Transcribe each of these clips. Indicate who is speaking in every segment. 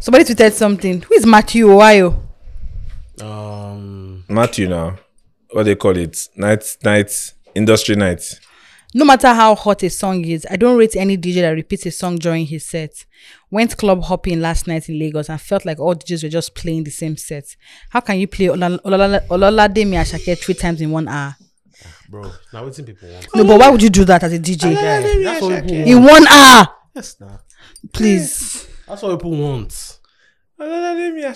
Speaker 1: somebody tweeted something. Who is Matthew Ohio?
Speaker 2: Um,
Speaker 3: Matthew now. What they call it? Night, night, industry night.
Speaker 1: No matter how hot a song is, I don't rate any DJ that repeats a song during his set. Went club hopping last night in Lagos and felt like all DJs were just playing the same set. How can you play Olala- Olala- Olalademi Asake three times in one hour?
Speaker 2: bro, now waiting people want.
Speaker 1: No, but why would you do that as a DJ?
Speaker 2: Yeah, that's what people want.
Speaker 1: In one hour,
Speaker 2: Yes, now.
Speaker 1: please.
Speaker 2: That's what people want.
Speaker 3: oh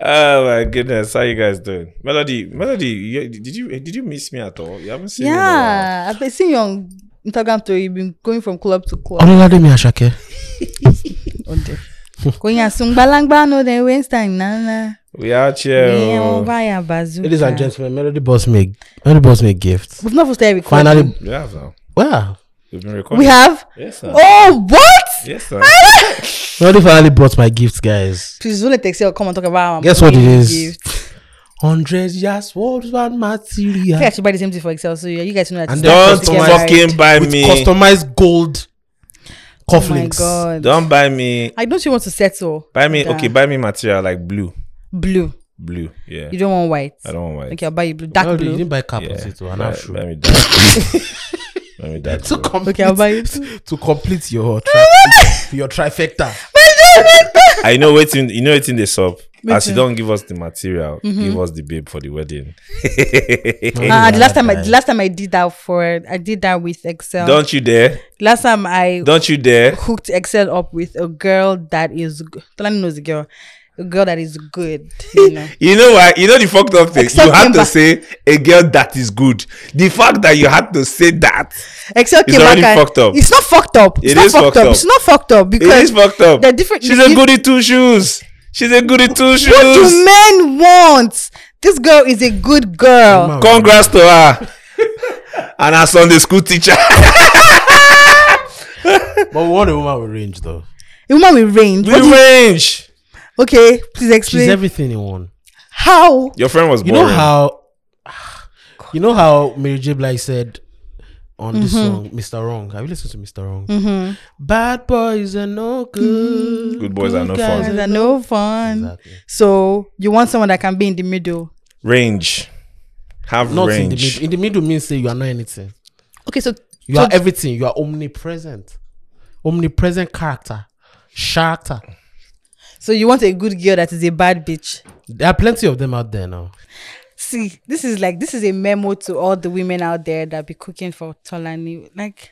Speaker 3: Ah, my goodness, how you guys doing? Melody, Melody, you, did you did you miss me at all? You haven't seen me. in a while.
Speaker 1: Yeah, I've been seeing you on Instagram story. You've been going from club to club.
Speaker 2: Ọlọ́ládémi Àṣàkẹ́.
Speaker 1: Going as Sungbalangba, no, then Wednesday, Nana.
Speaker 3: We out here. oh.
Speaker 2: Ladies
Speaker 1: Ladies
Speaker 2: and gentlemen, Melody Boss me, Melody Boss me gift.
Speaker 1: We've not even started recording.
Speaker 2: Finally,
Speaker 3: We have now.
Speaker 2: wow.
Speaker 3: We've been recording.
Speaker 1: We have.
Speaker 3: Yes, sir.
Speaker 1: Oh, what?
Speaker 3: Yes, sir.
Speaker 2: Melody finally brought my gift, guys.
Speaker 1: Please don't let Excel come and talk about our
Speaker 2: Guess what it
Speaker 1: money
Speaker 2: is?
Speaker 1: gift.
Speaker 2: Hundred years, world one
Speaker 1: I think I
Speaker 2: material.
Speaker 1: should buy the same thing for Excel. So yeah, you guys know that.
Speaker 2: And
Speaker 1: it's
Speaker 2: then
Speaker 3: Don't
Speaker 1: not
Speaker 2: Customized.
Speaker 3: fucking buy
Speaker 2: With
Speaker 3: me.
Speaker 2: customized gold
Speaker 1: Oh my
Speaker 2: cufflinks.
Speaker 1: god!
Speaker 3: Don't buy me.
Speaker 1: I don't you want to settle?
Speaker 3: Buy me.
Speaker 1: Nah.
Speaker 3: Okay, buy me material like blue.
Speaker 1: Blue.
Speaker 3: Blue. Yeah.
Speaker 1: You don't want white.
Speaker 3: I don't want white.
Speaker 1: Okay, I'll buy you blue. Dark
Speaker 2: Melody, you
Speaker 1: blue.
Speaker 2: didn't buy cap
Speaker 3: Yeah.
Speaker 2: yeah. to an
Speaker 3: Buy-
Speaker 2: outro.
Speaker 3: buy me that. buy me that.
Speaker 2: To
Speaker 3: blue.
Speaker 2: complete,
Speaker 1: Okay, I'll buy you.
Speaker 2: to complete your tri- your trifecta.
Speaker 1: Oh
Speaker 3: I know waiting. You know waiting this up.
Speaker 1: Me
Speaker 3: As you
Speaker 1: too. Mm-hmm.
Speaker 3: don't give us the material, give us the babe for the wedding.
Speaker 1: Ah, the last time I the last time I did that for I did that with Excel.
Speaker 3: Don't you dare!
Speaker 1: last time I
Speaker 3: Don't you dare!
Speaker 1: hooked Excel up with a girl that is g- Tolani knows the girl, a girl that is good. You know,
Speaker 3: You know why? You know the fucked up thing.
Speaker 1: Except
Speaker 3: you had
Speaker 1: came
Speaker 3: to
Speaker 1: back-
Speaker 3: say a girl that is good. The fact that you had to say that
Speaker 1: Excel
Speaker 3: It's
Speaker 1: came back.
Speaker 3: already
Speaker 1: and-
Speaker 3: fucked up.
Speaker 1: It's not fucked up. It's
Speaker 3: It
Speaker 1: not
Speaker 3: is
Speaker 1: fucked,
Speaker 3: fucked
Speaker 1: up.
Speaker 3: up.
Speaker 1: It's not fucked up
Speaker 3: it
Speaker 1: because
Speaker 3: is fucked up.
Speaker 1: they're different-
Speaker 3: She's
Speaker 1: you-
Speaker 3: a goody two shoes. She's a goody two
Speaker 1: What do
Speaker 3: shoes.
Speaker 1: men want? This girl is a good girl.
Speaker 3: Congrats to her and her Sunday school teacher.
Speaker 2: But we want a woman with range, though.
Speaker 1: A woman with range. What do
Speaker 3: the
Speaker 1: you-
Speaker 3: range.
Speaker 1: okay, please
Speaker 2: She's
Speaker 1: explain
Speaker 2: everything in one.
Speaker 1: how.
Speaker 3: Your friend was
Speaker 2: You
Speaker 3: boring.
Speaker 2: know how, you know how Mary J. Blige said on this
Speaker 3: Mm-hmm.
Speaker 2: song, "Mr. Wrong." Have you listened to "Mr. Wrong"? Bad boys are no good.
Speaker 3: Mm-hmm. Good boys are no
Speaker 2: guys
Speaker 3: fun.
Speaker 1: Guys are no fun.
Speaker 2: Exactly.
Speaker 1: So you want someone that can be in the middle.
Speaker 3: range. Have
Speaker 2: Not in the
Speaker 3: range.
Speaker 2: middle. In the middle means say you are not anything.
Speaker 1: Okay, so
Speaker 2: You
Speaker 1: so
Speaker 2: are everything. You are omnipresent. Omnipresent character. Character.
Speaker 1: so you want a good girl that is a bad bitch.
Speaker 2: There are plenty of them out there now.
Speaker 1: See, this is like this is a memo to all the women out there that be cooking for Tolani. Like,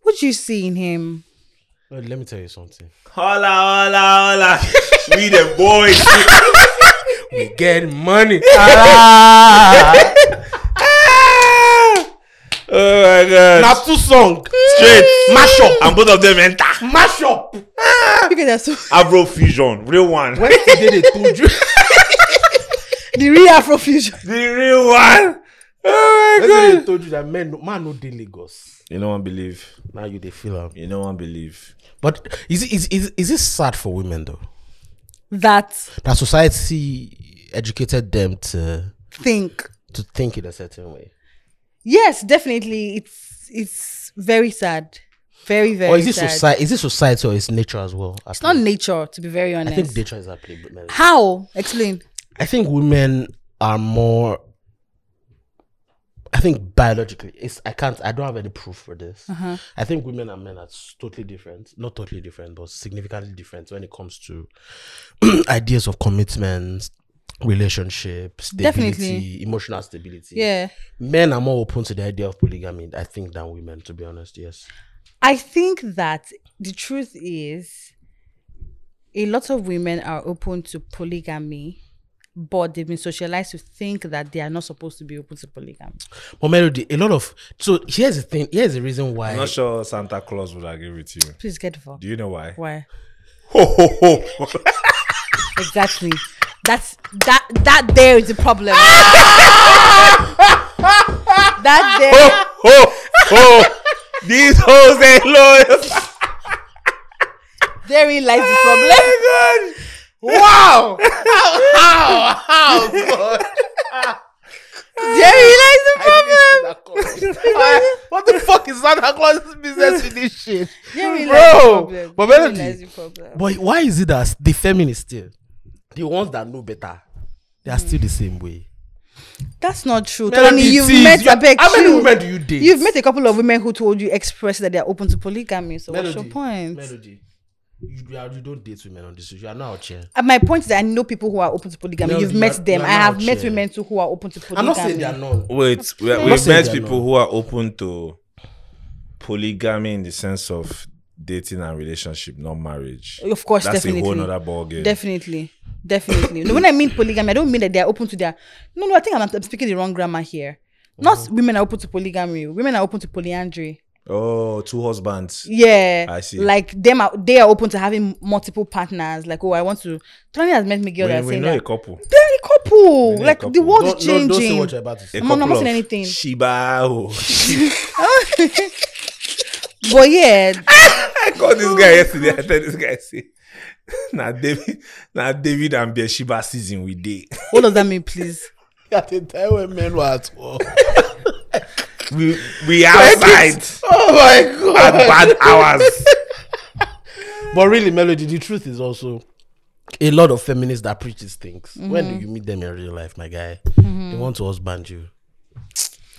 Speaker 1: what you see in him?
Speaker 2: Wait, let me tell you something.
Speaker 3: Hola, hola, hola. we the boys.
Speaker 2: We get money.
Speaker 3: Oh my god.
Speaker 2: Now two song.
Speaker 3: Straight. Mash up. And both of them enter.
Speaker 2: Mash up.
Speaker 3: Ah.
Speaker 1: You guys are so
Speaker 3: Afro fusion. Real one.
Speaker 2: When did they told you?
Speaker 1: the real Afrofusion.
Speaker 3: The real one. Oh my
Speaker 2: When they told you that men, man, no dey Lagos.
Speaker 3: You know one believe.
Speaker 2: Now you they feel am.
Speaker 3: You know one believe.
Speaker 2: But is it is is is it sad for women though?
Speaker 1: That
Speaker 2: That society educated them to
Speaker 1: think.
Speaker 2: to think in a certain way.
Speaker 1: Yes, definitely. It's it's very sad. Very, very
Speaker 2: or is it
Speaker 1: sad.
Speaker 2: society? Is it society or is nature as well?
Speaker 1: It's not nature, to be very
Speaker 2: I
Speaker 1: honest.
Speaker 2: think nature is at play. but men-
Speaker 1: How? Explain.
Speaker 2: I think women are more. I think biologically, it's I can't. I don't have any proof for this.
Speaker 1: Uh-huh.
Speaker 2: I think women and men are s- totally different. Not totally different, but significantly different when it comes to ideas of commitment, relationship, stability,
Speaker 1: Definitely.
Speaker 2: emotional stability.
Speaker 1: Yeah.
Speaker 2: men are more open to the idea of polygamy. I think than women, to be honest. Yes,
Speaker 1: I think that the truth is a lot of women are open to polygamy, but they've been socialized to think that they are not supposed to be open to polygamy.
Speaker 2: but Melody, a lot of so here's the thing. Here's the reason why.
Speaker 3: I'm not sure Santa Claus would agree with you.
Speaker 1: Please get involved.
Speaker 3: Do you know why?
Speaker 1: Why?
Speaker 3: Ho ho ho.
Speaker 1: Exactly. That's that that there is the problem. that there
Speaker 3: ho ho ho. These hoes ain't loyal.
Speaker 1: therein lies the problem.
Speaker 3: Oh
Speaker 2: Wow! how? How? How? God.
Speaker 1: Therein lies the problem.
Speaker 2: I didn't see that coming. what the fuck is Santa Claus business with this shit?
Speaker 1: You realize
Speaker 2: Bro,
Speaker 1: the problem.
Speaker 2: but
Speaker 1: You
Speaker 2: Melody-
Speaker 1: realize the problem.
Speaker 2: But why is it that the feminists still, the ones that know better, they are still the same way?
Speaker 1: That's not true.
Speaker 2: Melody,
Speaker 1: Tony, you've
Speaker 2: it is.
Speaker 1: met
Speaker 2: You are-
Speaker 1: a big
Speaker 2: How many women do you date?
Speaker 1: You've met a couple of women who told you expressly that they are open to polygamy. So what's your
Speaker 2: Melody,
Speaker 1: point?
Speaker 2: Melody, you, you, are, you don't date women on this. issue. You are not out here.
Speaker 1: Uh, My point is that I know people who are open to polygamy.
Speaker 2: Melody,
Speaker 1: You've
Speaker 2: you
Speaker 1: met
Speaker 2: are-
Speaker 1: them.
Speaker 2: you are
Speaker 1: I have
Speaker 2: not
Speaker 1: met
Speaker 2: sharing.
Speaker 1: women too who are open to polygamy.
Speaker 2: I'm not saying they are none.
Speaker 3: Wait, we,
Speaker 2: I'm not
Speaker 3: we've
Speaker 2: saying
Speaker 3: met
Speaker 2: they're
Speaker 3: people
Speaker 2: not.
Speaker 3: who are open to polygamy in the sense of dating and relationship, not marriage.
Speaker 1: Of course,
Speaker 3: that's
Speaker 1: definitely.
Speaker 3: a whole other ballgame.
Speaker 1: Definitely. Definitely. no, when I mean polygamy, I don't mean that they are open to their. No, no, I think I'm, I'm speaking the wrong grammar here. Not
Speaker 2: Mm-hmm.
Speaker 1: women are open to polygamy. Women are open to polyandry.
Speaker 3: oh, two husbands.
Speaker 1: Yeah,
Speaker 3: I see.
Speaker 1: Like them, are, they are open to having multiple partners. Like, oh, I want to. Tony has met me girl
Speaker 3: We,
Speaker 1: that's
Speaker 3: we
Speaker 1: saying
Speaker 3: know
Speaker 1: that
Speaker 3: a couple.
Speaker 1: they're a couple.
Speaker 3: know a
Speaker 1: Like the
Speaker 3: couple.
Speaker 1: world
Speaker 2: No, no,
Speaker 1: is changing.
Speaker 2: don't say what you're about to
Speaker 3: A
Speaker 2: say.
Speaker 1: I'm not- I'm not
Speaker 3: couple
Speaker 1: saying
Speaker 3: of
Speaker 1: anything.
Speaker 3: Shiba. Oh.
Speaker 1: but yeah,
Speaker 3: I called this guy yesterday. I tell this guy, say, now David, now David and Beersheba season we did.
Speaker 1: what does that mean, please?
Speaker 2: At the time when men were at war.
Speaker 3: We we outside
Speaker 2: oh my
Speaker 3: at bad hours.
Speaker 2: But really, Melody, the truth is also a lot of feminists that preach these things.
Speaker 1: Mm-hmm.
Speaker 2: When do you meet them in real life, my guy? They want to husband you.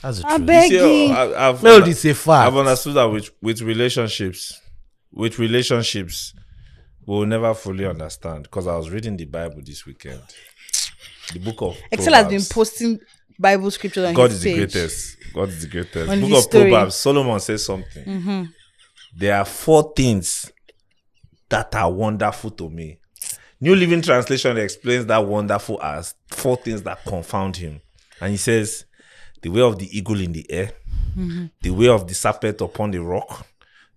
Speaker 2: That's the
Speaker 1: I
Speaker 2: truth.
Speaker 1: beg
Speaker 3: See, oh,
Speaker 1: you.
Speaker 3: I, I've,
Speaker 2: Melody, say fact.
Speaker 3: I've understood that with with relationships, with relationships, we'll never fully understand. Because I was reading the Bible this weekend, the book of
Speaker 1: Excel has been
Speaker 3: Proverbs.
Speaker 1: posting Bible scriptures on
Speaker 3: God
Speaker 1: his
Speaker 3: is
Speaker 1: page.
Speaker 3: the greatest. God is the greatest.
Speaker 1: On
Speaker 3: Book
Speaker 1: his
Speaker 3: of
Speaker 1: story. Mm-hmm.
Speaker 3: Proverbs. Solomon says something. There are four things that are wonderful to me. New Living Translation explains that wonderful as four things that confound him. And he says, the way of the eagle in the air,
Speaker 1: Mm-hmm.
Speaker 3: the way of the serpent upon the rock,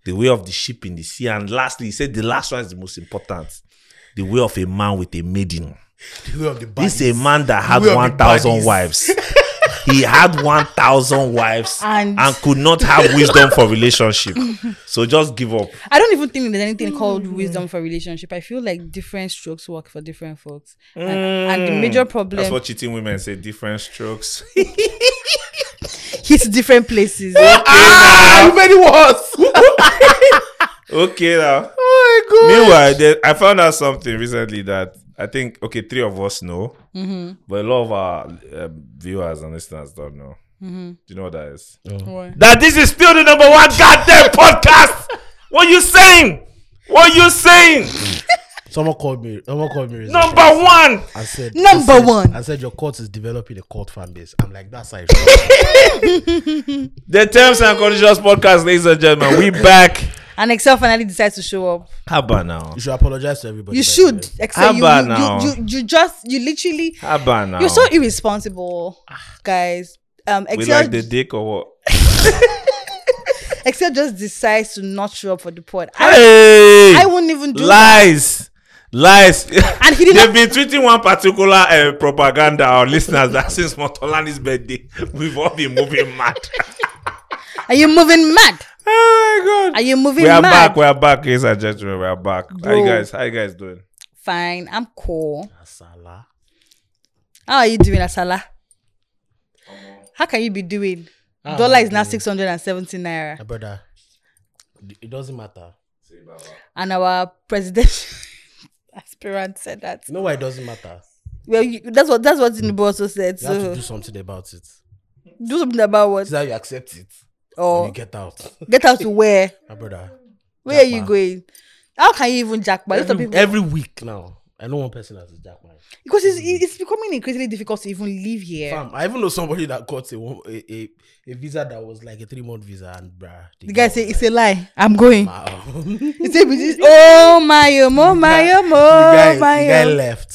Speaker 3: the way of the sheep in the sea, and lastly, he said the last one is the most important, the way of a man with a maiden.
Speaker 2: The way of the
Speaker 3: This
Speaker 2: bodies.
Speaker 3: is a man that had
Speaker 2: We are the
Speaker 3: 1,000
Speaker 2: baddies.
Speaker 3: wives. he had 1,000 wives
Speaker 1: And-
Speaker 3: and, could not have wisdom for relationship. So just give up.
Speaker 1: I don't even think there's anything called wisdom for relationship. I feel like different strokes work for different folks, and, and the major
Speaker 3: That's
Speaker 1: problem
Speaker 3: what cheating women say different strokes.
Speaker 1: hits different places.
Speaker 2: Ah, you made it worse.
Speaker 3: okay, now.
Speaker 2: oh my god.
Speaker 3: Meanwhile, there, I found out something recently that I think, okay, three of us know,
Speaker 2: Mm-hmm.
Speaker 3: but a lot of our um viewers and listeners don't know.
Speaker 2: Mm-hmm.
Speaker 3: Do you know what that is?
Speaker 1: Why?
Speaker 3: that this is still the number one goddamn podcast. What you saying? What you saying?
Speaker 2: Someone called me. Someone called me. recently
Speaker 3: Number one.
Speaker 2: And said
Speaker 1: Number
Speaker 2: and said-
Speaker 1: one.
Speaker 2: And said your court is developing a court fan base. I'm like that's how it works.
Speaker 3: The Terms and Conditions podcast, ladies and gentlemen, we back.
Speaker 1: And Excel finally decides to show up.
Speaker 3: How about now?
Speaker 2: You should apologize to everybody.
Speaker 1: You
Speaker 2: by the
Speaker 1: should
Speaker 2: way.
Speaker 1: Excel. You,
Speaker 3: Abba
Speaker 1: you,
Speaker 3: now.
Speaker 1: you, you, you just you literally
Speaker 3: How about now?
Speaker 1: you're so irresponsible, guys. Um,
Speaker 3: we
Speaker 1: Excel
Speaker 3: like the dick or what?
Speaker 1: Excel just decides to not show up for the pod. I,
Speaker 3: Hey,
Speaker 1: I wouldn't even do that.
Speaker 3: lies, lies. And
Speaker 1: he did
Speaker 3: They've been tweeting one particular uh, propaganda. Our listeners that since Motolani's birthday, we've all been moving mad.
Speaker 1: Are you moving mad?
Speaker 3: oh my god!
Speaker 1: Are you moving
Speaker 3: we are
Speaker 1: mad?
Speaker 3: back. We are back, ladies and gentlemen. We are back. How
Speaker 1: Bro.
Speaker 3: you guys? How you guys doing?
Speaker 1: Fine, I'm cool.
Speaker 2: Asala.
Speaker 1: How are you doing, Asala? How can you be doing?
Speaker 2: Ah,
Speaker 1: Dollar is
Speaker 2: I'm
Speaker 1: now
Speaker 2: doing.
Speaker 1: 670 naira.
Speaker 2: My brother. It doesn't matter.
Speaker 1: And our presidential aspirant said that.
Speaker 2: You know why it doesn't matter?
Speaker 1: Well, you, that's what that's what Tinubu also said.
Speaker 2: You have to
Speaker 1: So
Speaker 2: do
Speaker 1: do,
Speaker 2: something about it.
Speaker 1: something about what?
Speaker 2: It's how you accept it. Or
Speaker 1: Or
Speaker 2: you get out.
Speaker 1: get out to where?
Speaker 2: My brother.
Speaker 1: Where are you
Speaker 2: Jackman.
Speaker 1: going? How can you even jackpot? Lots of
Speaker 2: Every,
Speaker 1: people
Speaker 2: every week now. I know one person that is Jack Man.
Speaker 1: because it's it- it's becoming increasingly difficult to even live here.
Speaker 2: Fam, I even know somebody that got a, one- a, a, a visa that was like a three month visa and bruh.
Speaker 1: The guy say it's a lie. I'm going.
Speaker 2: Wow.
Speaker 1: He say, "But this- oh my, oh my, oh my, oh
Speaker 2: the guy,
Speaker 1: my,
Speaker 2: the
Speaker 1: oh
Speaker 2: guy left.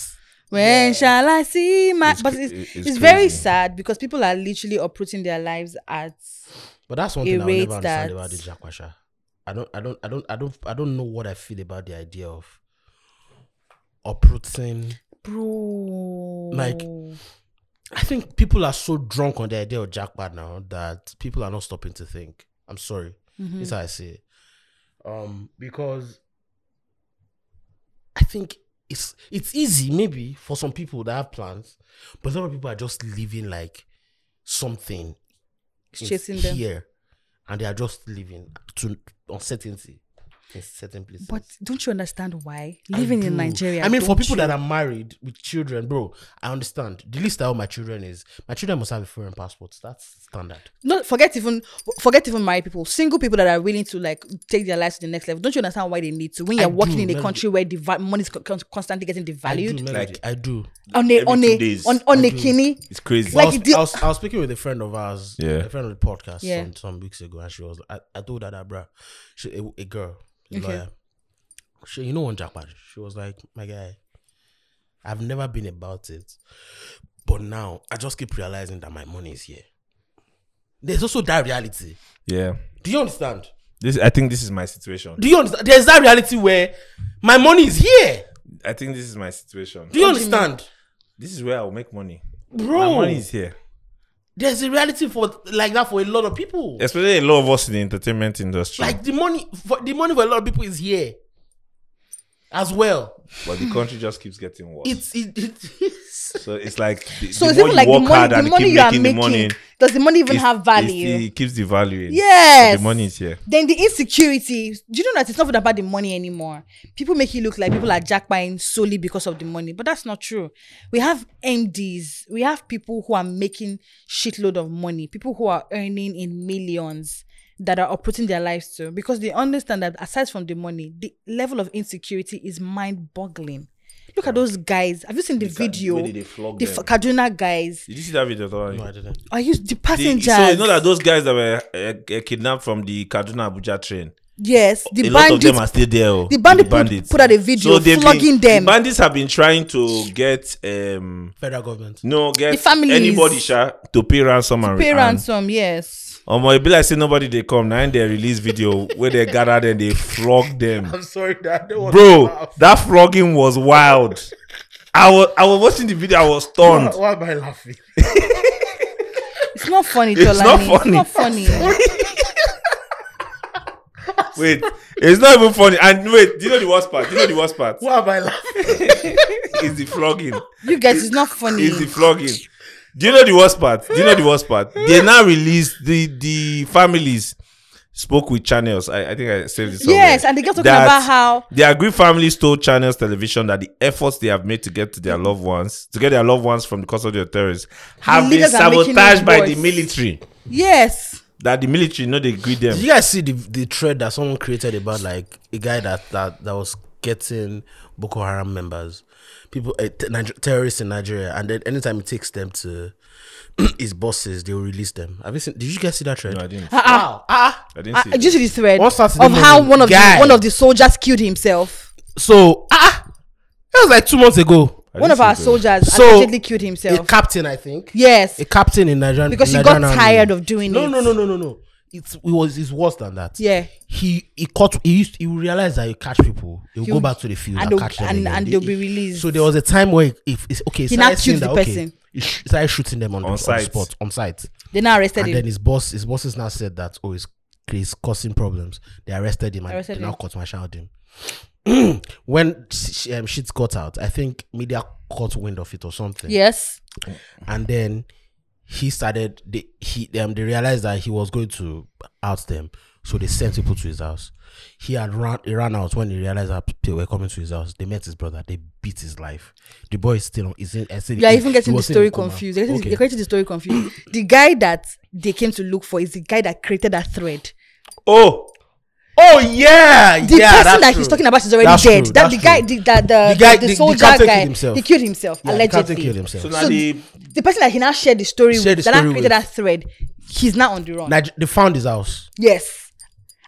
Speaker 1: When shall I see my?
Speaker 3: It's
Speaker 1: but
Speaker 3: cra-
Speaker 1: it's,
Speaker 3: it-
Speaker 1: it's,
Speaker 3: it's
Speaker 1: very
Speaker 3: crazy.
Speaker 1: sad because people are literally uprooting their lives at.
Speaker 2: But that's one
Speaker 1: It
Speaker 2: thing I'll
Speaker 1: rates
Speaker 2: never understand
Speaker 1: that-
Speaker 2: about the Jaquasha. I don't, I don't, I don't, I don't, I don't know what I feel about the idea of uprooting.
Speaker 1: Bro.
Speaker 2: Like- I think people are so drunk on the idea of jackpot now that people are not stopping to think. I'm sorry.
Speaker 1: Mm-hmm.
Speaker 2: This is how I see it. Um, because I think it's it's easy maybe for some people that have plans, but a lot of people are just living like something
Speaker 1: It's
Speaker 2: is
Speaker 1: chasing them.
Speaker 2: here, and they are just living to uncertainty in certain places.
Speaker 1: But don't you understand why living in Nigeria?
Speaker 2: I mean, for
Speaker 1: don't
Speaker 2: people
Speaker 1: you-
Speaker 2: that are married with children, bro, I understand. The least I owe my children is my children must have a foreign passport. That's standard.
Speaker 1: no, forget even forget even married people, single people that are willing to like take their lives to the next level. Don't you understand why they need to? When
Speaker 2: I
Speaker 1: you're working
Speaker 2: do,
Speaker 1: in a
Speaker 2: Melody.
Speaker 1: country where the va- money is co- con- constantly getting
Speaker 2: I do,
Speaker 1: devalued
Speaker 2: Melody,
Speaker 3: Like-
Speaker 2: I do.
Speaker 1: on a
Speaker 3: Every
Speaker 1: on
Speaker 3: two
Speaker 1: a
Speaker 3: days,
Speaker 1: on on
Speaker 2: I
Speaker 1: a
Speaker 2: do.
Speaker 1: kidney.
Speaker 3: It's crazy.
Speaker 1: Like
Speaker 2: I, was,
Speaker 1: the-
Speaker 2: I, was, I was speaking with a friend of ours,
Speaker 3: Yeah.
Speaker 2: a friend of the podcast,
Speaker 1: Yeah.
Speaker 2: some, some weeks ago, and she was. I, I told her that, bro, she, a, a girl, a
Speaker 1: Okay.
Speaker 2: lawyer. She, you know, one jackpot. She was like, my guy, I've never been about it, but now I just keep realizing that my money is here. There's also that reality.
Speaker 3: yeah.
Speaker 2: Do you understand?
Speaker 3: This I think this is my situation.
Speaker 2: Do you understand? There's that reality where my money is here.
Speaker 3: I think this is my situation.
Speaker 2: Do you understand?
Speaker 3: This is where I'll make money. My
Speaker 1: Oh.
Speaker 2: Bro,
Speaker 3: money is here.
Speaker 2: there's a reality for like that for a lot of people.
Speaker 3: Especially a lot of us in the entertainment industry.
Speaker 2: Like the money for the money for a lot of people is here. As well.
Speaker 3: but the country just keeps getting worse.
Speaker 2: It's it, it is
Speaker 3: so it's like the,
Speaker 1: So
Speaker 3: the
Speaker 1: it's even
Speaker 3: more you
Speaker 1: like the
Speaker 3: work hard
Speaker 1: money, the
Speaker 3: and you
Speaker 1: money
Speaker 3: keep
Speaker 1: you are
Speaker 3: making the
Speaker 1: making.
Speaker 3: money.
Speaker 1: does the money even
Speaker 3: it's-
Speaker 1: have value?
Speaker 3: it's the- it keeps devaluing. So
Speaker 1: Yes.
Speaker 3: the money is here.
Speaker 1: then the insecurity do you know that it's not about the money anymore people make it look like people are jackpying solely because of the money but that's not true we have mds we have people who are making shitload of money people who are earning in millions that are operating their lives too because they understand that aside from the money the level of insecurity is mind-boggling look at those guys have you seen the,
Speaker 3: The ca-
Speaker 1: video
Speaker 3: the way they flog
Speaker 1: the
Speaker 3: them.
Speaker 1: F- kaduna guys
Speaker 3: Did you see that video? Tolani?
Speaker 2: No, I didn't.
Speaker 1: are you the
Speaker 3: The-
Speaker 1: passengers
Speaker 3: so you know that those guys that were uh, uh, kidnapped from the Kaduna Abuja train,
Speaker 1: yes the
Speaker 3: a lot of them
Speaker 1: bandits
Speaker 3: are still there. oh,
Speaker 1: the bandit put- put out a video
Speaker 3: they've
Speaker 1: flogging
Speaker 3: been,
Speaker 1: them.
Speaker 3: The bandits have been trying to get um
Speaker 2: Federal government.
Speaker 3: no get
Speaker 1: The families.
Speaker 3: anybody sha, to pay ransom and
Speaker 1: pay
Speaker 3: and-
Speaker 1: ransom yes
Speaker 3: Omo, it be like say nobody they come now in their release video where they gathered and they flog them.
Speaker 2: I'm sorry that I don't want
Speaker 3: Bro, that flogging was wild. I was I was watching the video, I was stunned.
Speaker 2: Why am I laughing?
Speaker 1: It's not funny,
Speaker 3: It's
Speaker 1: Jolani.
Speaker 3: not
Speaker 1: It's not funny.
Speaker 3: Wait, it's not even funny. And wait, do you know the worst part? Do you know the worst part?
Speaker 2: Why am I laughing?
Speaker 3: It's the flogging.
Speaker 1: you guys, it's not funny.
Speaker 3: It's the flogging. Do you know the worst part? Do you know the worst part? They now released the the families spoke with channels. I, I think I saved it. Somewhere.
Speaker 1: Yes, and they kept talking
Speaker 3: That
Speaker 1: about how-
Speaker 3: the Agri families told channels television that the efforts they have made to get to their loved ones, to get their loved ones from the custody of terrorists, have been
Speaker 1: leaders are making
Speaker 3: sabotaged
Speaker 1: it
Speaker 3: by
Speaker 1: worse.
Speaker 3: the military.
Speaker 1: yes.
Speaker 3: That the military no they agree them.
Speaker 2: Did you guys see the the thread that someone created about like a guy that that, that was getting Boko Haram members, people uh, t- Niger- terrorists in Nigeria, and then anytime it takes them to his bosses, they will release them. Have you seen? Did you guys see that thread?
Speaker 3: No, I didn't.
Speaker 2: Wow! Ah,
Speaker 3: I didn't
Speaker 1: I,
Speaker 3: see.
Speaker 1: I
Speaker 3: it.
Speaker 1: due to the thread
Speaker 2: What's that
Speaker 1: of
Speaker 2: to do
Speaker 1: how
Speaker 2: with
Speaker 1: one of
Speaker 2: guy?
Speaker 1: the one of the soldiers killed himself.
Speaker 2: so ah, that was like two months ago.
Speaker 3: I
Speaker 1: One
Speaker 3: didn't
Speaker 1: of
Speaker 3: see
Speaker 1: our
Speaker 3: it.
Speaker 1: soldiers
Speaker 2: So-
Speaker 1: allegedly killed
Speaker 2: A
Speaker 1: himself.
Speaker 2: captain, I think.
Speaker 1: yes,
Speaker 2: A captain in Nigerian
Speaker 1: because he got
Speaker 2: Nigerian army.
Speaker 1: tired of doing
Speaker 2: No,
Speaker 1: it.
Speaker 2: no, no, no, no, no. It's it was it's worse than that.
Speaker 1: Yeah.
Speaker 2: He he caught he used he realized that you catch people, you
Speaker 1: He
Speaker 2: go
Speaker 1: would-
Speaker 2: back to the field
Speaker 1: and
Speaker 2: and,
Speaker 1: they'll-
Speaker 2: catch them
Speaker 1: and-
Speaker 2: again.
Speaker 1: and
Speaker 2: They-
Speaker 1: they'll be
Speaker 2: it-
Speaker 1: released.
Speaker 2: So there was a time where if, if it's okay,
Speaker 1: He
Speaker 2: he
Speaker 1: now
Speaker 2: started
Speaker 1: shoots
Speaker 2: seeing
Speaker 1: the
Speaker 2: that okay,
Speaker 1: person.
Speaker 2: he sh- started shooting them on, the,
Speaker 3: On
Speaker 2: on the
Speaker 3: site.
Speaker 2: spot on site,
Speaker 1: They now arrested
Speaker 2: and
Speaker 1: him.
Speaker 2: then his boss his bosses now said that oh he's, he's causing problems. They arrested him and
Speaker 1: Arrested
Speaker 2: they
Speaker 1: him.
Speaker 2: now caught my child him. when sh- um, shit got out, I think media caught wind of it or something
Speaker 1: yes,
Speaker 2: and then he started they he um, they realized that he was going to out them so they sent people to his house he had run he ran out when he realized that they were coming to his house they met his brother they beat his life the boy is still is in is still,
Speaker 1: you are
Speaker 2: he-
Speaker 1: even
Speaker 2: he
Speaker 1: getting the
Speaker 2: was still
Speaker 1: story
Speaker 2: in coma.
Speaker 1: confused. They're getting,
Speaker 2: Okay.
Speaker 1: they're getting the story confused. the guy that they came to look for is the guy that created that thread.
Speaker 3: oh,
Speaker 2: oh yeah
Speaker 1: the
Speaker 2: yeah
Speaker 1: person
Speaker 2: that's
Speaker 1: that
Speaker 2: true.
Speaker 1: he's talking about is already
Speaker 2: That's
Speaker 1: dead.
Speaker 2: true,
Speaker 1: That
Speaker 2: that's
Speaker 1: the guy,
Speaker 2: true.
Speaker 1: the, that the,
Speaker 2: The guy-
Speaker 1: the,
Speaker 2: the- the
Speaker 1: soldier
Speaker 2: captain killed
Speaker 1: guy,
Speaker 2: himself.
Speaker 1: he killed himself
Speaker 2: Yeah, the captain
Speaker 1: allegedly.
Speaker 2: killed himself.
Speaker 3: so
Speaker 1: So
Speaker 3: now the
Speaker 1: the person that he now shared the story
Speaker 2: Shared
Speaker 1: with, that
Speaker 2: the
Speaker 1: now
Speaker 2: story
Speaker 1: created
Speaker 2: with.
Speaker 1: that thread, he's now on the run.
Speaker 2: Nige- they found his house
Speaker 1: yes,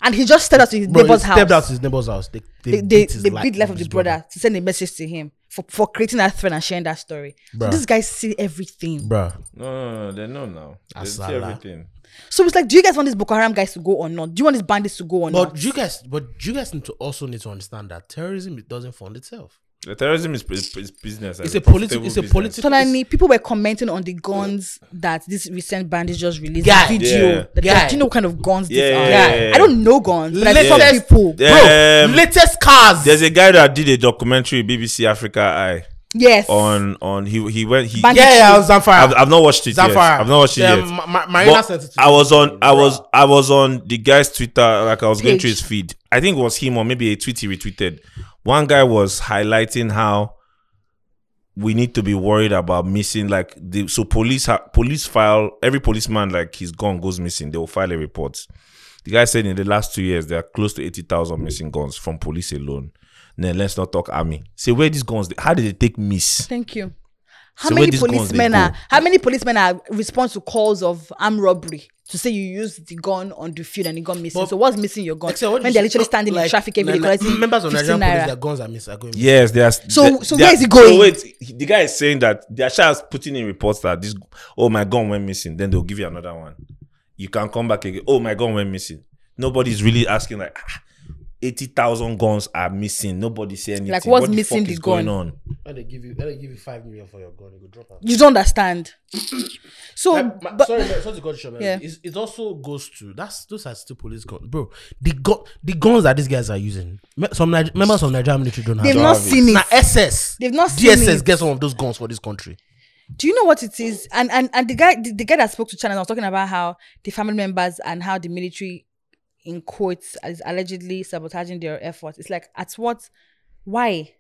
Speaker 1: and he just stepped out to his
Speaker 2: Bro, he
Speaker 1: neighbor's house.
Speaker 2: stepped out to his neighbor's house they
Speaker 1: they
Speaker 2: they,
Speaker 1: they,
Speaker 2: beat his
Speaker 1: they
Speaker 2: li-
Speaker 1: beat life of the
Speaker 2: his
Speaker 1: brother, to send a message to him for, for creating that thread and sharing that story. So
Speaker 2: Bruh.
Speaker 1: these guys see everything.
Speaker 2: Bruh,
Speaker 3: no, no, no, they know now. They see
Speaker 2: Asala.
Speaker 3: everything.
Speaker 1: So it's like, do you guys want these Boko Haram guys to go or not? Do you want these bandits to go or
Speaker 2: but
Speaker 1: not?
Speaker 2: you guys but you guys need to also need to understand that terrorism it doesn't fund itself
Speaker 3: The terrorism is, is, is business. and
Speaker 2: It's a
Speaker 3: profitable
Speaker 2: politi- it's a
Speaker 3: business.
Speaker 2: politi-
Speaker 1: So Nani, people were commenting on the guns that this recent bandits just released.
Speaker 2: Guy.
Speaker 1: the video.
Speaker 3: Yeah.
Speaker 1: That
Speaker 2: Guy.
Speaker 1: Do you know what kind of guns these
Speaker 3: Yeah,
Speaker 1: are?
Speaker 3: yeah, yeah, yeah.
Speaker 1: I don't know guns, but I saw
Speaker 2: Latest-
Speaker 1: people.
Speaker 3: Yeah. Um,
Speaker 2: latest cars
Speaker 3: There's a guy that did a documentary, BBC Africa Eye.
Speaker 1: Yes.
Speaker 3: on on he he went he.
Speaker 1: Ban-
Speaker 2: Yeah, yeah, I was
Speaker 3: I've,
Speaker 2: Zamfara.
Speaker 3: I've not watched it yet.
Speaker 2: Zamfara.
Speaker 3: I've not watched it
Speaker 2: Yeah,
Speaker 3: yet.
Speaker 2: Ma- Ma- Marina
Speaker 3: But
Speaker 2: sent it to
Speaker 3: I
Speaker 2: me.
Speaker 3: was on I was I was on the guy's Twitter like I was going
Speaker 1: Page.
Speaker 3: through his feed. I think it was him or maybe a tweet he retweeted. One guy was highlighting how we need to be worried about missing like the so police ha- police file every policeman like his gun goes missing they will file a report. The guy said in the last two years there are close to eighty thousand missing guns from police alone. Then let's not talk army. Say where these guns? How did they take miss?
Speaker 1: Thank you. How
Speaker 3: So where
Speaker 1: many
Speaker 3: these guns they
Speaker 1: policemen
Speaker 3: go?
Speaker 1: are? How many policemen are respond to calls of armed robbery to say you used the gun on the field and it got missing?
Speaker 2: But-
Speaker 1: so what's missing your gun?
Speaker 2: Except what
Speaker 1: when
Speaker 2: you
Speaker 1: they're
Speaker 2: should-
Speaker 1: literally standing
Speaker 2: like,
Speaker 1: in traffic every day
Speaker 2: like,
Speaker 1: collecting
Speaker 2: members of
Speaker 1: 15
Speaker 2: Nigerian police, their
Speaker 1: naira.
Speaker 2: guns are missing. Are going
Speaker 3: Yes, they are.
Speaker 1: So-
Speaker 3: they-
Speaker 1: so
Speaker 3: they
Speaker 1: where
Speaker 3: are-
Speaker 1: is it going?
Speaker 3: So wait, he- the guy is saying that they are just putting in reports that this, oh my gun went missing. Then they'll give you another one. You can come back again. Oh my gun went missing. Nobody's really asking like, ah, eighty thousand guns are missing. Nobody say anything.
Speaker 1: Like, what's
Speaker 3: What the
Speaker 1: missing
Speaker 3: fuck
Speaker 1: the
Speaker 3: is
Speaker 1: gun?
Speaker 3: Going on?
Speaker 2: When they give you, when they give you five million for your gun, you go drop out.
Speaker 1: You don't understand. so,
Speaker 2: Like, ma-
Speaker 1: but,
Speaker 2: sorry, ma- sorry to cut you short, man.
Speaker 1: Yeah.
Speaker 2: It's- It also goes to that's those are still police guns, bro. The gun, the guns that these guys are using, me- some Nige- members of Nigerian military don't
Speaker 1: they've
Speaker 2: have.
Speaker 1: not
Speaker 3: have it.
Speaker 1: seen it.
Speaker 2: Now SS,
Speaker 1: They've not seen
Speaker 2: DSS
Speaker 1: it.
Speaker 2: get some of those guns for this country.
Speaker 1: do you know what it is and and and the guy the, the guy that spoke to channel was talking about how the family members and how the military in quotes is allegedly sabotaging their efforts it's like at what why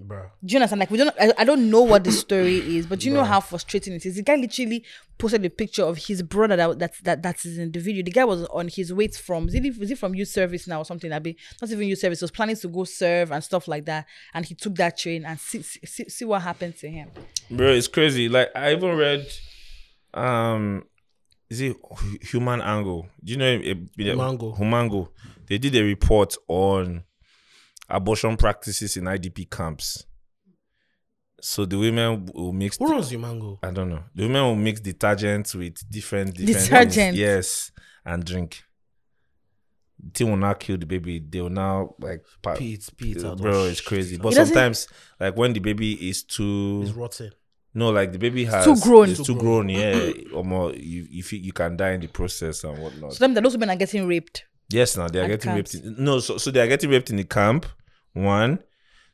Speaker 2: Bro,
Speaker 1: do you understand? Like we don't. I, I don't know what the story is, but you know how frustrating it is. The guy literally posted a picture of his brother that that that, that is in the video. The guy was on his way from is it, was it from youth service now or something? I be not even youth service. He was planning to go serve and stuff like that, and he took that train and see see, see what happened to him.
Speaker 3: bro it's crazy like i even read um is it Hu- human angle do you know a- a-
Speaker 2: Humango.
Speaker 3: humango they did a report on abortion practices in idp camps so the women will mix
Speaker 2: who runs your mango?
Speaker 3: i don't know the women will mix detergents with different, different things.
Speaker 1: Detergent.
Speaker 3: yes and drink the thing will not kill the baby they will now like pa-
Speaker 2: Pete, Pete, out of
Speaker 3: bro it's
Speaker 2: shit.
Speaker 3: crazy but
Speaker 1: It doesn't-
Speaker 3: sometimes like when the baby is too
Speaker 2: It's rotten.
Speaker 3: no, like the baby has
Speaker 1: too grown.
Speaker 3: It's too grown, yeah. or more, you you feel you can die in the process and whatnot.
Speaker 1: So that means that those women are getting raped.
Speaker 3: yes, now they are
Speaker 1: At
Speaker 3: getting
Speaker 1: camps.
Speaker 3: raped. In, no, so, so they are getting raped in the camp. One,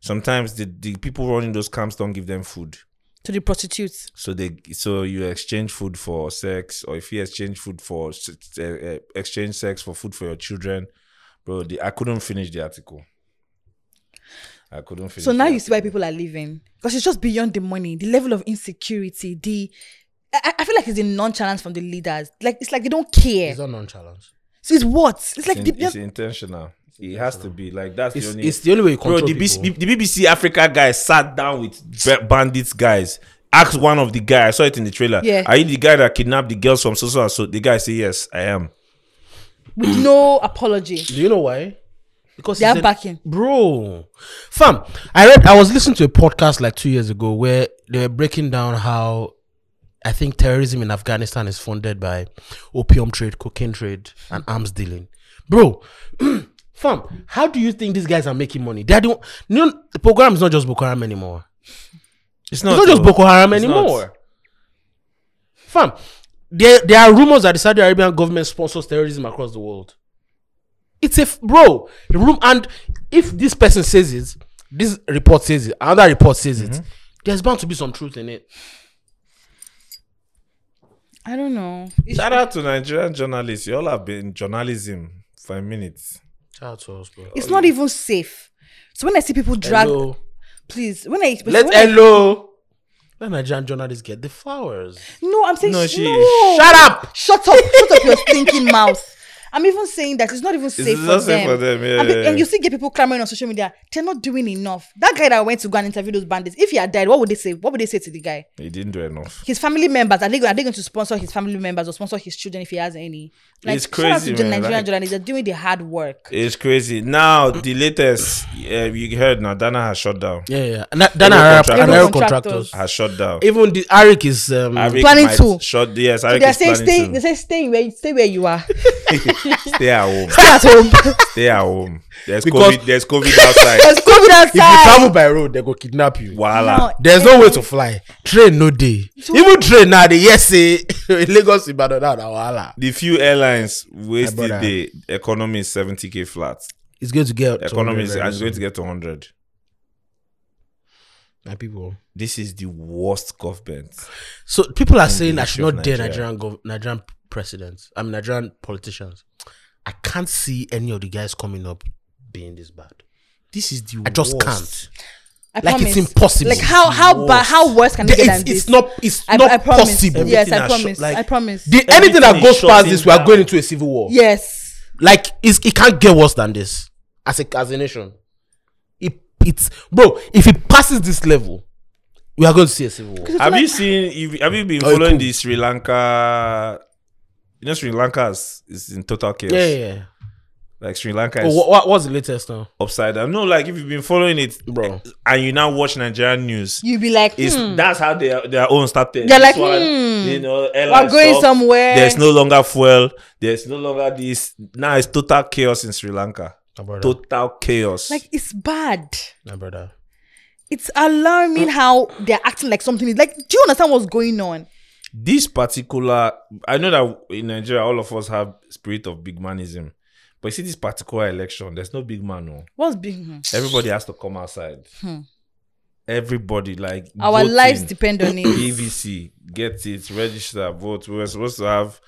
Speaker 3: sometimes the, the people running those camps don't give them food,
Speaker 1: to the prostitutes.
Speaker 3: so they so you exchange food for sex, or if you exchange food for s- uh, uh, exchange sex for food for your children, bro. The, I couldn't finish the article. I couldn't finish.
Speaker 1: So now
Speaker 3: the
Speaker 1: you see why
Speaker 3: article.
Speaker 1: people are leaving because it's just beyond the money, the level of insecurity, the. I, I- I feel like it's the nonchalance from the leaders. Like it's like they don't care.
Speaker 2: It's not non-challenge.
Speaker 1: so it's what? It's like
Speaker 3: It's, in-
Speaker 1: the,
Speaker 3: it's intentional. It has to be like that's
Speaker 2: It's,
Speaker 3: the only.
Speaker 2: it's the only way you control
Speaker 3: Bro, the,
Speaker 2: people.
Speaker 3: BC, the BBC Africa guy sat down with ba- bandits guys. Asked one of the guy. I saw it in the trailer.
Speaker 1: Yeah.
Speaker 3: Are you the guy that kidnapped the girls from so so and so? The guy say yes, I am.
Speaker 1: with no apology.
Speaker 2: Do you know why? Because
Speaker 1: They
Speaker 2: it's
Speaker 1: are
Speaker 2: a-
Speaker 1: backing.
Speaker 2: bro. Fam, I read. I was listening to a podcast like two years ago where they were breaking down how I think terrorism in Afghanistan is funded by opium trade, cocaine trade, and arms dealing. Bro, fam, how do you think these guys are making money? They are the, you know, the program is not just Boko Haram anymore.
Speaker 3: It's
Speaker 2: It's not just
Speaker 3: though.
Speaker 2: Boko Haram
Speaker 3: It's not.
Speaker 2: anymore. Fam, there, there are rumors that the Saudi Arabian government sponsors terrorism across the world. It's a f- bro. The room and if this person says it, this report says it, another report says it. There's bound to be some truth in it.
Speaker 1: I don't know. It's-
Speaker 3: Shout out to Nigerian journalists. You all have been in journalism for a minute.
Speaker 2: Shout out to us, bro. Um,
Speaker 1: It's not even safe. So when I see people drag,
Speaker 2: Hello.
Speaker 1: please. When I
Speaker 2: Let
Speaker 1: when I-
Speaker 2: hello. Let Nigerian journalists get the flowers.
Speaker 1: no, I'm saying
Speaker 3: No,
Speaker 1: no.
Speaker 3: she-
Speaker 1: Oh.
Speaker 2: Shut up.
Speaker 1: Shut up! Shut up your stinking mouth. I'm even saying that it's not even safe,
Speaker 3: not
Speaker 1: for,
Speaker 3: safe
Speaker 1: them.
Speaker 3: for them, yeah,
Speaker 1: and, be-
Speaker 3: yeah, yeah.
Speaker 1: and you see, get people clamoring on social media. They're not doing enough. That guy that went to go and interview those bandits, if he had died, what would they say? What would they say to the guy?
Speaker 3: He didn't do enough.
Speaker 1: His family members are they go- are they going to sponsor his family members or sponsor his children if he has any? Like,
Speaker 3: It's
Speaker 1: shout out
Speaker 3: crazy,
Speaker 1: to the
Speaker 3: man,
Speaker 1: Nigerian
Speaker 3: like-
Speaker 1: journalists. They're doing the hard work.
Speaker 3: It's crazy. Now the latest uh, you heard now Dana has shut down.
Speaker 2: Yeah, yeah. And that, that are Arab,
Speaker 3: contractors.
Speaker 2: Arab
Speaker 1: Contractors.
Speaker 2: contractors.
Speaker 3: Has shut down.
Speaker 2: Even the Arik is um,
Speaker 3: Arik
Speaker 1: Planning
Speaker 3: might
Speaker 1: to.
Speaker 3: Shut yes.
Speaker 1: So
Speaker 3: Arik
Speaker 1: they're
Speaker 3: is
Speaker 1: saying stay.
Speaker 3: planning
Speaker 1: They say stay where stay where you are.
Speaker 3: to. Stay at home.
Speaker 1: Stay at home.
Speaker 3: Stay at home. There's
Speaker 2: Because-
Speaker 3: COVID. There's COVID outside.
Speaker 1: There's COVID
Speaker 2: If you
Speaker 1: outside.
Speaker 2: travel by road, they go kidnap you.
Speaker 3: Voila.
Speaker 1: No,
Speaker 2: There's no way to fly. Train no day. Even train now they yes say Lagos Ibadan now na wahala.
Speaker 3: the few airlines wasted
Speaker 2: brother.
Speaker 3: the economy is 70k flat
Speaker 2: It's going to get
Speaker 3: economy
Speaker 2: to
Speaker 3: is
Speaker 2: hundred very
Speaker 3: it's going to
Speaker 2: soon.
Speaker 3: get to 100
Speaker 2: My people.
Speaker 3: This is the worst government.
Speaker 2: So people are saying I
Speaker 3: issue
Speaker 2: should
Speaker 3: of
Speaker 2: not dare
Speaker 3: Nigeria.
Speaker 2: Nigerian gov- Nigerian presidents. I mean Nigerian politicians. I can't see any of the guys coming up being this bad.
Speaker 3: This is the
Speaker 2: I just
Speaker 3: worst.
Speaker 2: can't.
Speaker 1: I
Speaker 2: Like, it's
Speaker 1: promise.
Speaker 2: impossible.
Speaker 1: Like how how bad how worse can it
Speaker 2: The-
Speaker 1: get than
Speaker 2: It's, it's
Speaker 1: this?
Speaker 2: not it's
Speaker 1: I,
Speaker 2: not
Speaker 1: I promise.
Speaker 2: possible.
Speaker 1: Yes,
Speaker 3: Everything
Speaker 1: I
Speaker 3: are shut-
Speaker 1: promise.
Speaker 3: like-
Speaker 1: I promise.
Speaker 2: The, anything that
Speaker 3: Everything
Speaker 2: goes
Speaker 3: is
Speaker 2: past
Speaker 3: shutting
Speaker 2: this, we are
Speaker 3: down.
Speaker 2: going into a civil war.
Speaker 1: yes.
Speaker 2: Like it's, it can't get worse than this as a as a nation. It it's bro. If it passes this level, we are going to see a civil war.
Speaker 3: Have you seen? if- Have you been
Speaker 2: Oh,
Speaker 3: following
Speaker 2: cool.
Speaker 3: the Sri Lanka? You know, Sri Lanka is, is in total chaos.
Speaker 2: Yeah, yeah. yeah.
Speaker 3: Like Sri Lanka
Speaker 2: Oh,
Speaker 3: is
Speaker 2: wha- wha- what's the latest now, Eh,
Speaker 3: upside down. No, like if you've been following it,
Speaker 2: bro?
Speaker 3: and you now watch Nigerian news,
Speaker 1: You be like,
Speaker 3: it's
Speaker 1: hmm,
Speaker 3: that's how their their own started.
Speaker 1: They're like,
Speaker 3: This one,
Speaker 1: hmm,
Speaker 3: you know,
Speaker 1: we're
Speaker 3: airline
Speaker 1: going
Speaker 3: stop,
Speaker 1: somewhere.
Speaker 3: There's no longer fuel. There's no longer this. Now it's total chaos in Sri Lanka.
Speaker 2: My brother.
Speaker 3: Total chaos.
Speaker 1: like it's bad.
Speaker 2: My brother.
Speaker 1: It's alarming how they're acting like something. is Like, do you understand what's going on?
Speaker 3: this particular i know that in nigeria all of us have spirit of big manism but you see this particular election there's no big man no
Speaker 1: What's hmm? being
Speaker 3: everybody has to come outside everybody like
Speaker 1: Hmm. our
Speaker 3: voting,
Speaker 1: lives depend on it.
Speaker 3: evc get it register vote we were supposed to have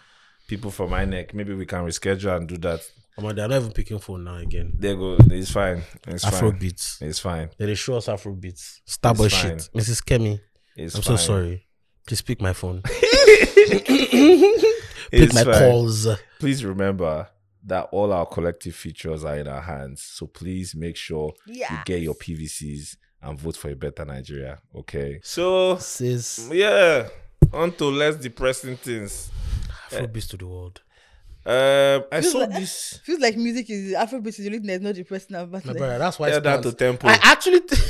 Speaker 3: people from INEC. maybe we can reschedule and do that
Speaker 2: Oh, my, they're not even picking phone now again.
Speaker 3: there you go it's fine it's
Speaker 2: Afro
Speaker 3: fine
Speaker 2: beats.
Speaker 3: it's fine
Speaker 2: They show us Afro beats. Starboy
Speaker 3: It's fine.
Speaker 2: shit. Mrs. Kemi,
Speaker 3: it's
Speaker 2: I'm so
Speaker 3: fine.
Speaker 2: sorry. Please pick my phone. pick
Speaker 3: it's
Speaker 2: my
Speaker 3: fine.
Speaker 2: calls.
Speaker 3: please remember that all our collective features are in our hands. So please make sure you
Speaker 1: Yes.
Speaker 3: get your PVCs and vote for a better Nigeria. Okay. So
Speaker 2: Says
Speaker 3: yeah, on to less depressing things.
Speaker 2: Afro beats to the world.
Speaker 3: Um, I
Speaker 1: Feels
Speaker 3: saw
Speaker 1: like-
Speaker 3: this
Speaker 1: Feels like music is Afrobeat is the only thing that's not depressing about
Speaker 2: My
Speaker 1: it.
Speaker 2: brother, that's why
Speaker 3: yeah,
Speaker 2: it's
Speaker 3: down to tempo.
Speaker 2: I actually th-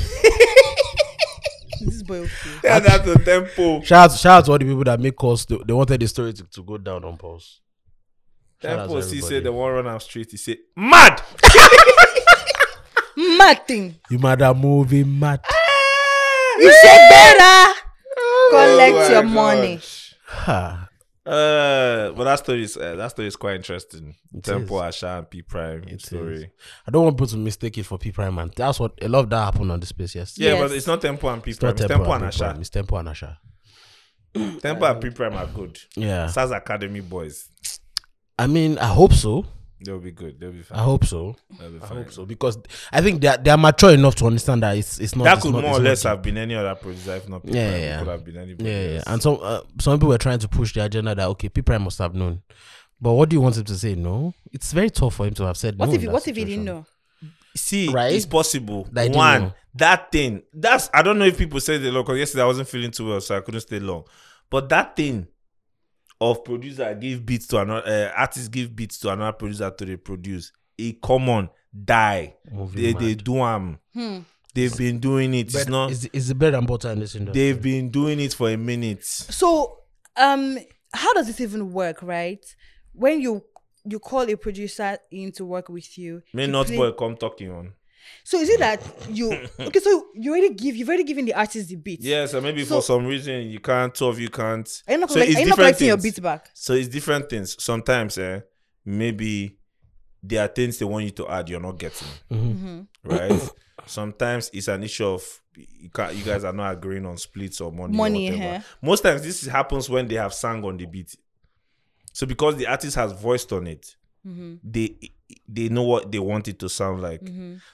Speaker 1: This boy okay.
Speaker 3: Yeah, down to tempo.
Speaker 2: shout out, shout out to all the people that make calls. They, they wanted the story to, to go down on pause. Shout out
Speaker 3: Tempo
Speaker 2: to
Speaker 3: see
Speaker 2: everybody.
Speaker 3: said the one run up street. He said mad.
Speaker 1: Mad thing.
Speaker 2: You mad are moving mad.
Speaker 1: You said better. Collect
Speaker 3: Oh my
Speaker 1: your money.
Speaker 3: gosh.
Speaker 2: Ha.
Speaker 3: Uh, but that story is uh, that story is quite interesting. Tempo
Speaker 2: is.
Speaker 3: Asha and P Prime story.
Speaker 2: is. I don't want people to mistake it for P Prime man. That's what a lot of that happened on the space yesterday.
Speaker 3: Yeah,
Speaker 1: Yes.
Speaker 3: but it's not Tempo and P
Speaker 2: It's
Speaker 3: Prime.
Speaker 2: not
Speaker 3: It's
Speaker 2: Tempo
Speaker 3: Tempo and
Speaker 2: P-Prime,
Speaker 3: Asha.
Speaker 2: It's Tempo and Asha.
Speaker 3: Tempo and P Prime are good.
Speaker 2: Yeah.
Speaker 3: SAS Academy boys.
Speaker 2: I mean, I hope so.
Speaker 3: They'll be good. They'll be
Speaker 2: I
Speaker 3: fine.
Speaker 2: hope so.
Speaker 3: They'll be
Speaker 2: I
Speaker 3: fine.
Speaker 2: hope so because I think they are, they are mature enough to understand that it's it's not
Speaker 3: That
Speaker 2: it's
Speaker 3: could
Speaker 2: not-
Speaker 3: more
Speaker 2: it's
Speaker 3: or
Speaker 2: not
Speaker 3: less
Speaker 2: deep.
Speaker 3: have been any other producer if not P Prime.
Speaker 2: Yeah,
Speaker 3: Yeah,
Speaker 2: yeah.
Speaker 3: Could have been anybody.
Speaker 2: yeah, yeah, yeah.
Speaker 3: else.
Speaker 2: And some uh, some people were trying to push the agenda that okay, P Prime must have known, but what do you want him to say? No, it's very tough for him to have said.
Speaker 1: What
Speaker 2: no
Speaker 1: if
Speaker 2: in
Speaker 1: he-
Speaker 2: that
Speaker 1: what if he didn't
Speaker 2: situation.
Speaker 1: know?
Speaker 3: See,
Speaker 2: Right?
Speaker 3: it's possible.
Speaker 2: That I didn't
Speaker 3: One,
Speaker 2: know.
Speaker 3: that thing. That's I don't know if people say the long because yesterday I wasn't feeling too well, so I couldn't stay long. But that thing of producer give beats to another uh, artist give beats to another producer to reproduce. It common die.
Speaker 2: Moving
Speaker 3: They
Speaker 2: mad.
Speaker 3: they do am.
Speaker 1: Hmm.
Speaker 3: They've been doing it. It's
Speaker 2: Bread-
Speaker 3: not
Speaker 2: is is the bread and butter in this industry.
Speaker 3: They've been doing it for a minute.
Speaker 1: So, um, how does this even work, right? When you you call a producer in to work with you,
Speaker 3: May
Speaker 1: to
Speaker 3: not
Speaker 1: play-
Speaker 3: boy come talking on.
Speaker 1: So is it that you okay? So you already give you've already given the artist the beat.
Speaker 3: Yes, and maybe
Speaker 1: So-
Speaker 3: for some reason you can't, two of you can't.
Speaker 1: Are you not,
Speaker 3: So
Speaker 1: collect-
Speaker 3: it's
Speaker 1: are you not
Speaker 3: different
Speaker 1: collecting your
Speaker 3: things.
Speaker 1: beat back?
Speaker 3: So it's different things. Sometimes, eh, maybe there are things they want you to add you're not getting,
Speaker 2: Mm-hmm.
Speaker 1: Mm-hmm.
Speaker 3: right? Sometimes it's an issue of you, can't, you guys are not agreeing on splits or money. or
Speaker 1: Money,
Speaker 3: whatever.
Speaker 1: eh.
Speaker 3: Most times this happens when they have sang on the beat. So because the artist has voiced on it,
Speaker 1: Mm-hmm.
Speaker 3: they they know what they want it to sound like.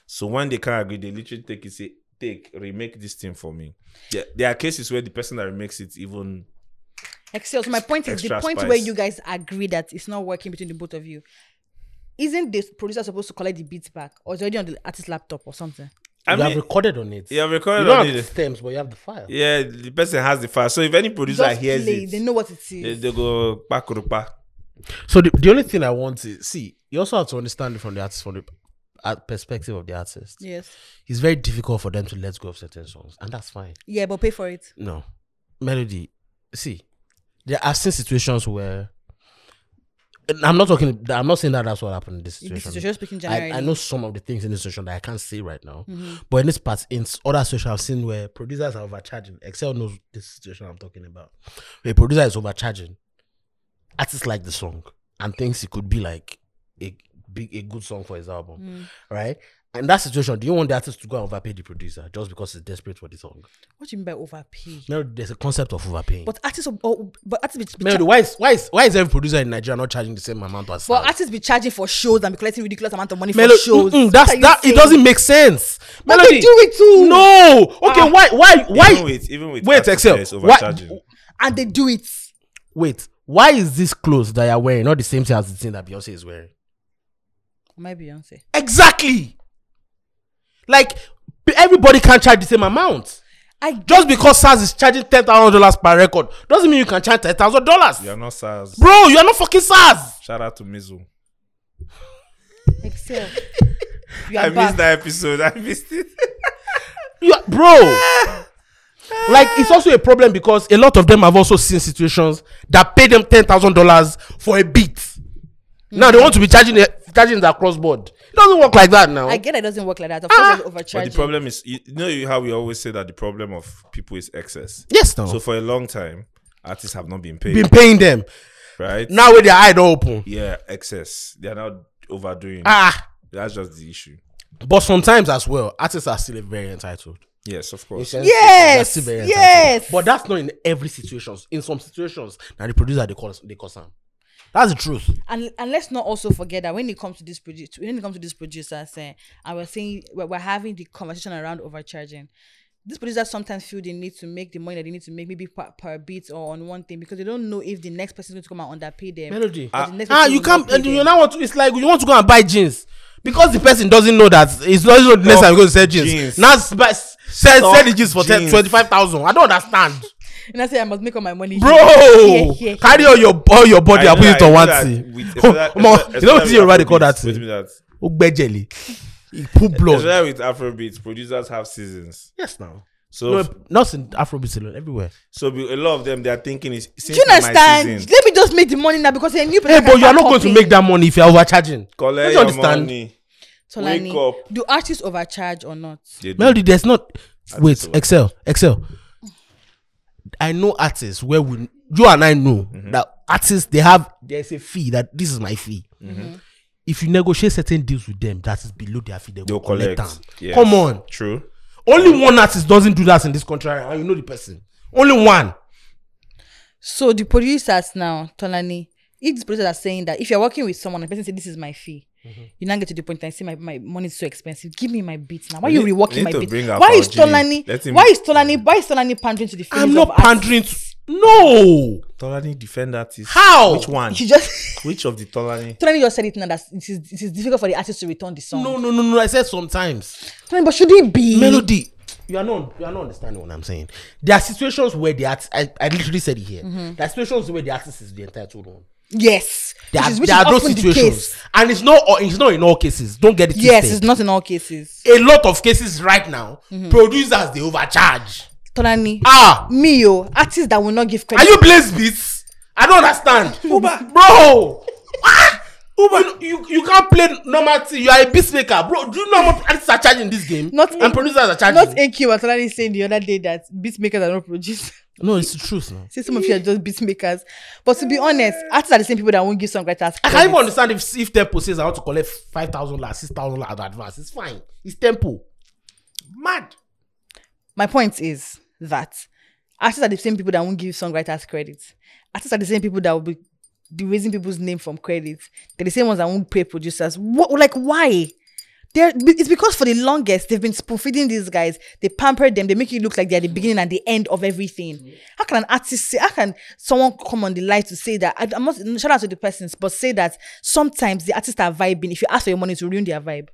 Speaker 3: So when they can't agree, they literally take it, say, take, remake this thing for me. There, there are cases where the person that remakes it even
Speaker 1: Excel. So my point is the
Speaker 3: Extra
Speaker 1: point
Speaker 3: spice.
Speaker 1: where you guys agree that it's not working between the both of you. Isn't the producer supposed to collect the beat back, or is it already on the artist's laptop or something?
Speaker 3: I
Speaker 2: you have
Speaker 3: mean,
Speaker 2: recorded on it.
Speaker 3: you have recorded
Speaker 2: You don't
Speaker 3: on
Speaker 2: have
Speaker 3: it.
Speaker 2: the stems, but you have the file.
Speaker 3: Yeah, the person has the file. So if any producer hears
Speaker 1: play.
Speaker 3: it,
Speaker 1: They
Speaker 3: they,
Speaker 1: know what it
Speaker 3: they,
Speaker 1: is.
Speaker 3: go back rupa.
Speaker 2: So the, the only thing I want is see, you also have to understand it from the artist from the uh, perspective of the artist.
Speaker 1: Yes.
Speaker 2: It's very difficult for them to let go of certain songs, and that's fine.
Speaker 1: Yeah, but pay for it.
Speaker 2: No, melody. See, there I've seen situations where and I'm not talking. I'm not saying that that's what happened in this
Speaker 1: This
Speaker 2: situation.
Speaker 1: is just speaking
Speaker 2: I,
Speaker 1: generally. Mm-hmm.
Speaker 2: I know some of the things in this situation that I can't say right now, but in this part, in s- other situations I've seen where producers are overcharging. Excel knows this situation I'm talking about. Where a producer is overcharging, artists like the
Speaker 1: Mm.
Speaker 2: song and thinks it could be like a big a good song for his album, right? in that situation, do you want the artist to go and overpay the producer just because he's desperate for the song?
Speaker 1: What do you mean by overpay?
Speaker 2: Now there's a concept of overpaying.
Speaker 1: But artists, oh, but artists be, be
Speaker 2: Melody, why is why is why is every producer in Nigeria not charging the same amount as
Speaker 1: but artists be charging for shows and be collecting ridiculous amount of money
Speaker 2: Melo-
Speaker 1: for shows.
Speaker 2: Mm-mm,
Speaker 1: What
Speaker 2: that's
Speaker 1: are you
Speaker 2: that.
Speaker 1: saying?
Speaker 2: It doesn't make sense.
Speaker 1: But they do it too.
Speaker 2: No. Okay.
Speaker 1: Ah.
Speaker 2: why? Why?
Speaker 3: Even
Speaker 2: Why?
Speaker 3: with, even with
Speaker 2: Wait,
Speaker 3: artists,
Speaker 2: Excel.
Speaker 3: there's
Speaker 2: Why,
Speaker 3: overcharging.
Speaker 1: and they do it.
Speaker 2: wait. Why is this clothes that you're wearing not the same thing as the thing that Beyonce is wearing?
Speaker 1: My Beyonce.
Speaker 2: Exactly. Like p- everybody can charge the same amount.
Speaker 1: I get
Speaker 2: Just because SARS is charging ten thousand dollars per record doesn't mean you can charge ten thousand dollars.
Speaker 3: You're not SARS.
Speaker 2: Bro, you are not fucking SARS.
Speaker 3: Shout out to Mizu.
Speaker 1: Excel. You
Speaker 3: I
Speaker 1: are
Speaker 3: missed
Speaker 1: back.
Speaker 3: that episode. I missed it.
Speaker 2: You are- bro. like it's also a problem because a lot of them have also seen situations that pay them ten thousand dollars for a beat. Now they want to be charging the, charging the cross board. It doesn't work like that now.
Speaker 1: I get it doesn't work like that. Of
Speaker 2: Ah!
Speaker 1: course, it's
Speaker 3: But the
Speaker 1: overcharging.
Speaker 3: problem is, you you know you- how we always say that the problem of people is excess.
Speaker 2: yes, now
Speaker 3: So for a long time, artists have not been paid,
Speaker 2: been paying them
Speaker 3: right?
Speaker 2: now with their eye don't open.
Speaker 3: Yeah, excess. They are now overdoing.
Speaker 2: Ah,
Speaker 3: That's just the issue.
Speaker 2: but sometimes as well, artists are still very entitled.
Speaker 3: Yes, of course.
Speaker 2: Yes,
Speaker 1: Yes, yes.
Speaker 2: But that's not in every situation. In some situations, now the producer they call they call Sam. That's the truth.
Speaker 1: and and let's not also forget that when it comes to this produce when it comes to this producer saying I was saying we're, we're having the conversation around overcharging. These producers sometimes feel they need to make the money that they need to make maybe per, per beat or on one thing because they don't know if the next person is going to come out and underpay them.
Speaker 2: Melody.
Speaker 1: or the next
Speaker 2: ah
Speaker 1: person
Speaker 2: you
Speaker 1: will not
Speaker 2: can't
Speaker 1: pay
Speaker 2: and you
Speaker 1: them.
Speaker 2: now want to it's like you want to go and buy jeans because the person doesn't know that it's not, it's not the next
Speaker 3: Stop
Speaker 2: time you're going to sell jeans,
Speaker 3: jeans.
Speaker 2: now s- buy- s- sell,
Speaker 3: Stop
Speaker 2: sell the jeans for
Speaker 3: jeans.
Speaker 2: 25000 i don't understand
Speaker 1: And I say I must make all my money.
Speaker 2: bro
Speaker 1: here, here, here.
Speaker 2: carry all your all your body
Speaker 3: I
Speaker 2: and put
Speaker 3: know-
Speaker 2: it on
Speaker 3: I
Speaker 2: one
Speaker 3: know that
Speaker 2: thing
Speaker 3: with-
Speaker 2: Oh, omo,
Speaker 3: especially-
Speaker 2: you know what
Speaker 3: especially
Speaker 2: you already call
Speaker 3: Afrobeats,
Speaker 2: that
Speaker 3: with me that-
Speaker 2: ogbejele he put blood
Speaker 3: Especially with Afrobeats, producers have seasons.
Speaker 2: yes now
Speaker 3: So,
Speaker 2: no, not in afrobeat alone everywhere
Speaker 3: so be- a lot of them they are thinking is
Speaker 1: Do
Speaker 3: since
Speaker 1: you
Speaker 3: it's
Speaker 1: understand?
Speaker 3: My season,
Speaker 1: Let me just make the money now because a new
Speaker 2: hey
Speaker 1: person.
Speaker 2: but you are not going to make that money if you are overcharging
Speaker 3: collect your
Speaker 2: Don't you understand
Speaker 3: money.
Speaker 1: Solani,
Speaker 3: Wake up.
Speaker 1: Do artists overcharge or not?
Speaker 3: They do.
Speaker 2: Melody, there's not. Wait,
Speaker 3: so.
Speaker 2: Excel, Excel. I know artists where we, you and I know
Speaker 3: Mm-hmm.
Speaker 2: that artists they have there's a fee that this is my fee.
Speaker 3: Mm-hmm.
Speaker 2: Mm-hmm. If you negotiate certain deals with them that is below their fee, they will
Speaker 3: They'll
Speaker 2: collect.
Speaker 3: collect.
Speaker 2: them.
Speaker 3: Yes.
Speaker 2: Come on,
Speaker 3: True.
Speaker 2: only one artist doesn't do that in this country, and you know the person. Only one.
Speaker 1: So the producers now, Tolani, if these producers are saying that if you're working with someone, and the person say this is my fee,
Speaker 3: Mm-hmm.
Speaker 1: you now get to the point and say my, my money is so expensive. Give me my beats now. Why
Speaker 3: We
Speaker 1: you
Speaker 3: need- we
Speaker 1: reworking
Speaker 3: need
Speaker 1: my
Speaker 3: to bring
Speaker 1: beats?
Speaker 3: out
Speaker 1: Why is
Speaker 3: Paul G.
Speaker 1: Tolani?
Speaker 3: Let him-
Speaker 1: Why is Tolani? Why is Tolani pandering to the feelings
Speaker 2: I'm not
Speaker 1: of artists?
Speaker 2: pandering to. No.
Speaker 3: Tolani defend artists.
Speaker 2: How?
Speaker 3: Which one?
Speaker 1: He just
Speaker 3: Which of the Tolani?
Speaker 1: Tolani just said it now that it is, it is difficult for the artist to return the song.
Speaker 2: No, no, no, no. I said sometimes.
Speaker 1: Tolani, but should it be?
Speaker 2: melody you are not you are not understanding what i'm saying there are situations where the art I, I literally said it here
Speaker 1: Mm-hmm.
Speaker 2: there are situations where the artist is the entitled one
Speaker 1: Yes.
Speaker 2: there
Speaker 1: which
Speaker 2: are,
Speaker 1: is, which
Speaker 2: there
Speaker 1: is
Speaker 2: are those
Speaker 1: often the
Speaker 2: situations
Speaker 1: case.
Speaker 2: and it's not all- it's not in all cases don't get it
Speaker 1: Yes, Mm-hmm. it's
Speaker 2: twisted.
Speaker 1: not in all cases.
Speaker 2: a lot of cases right now producers they overcharge
Speaker 1: Tolani,
Speaker 2: ah
Speaker 1: me oh, artists that will not give credit.
Speaker 2: are you blaze beats i don't understand uber bro ah uber you, you, you can't play normal thing you are a peacemaker bro do you know how much artists are charging in this game
Speaker 1: Not
Speaker 2: and
Speaker 1: in-
Speaker 2: producers are charging
Speaker 1: Not AQ was already saying the other day that beat makers are not producers.
Speaker 2: no it's the truth now
Speaker 1: See, some of you are just beat makers. But to be honest, artists are the same people that won't give songwriters.
Speaker 2: I can't even
Speaker 1: credit.
Speaker 2: understand if if Tempo says I want to collect five thousand dollars, six thousand dollars advance. It's fine. It's Tempo. Mad.
Speaker 1: My point is that artists are the same people that won't give songwriters credit. Artists are the same people that will be be raising people's name from credit. They're the same ones that won't pay producers. What, like, why? They're, it's because for the longest they've been spoon feeding these guys. They pamper them. They make it look like they're the beginning and the end of everything. How can an artist say? How can someone come on the live to say that? I, I must shout out to the persons, but say that sometimes the artists are vibing. If you ask for your money, to ruin their vibe.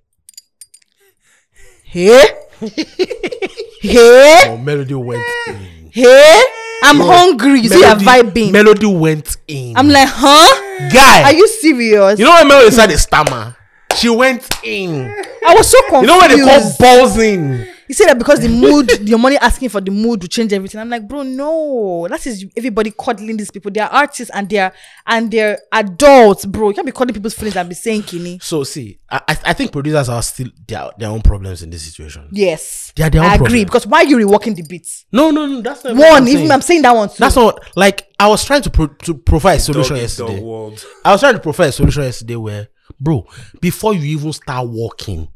Speaker 1: Hey, hey,
Speaker 2: Oh, Melody went in.
Speaker 1: hey! I'm hungry. So you're
Speaker 2: Melody-
Speaker 1: vibing.
Speaker 2: Melody went in.
Speaker 1: I'm like, huh?
Speaker 2: guy.
Speaker 1: Are you serious?
Speaker 2: you know when Melody started to stammer? She went in.
Speaker 1: I was so confused.
Speaker 2: You know when they call balls in?
Speaker 1: You say that because the mood, your money asking for the mood will change everything. I'm like, bro, no. That is everybody coddling these people. They are artists and they're and they're adults, bro. You can't be coddling people's feelings and be saying kini.
Speaker 2: So see, I I I think producers are still their their own problems in this situation.
Speaker 1: Yes,
Speaker 2: They are their own
Speaker 1: I agree
Speaker 2: problem.
Speaker 1: because why are you reworking the beats?
Speaker 2: No, no, no. That's not what
Speaker 1: One,
Speaker 2: I'm
Speaker 1: even
Speaker 2: saying.
Speaker 1: I'm saying that one too.
Speaker 2: That's not like I was trying to pro- to provide
Speaker 3: Dog
Speaker 2: a solution
Speaker 3: is the
Speaker 2: yesterday.
Speaker 3: world.
Speaker 2: I was trying to provide a solution yesterday where, bro, before you even start walking,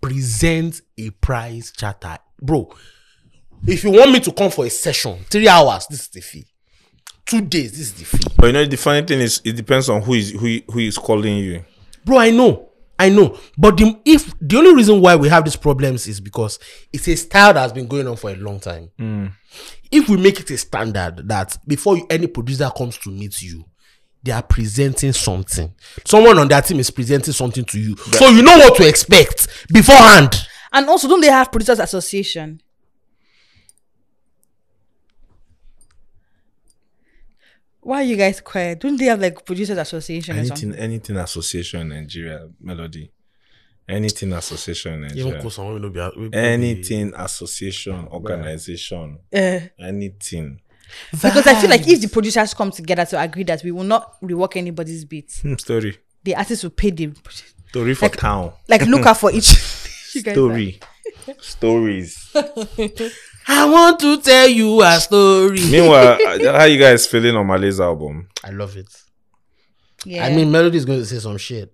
Speaker 2: present a price charter. Bro, if you want me to come for a session, three hours, this is the fee. Two days, this is the fee.
Speaker 3: But you know the funny thing is, it depends on who is who who is calling you.
Speaker 2: bro i know i know but the, if the only reason why we have these problems is because it's a style that has been going on for a long time if we make it a standard that before you, any producer comes to meet you they are presenting something someone on their team is presenting something to you so you know what to expect beforehand
Speaker 1: And also, don't they have producers association? Why are you guys quiet? Don't they have like producers association or something?
Speaker 3: Anything, anything association in Nigeria melody, anything association in Nigeria, anything association organization,
Speaker 2: Eh.
Speaker 1: Uh,
Speaker 3: anything.
Speaker 1: because I feel like if the producers come together to agree that we will not rework anybody's beat,
Speaker 3: Hmm, story,
Speaker 1: the artist will pay the
Speaker 3: story for town,
Speaker 1: like look out for each You guys are-
Speaker 3: story, stories.
Speaker 2: i want to tell you a story
Speaker 3: Meanwhile, uh, how you guys feeling on Malay's album?
Speaker 2: i love it
Speaker 1: Yeah.
Speaker 2: i mean melody is going to say some shit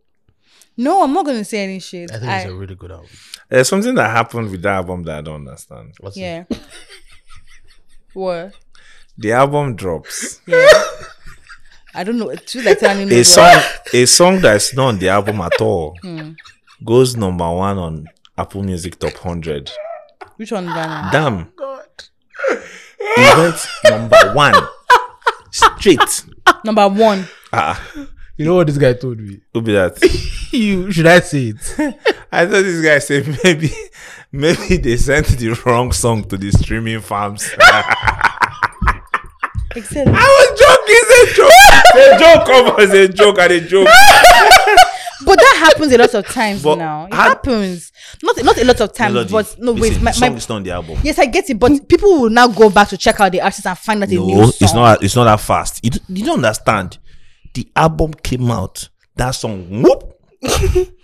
Speaker 1: no, I'm not gonna say any shit.
Speaker 2: i think
Speaker 1: I-
Speaker 2: it's a really good album
Speaker 3: There's something that happened with that album that I don't understand.
Speaker 2: What's it?
Speaker 1: yeah. what?
Speaker 3: The album drops.
Speaker 1: I don't know. It's too like telling me
Speaker 3: A
Speaker 1: what.
Speaker 3: song, a song that's not on the album at all, goes number one on Apple Music Top 100.
Speaker 1: Which one, Ghana?
Speaker 3: Damn. He went number one. Straight.
Speaker 1: Number one.
Speaker 3: Ah,
Speaker 2: you know what this guy told me
Speaker 3: who be that?
Speaker 2: you should i say it
Speaker 3: I thought this guy said maybe, maybe they sent the wrong song to the streaming farms.
Speaker 1: Except
Speaker 3: I was joking. It's a joke. It's a joke. Come on, it's a joke and a joke.
Speaker 1: but that happens a lot of times
Speaker 3: But
Speaker 1: now. It
Speaker 3: how-
Speaker 1: happens. Not not a lot of times, but no wait,
Speaker 3: Listen,
Speaker 1: my,
Speaker 3: the song
Speaker 1: my
Speaker 3: is not on the album.
Speaker 1: yes, I get it. But people will now go back to check out the artist and find out a new
Speaker 3: No,
Speaker 1: song.
Speaker 3: it's not. It's not that fast. You, d- you don't understand. The album came out. That song, whoop. and
Speaker 2: It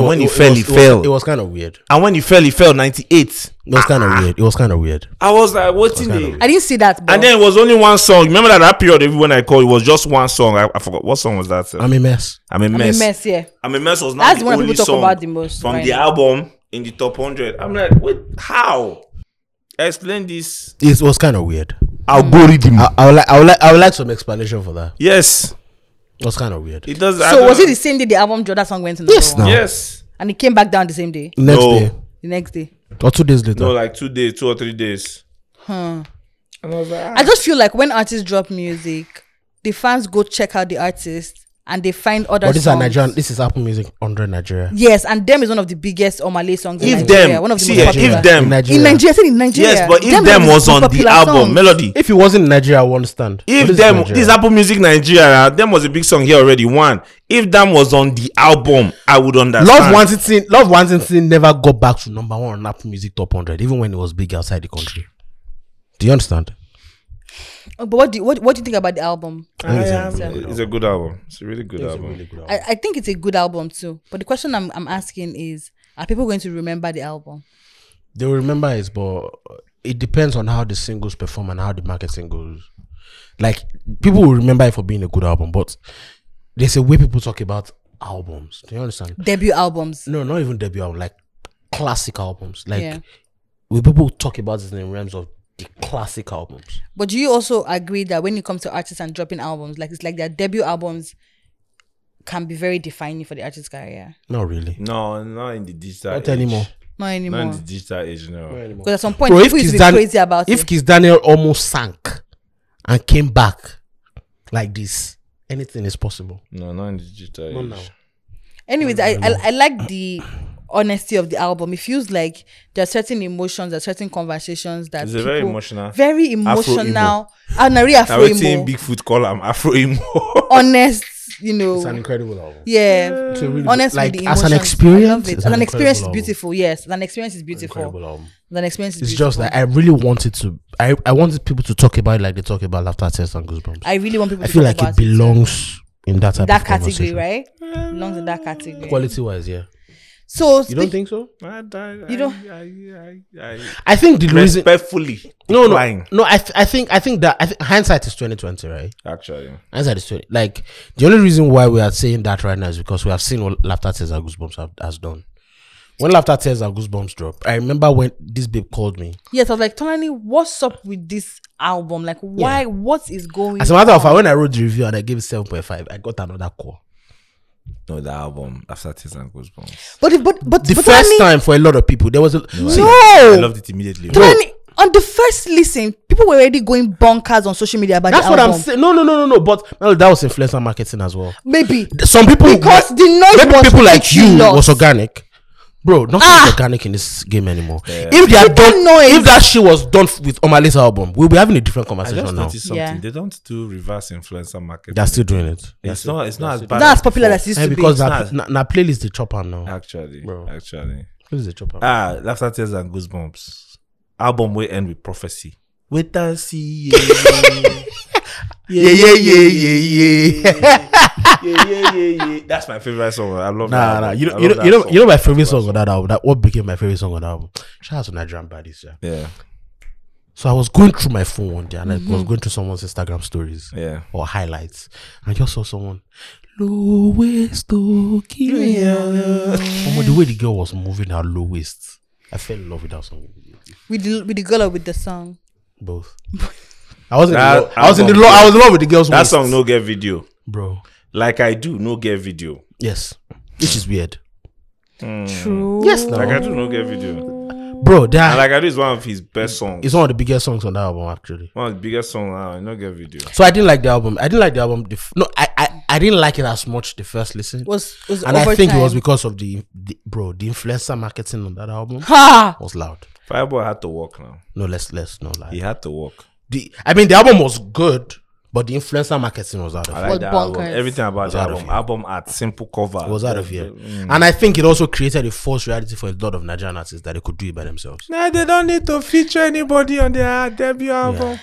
Speaker 2: wa-
Speaker 3: when
Speaker 2: it
Speaker 3: he
Speaker 2: wa-
Speaker 3: fell,
Speaker 2: it
Speaker 3: he
Speaker 2: was- it was-
Speaker 3: fell.
Speaker 2: It was kind of weird.
Speaker 3: and when he fell, he fell. Ninety eight.
Speaker 2: It was kind of
Speaker 3: Ah.
Speaker 2: weird. It was kind of weird.
Speaker 3: I was like, what's in
Speaker 2: kind of
Speaker 3: the?
Speaker 1: I didn't see that. But
Speaker 3: And then it was only one song. Remember that, that period every- when I called, it was just one song. I, I forgot what song was that. sir?
Speaker 2: I'm a mess.
Speaker 3: I'm a
Speaker 1: I'm
Speaker 3: mess.
Speaker 1: a mess. Yeah,
Speaker 3: I'm a mess was not
Speaker 1: That's
Speaker 3: the
Speaker 1: the one
Speaker 3: only
Speaker 1: people talk
Speaker 3: song
Speaker 1: about the most
Speaker 3: from
Speaker 1: right
Speaker 3: the
Speaker 1: now.
Speaker 3: album in the top hundred. I'm like, wait, how? Explain this
Speaker 2: It was kind of weird.
Speaker 3: algorithm.
Speaker 2: I, I would like. I would like. I would like some explanation for that.
Speaker 3: yes,
Speaker 2: It was kind of weird.
Speaker 3: it does. I
Speaker 1: so
Speaker 3: don't
Speaker 1: was
Speaker 3: know.
Speaker 1: it the same day the album dropped? That song went to number
Speaker 2: Yes,
Speaker 1: one,
Speaker 2: now.
Speaker 3: Yes.
Speaker 1: and it came back down the same day,
Speaker 2: Next
Speaker 3: No.
Speaker 2: day
Speaker 1: the next day.
Speaker 2: or two days later.
Speaker 3: No, like two days, two or three days.
Speaker 1: Huh.
Speaker 3: And I was like,
Speaker 1: I just feel like when artists drop music, the fans go check out the artist and they find other.
Speaker 2: but this is
Speaker 1: songs.
Speaker 2: Nigerian. This is Apple Music under Nigeria.
Speaker 1: Yes, and them is one of the biggest Omale songs. in
Speaker 3: if
Speaker 1: Nigeria,
Speaker 3: them,
Speaker 1: one of the
Speaker 3: see,
Speaker 1: most popular.
Speaker 3: if them,
Speaker 2: In Nigeria.
Speaker 1: in Nigeria, I said in Nigeria.
Speaker 3: yes, but if
Speaker 1: Them
Speaker 3: them,
Speaker 1: is the
Speaker 3: was on
Speaker 1: most
Speaker 3: the
Speaker 1: popular
Speaker 3: album,
Speaker 1: songs.
Speaker 3: melody.
Speaker 2: If it wasn't Nigeria, I won't stand.
Speaker 3: If
Speaker 2: But
Speaker 3: them,
Speaker 2: Nigeria.
Speaker 3: this Apple Music Nigeria, them was a big song here already. One, if them was on the album, I would understand.
Speaker 2: Love once it's in, Love once it's in never got back to number one on Apple Music Top 100, even when it was big outside the country. Do you understand?
Speaker 1: Oh, But what do you, what, what do you think about the album?
Speaker 3: I
Speaker 2: It's a
Speaker 3: am-
Speaker 2: really good
Speaker 3: It's a good album. It's a really good
Speaker 2: It's a
Speaker 3: album.
Speaker 2: really good album.
Speaker 1: I, I think it's a good album too. But the question I'm I'm asking is, are people going to remember the album?
Speaker 2: They will remember it, but it depends on how the singles perform and how the marketing goes. Like people will remember it for being a good album, but there's a way people talk about albums. Do you understand?
Speaker 1: Debut albums.
Speaker 2: No, not even debut album, like classic albums. Like
Speaker 1: Yeah.
Speaker 2: we people talk about it in the realms of the classic albums.
Speaker 1: But do you also agree that when it comes to artists and dropping albums, like it's like their debut albums can be very defining for the artist's career?
Speaker 2: Not really.
Speaker 3: No, not in the digital.
Speaker 2: Not
Speaker 3: age.
Speaker 2: anymore.
Speaker 1: Not
Speaker 3: Not in
Speaker 1: anymore.
Speaker 3: the digital age, no.
Speaker 1: Because at some point,
Speaker 2: Bro, if
Speaker 1: people used to be
Speaker 2: Kiss Dan-
Speaker 1: crazy about
Speaker 2: If
Speaker 1: it.
Speaker 2: Kiss Daniel almost sank and came back like this, anything is possible.
Speaker 3: No, not in the digital age.
Speaker 2: Not now.
Speaker 1: Anyways, I, I I like the honesty of the album. It feels like there are certain emotions, there are certain conversations that
Speaker 3: It's a very
Speaker 1: people-
Speaker 3: emotional.
Speaker 1: very
Speaker 3: Afro-emo.
Speaker 1: emotional, Ah, and very afro
Speaker 3: Everything Bigfoot call him Afro emo.
Speaker 1: honest, you know,
Speaker 2: It's an incredible album.
Speaker 1: yeah.
Speaker 2: It's a really-
Speaker 1: Honest
Speaker 2: like,
Speaker 1: with the
Speaker 2: as
Speaker 1: emotions.
Speaker 2: an
Speaker 1: I love
Speaker 2: experience,
Speaker 1: it.
Speaker 2: it's
Speaker 1: as an experience is
Speaker 2: incredible album.
Speaker 1: beautiful. Yes, as an experience is beautiful.
Speaker 2: Incredible album.
Speaker 1: As an experience is
Speaker 2: It's
Speaker 1: beautiful.
Speaker 2: just that I really wanted to. I, I wanted people to talk about it like they talk about laughter, tears, and goosebumps.
Speaker 1: I
Speaker 2: I,
Speaker 1: really want people. to
Speaker 2: feel
Speaker 1: talk
Speaker 2: like it
Speaker 1: about it.
Speaker 2: belongs in that type
Speaker 1: that
Speaker 2: of
Speaker 1: category,
Speaker 2: conversation.
Speaker 1: right? Belongs in that category.
Speaker 2: Quality wise, yeah.
Speaker 1: So
Speaker 2: You don't
Speaker 1: speak-
Speaker 2: think so?
Speaker 3: I, I,
Speaker 1: You don't-
Speaker 3: I, I, I, I,
Speaker 2: I think the reason.
Speaker 3: respectfully.
Speaker 2: No, no,
Speaker 3: decline,
Speaker 2: no. I, th- I think I think that I think hindsight is twenty twenty, right?
Speaker 3: Actually,
Speaker 2: Hindsight is twenty. Like the only reason why we are saying that right now is because we have seen what laughter, tears, and goosebumps have, has done. When Laughter Tears and Goosebumps drop, I remember when this babe called me.
Speaker 1: Yes, I was like, Tonani, what's up with this album? Like, why? What is going?
Speaker 2: As a matter of fact, when I wrote the review and I gave it 7.5, I got another call.
Speaker 3: No, the album after Tears and Goosebumps.
Speaker 1: but if- but but
Speaker 2: The
Speaker 1: but
Speaker 2: first
Speaker 1: Tonani-
Speaker 2: time for a lot of people, there was a. See,
Speaker 3: I
Speaker 1: no.
Speaker 3: loved it immediately.
Speaker 1: Tonani, on the first listen, people were already going bonkers on social media about
Speaker 2: that's
Speaker 1: the
Speaker 2: what
Speaker 1: album.
Speaker 2: I'm saying. No, no, no, no, no. But no, that was influencer marketing as well.
Speaker 1: Maybe
Speaker 2: Some people.
Speaker 1: because the noise
Speaker 2: maybe
Speaker 1: was
Speaker 2: people like you
Speaker 1: ridiculous.
Speaker 2: was organic. Bro, nothing
Speaker 1: Ah.
Speaker 2: is organic in this game anymore. If they had
Speaker 1: People
Speaker 2: done,
Speaker 1: noise.
Speaker 2: if that shit was done f- with Omale's album, we'll be having a
Speaker 3: I
Speaker 2: different conversation
Speaker 3: just
Speaker 2: now.
Speaker 3: noticed something.
Speaker 1: Yeah.
Speaker 3: They don't do reverse influencer marketing.
Speaker 2: They're still doing it.
Speaker 3: it's not. It's not as bad.
Speaker 1: Not
Speaker 3: as
Speaker 1: as popular
Speaker 3: before.
Speaker 1: as it used
Speaker 2: Eh,
Speaker 1: to be.
Speaker 2: because na,
Speaker 3: It's
Speaker 2: na, na playlist the chopper now.
Speaker 3: Actually,
Speaker 2: Bro.
Speaker 3: actually.
Speaker 2: Playlist the chopper.
Speaker 3: Ah, Laughter Tears and Goosebumps. Album will end with prophecy. Wait and see. Yeah,
Speaker 2: yeah, yeah, yeah, yeah, yeah.
Speaker 3: yeah, yeah, yeah, yeah. That's my favorite song. I love that.
Speaker 2: Nah, nah.
Speaker 3: album.
Speaker 2: You
Speaker 3: I
Speaker 2: know,
Speaker 3: love
Speaker 2: you know,
Speaker 3: that
Speaker 2: you know,
Speaker 3: song.
Speaker 2: you know my favorite song on that album. That what became my favorite song on that album. Shout out to Nigerian Baddies, yeah.
Speaker 3: Yeah,
Speaker 2: So I was going through my phone one day and I was going through someone's Instagram stories
Speaker 3: yeah.
Speaker 2: or highlights, and I just saw someone. Low waist, oh, kill me. Omo, the way the girl was moving her low waist, I fell in love with that song.
Speaker 1: with the with the girl or with the song.
Speaker 2: Both. I was in the
Speaker 3: That
Speaker 2: lo- I was in the
Speaker 3: album,
Speaker 2: lo- I was in love with the girl's
Speaker 3: That
Speaker 2: waist.
Speaker 3: song no get video.
Speaker 2: bro.
Speaker 3: Like I do, no get video.
Speaker 2: Yes, which is weird.
Speaker 1: True.
Speaker 2: Yes, now.
Speaker 3: Like I do, no get video.
Speaker 2: bro. That
Speaker 3: And like I do is one of his best songs.
Speaker 2: It's one of the biggest songs on the album, actually.
Speaker 3: One of the biggest songs. I no get video.
Speaker 2: So I didn't like the album. I didn't like the album. The f- no, I, I I didn't like it as much the first listen,
Speaker 1: Was was
Speaker 2: and I think it was
Speaker 1: overtime.
Speaker 2: because of the, the bro the influencer marketing on that album
Speaker 1: ha.
Speaker 2: was loud.
Speaker 3: Fireboy had to walk now.
Speaker 2: No, let's let's not lie.
Speaker 3: He had to walk.
Speaker 2: The I mean the album was good, but the influencer marketing was out of
Speaker 3: I
Speaker 2: it.
Speaker 3: like
Speaker 1: What
Speaker 3: that album.
Speaker 1: bonkers.
Speaker 3: Everything about the
Speaker 2: out of
Speaker 3: album.
Speaker 2: here.
Speaker 3: Album art, simple cover. Mm.
Speaker 2: It was out of here, and I think it also created a false reality for a lot of Nigerian artists that they could do it by themselves.
Speaker 3: Nah, they don't need to feature anybody on their debut album.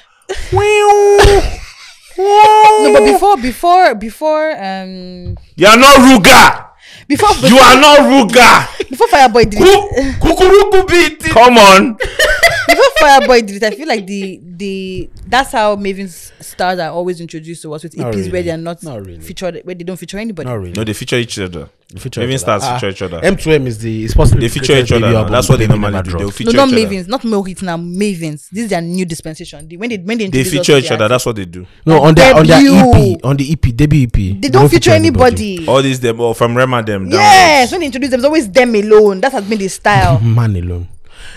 Speaker 1: No, but before before before um
Speaker 3: you are not Ruga.
Speaker 1: before
Speaker 3: You are not Ruga.
Speaker 1: before Fireboy did it,
Speaker 3: Kukuruku beat. Come on.
Speaker 1: before Fireboy did it, I feel like the the that's how Maven's stars are always introduced to us with EPs where
Speaker 2: really.
Speaker 1: they are not,
Speaker 2: Not really.
Speaker 1: featured where they don't feature anybody.
Speaker 2: Not really.
Speaker 3: No, they feature each other.
Speaker 2: They feature
Speaker 3: Maven
Speaker 2: each other.
Speaker 3: stars feature each other.
Speaker 2: M2M is the it's possibly
Speaker 3: They
Speaker 2: the
Speaker 3: feature
Speaker 2: greatest
Speaker 3: each other.
Speaker 2: debut
Speaker 3: now.
Speaker 2: album
Speaker 3: That's what they
Speaker 2: Baby
Speaker 3: normally
Speaker 2: never
Speaker 3: do. They'll
Speaker 2: dropped.
Speaker 3: feature
Speaker 1: no, not
Speaker 3: each other.
Speaker 1: Mavens, not Mel Hits now, Mavens. This is their new dispensation. They, when they when they,
Speaker 3: They
Speaker 1: introduce us
Speaker 3: feature
Speaker 1: to
Speaker 3: each
Speaker 1: their-
Speaker 3: other. That's what they do.
Speaker 2: No, on their on their
Speaker 1: Debut.
Speaker 2: EP, on the EP, debut E EP. They,
Speaker 1: they don't feature anybody.
Speaker 3: All these them oh, from Rema them.
Speaker 1: Yes,
Speaker 3: downwards.
Speaker 1: when they introduce them, it's always them alone. That has been the style.
Speaker 2: Man alone.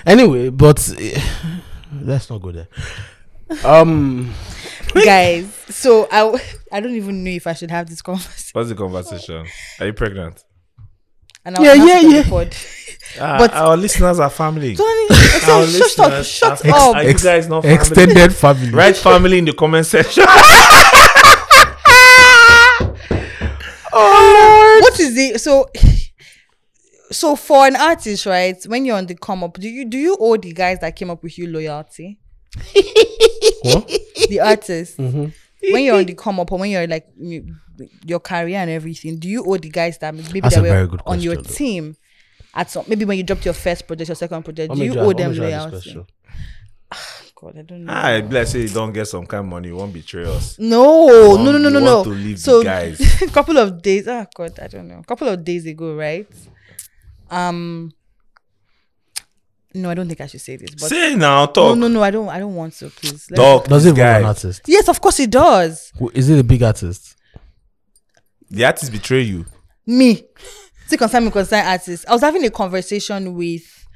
Speaker 2: Anyway, but eh, let's not go there. Um,
Speaker 1: guys so i w- i don't even know if i should have this conversation
Speaker 3: What's the conversation? Are you pregnant?
Speaker 1: and I'll
Speaker 2: Yeah,
Speaker 1: announce
Speaker 2: yeah,
Speaker 1: it on the
Speaker 2: yeah.
Speaker 1: pod. But-
Speaker 3: but Ah, our listeners are family.
Speaker 1: Don't- so shut up
Speaker 3: listeners
Speaker 1: shut
Speaker 3: are-
Speaker 1: up
Speaker 3: Are you guys not family?
Speaker 2: extended family.
Speaker 3: Write family in the comment section.
Speaker 2: Oh,
Speaker 1: what is the so so for an artist right when you're on the come up do you do you owe the guys that came up with you loyalty
Speaker 2: What? Mm-hmm.
Speaker 1: the artist when you're on the come up or when you're like you, your career and everything do you owe the guys that maybe
Speaker 2: That's
Speaker 1: they
Speaker 2: a very
Speaker 1: were
Speaker 2: good
Speaker 1: on your
Speaker 2: question, though.
Speaker 1: team at some maybe when you dropped your first project your second project
Speaker 2: How
Speaker 1: do
Speaker 2: many
Speaker 1: you
Speaker 2: do I-
Speaker 1: owe
Speaker 2: how
Speaker 1: them
Speaker 2: many do I have this
Speaker 1: loyalty
Speaker 2: question?
Speaker 1: god i don't know
Speaker 3: I Ah, bless you. You don't get some kind of money. You won't betray us.
Speaker 1: No,
Speaker 3: want-
Speaker 1: no, no, no,
Speaker 3: you
Speaker 1: no, no.
Speaker 3: want to leave the
Speaker 1: so,
Speaker 3: guys.
Speaker 1: a couple of days. Oh God, I don't know. A couple of days ago, right? Um. No, I don't think I should say this. But
Speaker 3: Say now,
Speaker 1: no,
Speaker 3: talk.
Speaker 1: no, no, I don't. I don't want to. Please. Let me-
Speaker 3: Talk.
Speaker 2: Does
Speaker 3: this
Speaker 2: it involve
Speaker 3: guy.
Speaker 2: an artist?
Speaker 1: Yes, of course it does.
Speaker 2: Who- Is it a big artist?
Speaker 3: The artist betray you.
Speaker 1: Me. See, concern me, concern artists. I was having a conversation with,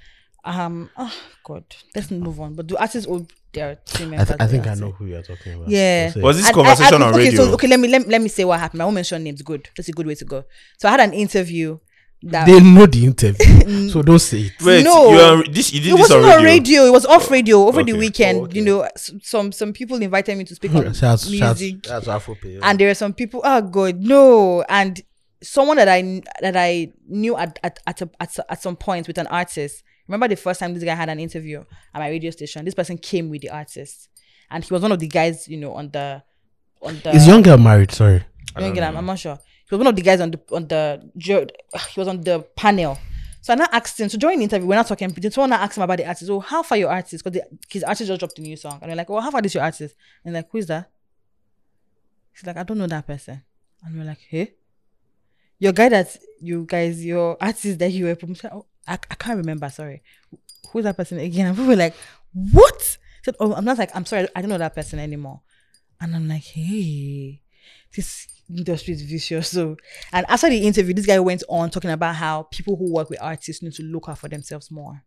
Speaker 1: um. Oh God, let's move on. But do artists owe their team
Speaker 2: I,
Speaker 1: members?
Speaker 2: th- I think I
Speaker 1: loyalty?
Speaker 2: know who you're talking about.
Speaker 1: Yeah.
Speaker 2: Say it.
Speaker 3: Was this
Speaker 1: I- I- I-
Speaker 3: conversation oh. on
Speaker 1: okay,
Speaker 3: radio?
Speaker 1: So, okay, let me let, let me say what happened. I won't mention names. Good. That's a good way to go. So I had an interview. That
Speaker 2: they know the interview, so don't say it.
Speaker 3: Wait,
Speaker 1: No.
Speaker 3: you, are, this, you did
Speaker 1: it
Speaker 3: this on
Speaker 1: wasn't
Speaker 3: radio.
Speaker 1: on radio. It was off radio over the
Speaker 3: Okay.
Speaker 1: weekend.
Speaker 3: Oh, okay.
Speaker 1: You know, s- some some people invited me to speak on
Speaker 2: Shout out-
Speaker 1: music,
Speaker 2: shout out- shout out to Afropay, yeah.
Speaker 1: and there were some people. Oh God, no! And someone that I kn- that I knew at at at, a, at s- at some point with an artist. Remember the first time this guy had an interview at my radio station. This person came with the artist, and he was one of the guys. You know, on the on the
Speaker 2: Is young girl married? Sorry.
Speaker 1: don't get I'm, I'm not sure. He was one of the guys on the on the ju- he was on the panel. So I now asked him. So during the interview, we're not talking. But someone now asked him about the artist. Oh, how far your artist? Because his artist just dropped a new song, and we're like, "Oh, how far is your artist?" And like, who is that? He's like, "I don't know that person." And we're like, "Hey, your guy that you guys, your artist that you were promoting." oh, I, I can't remember. Sorry, who's that person again? And people were like, "What?" I said, "Oh, I'm not like I'm sorry. I don't know that person anymore." And I'm like, "Hey, this industry is vicious." So, and after the interview, this guy went on talking about how people who work with artists need to look out for themselves more.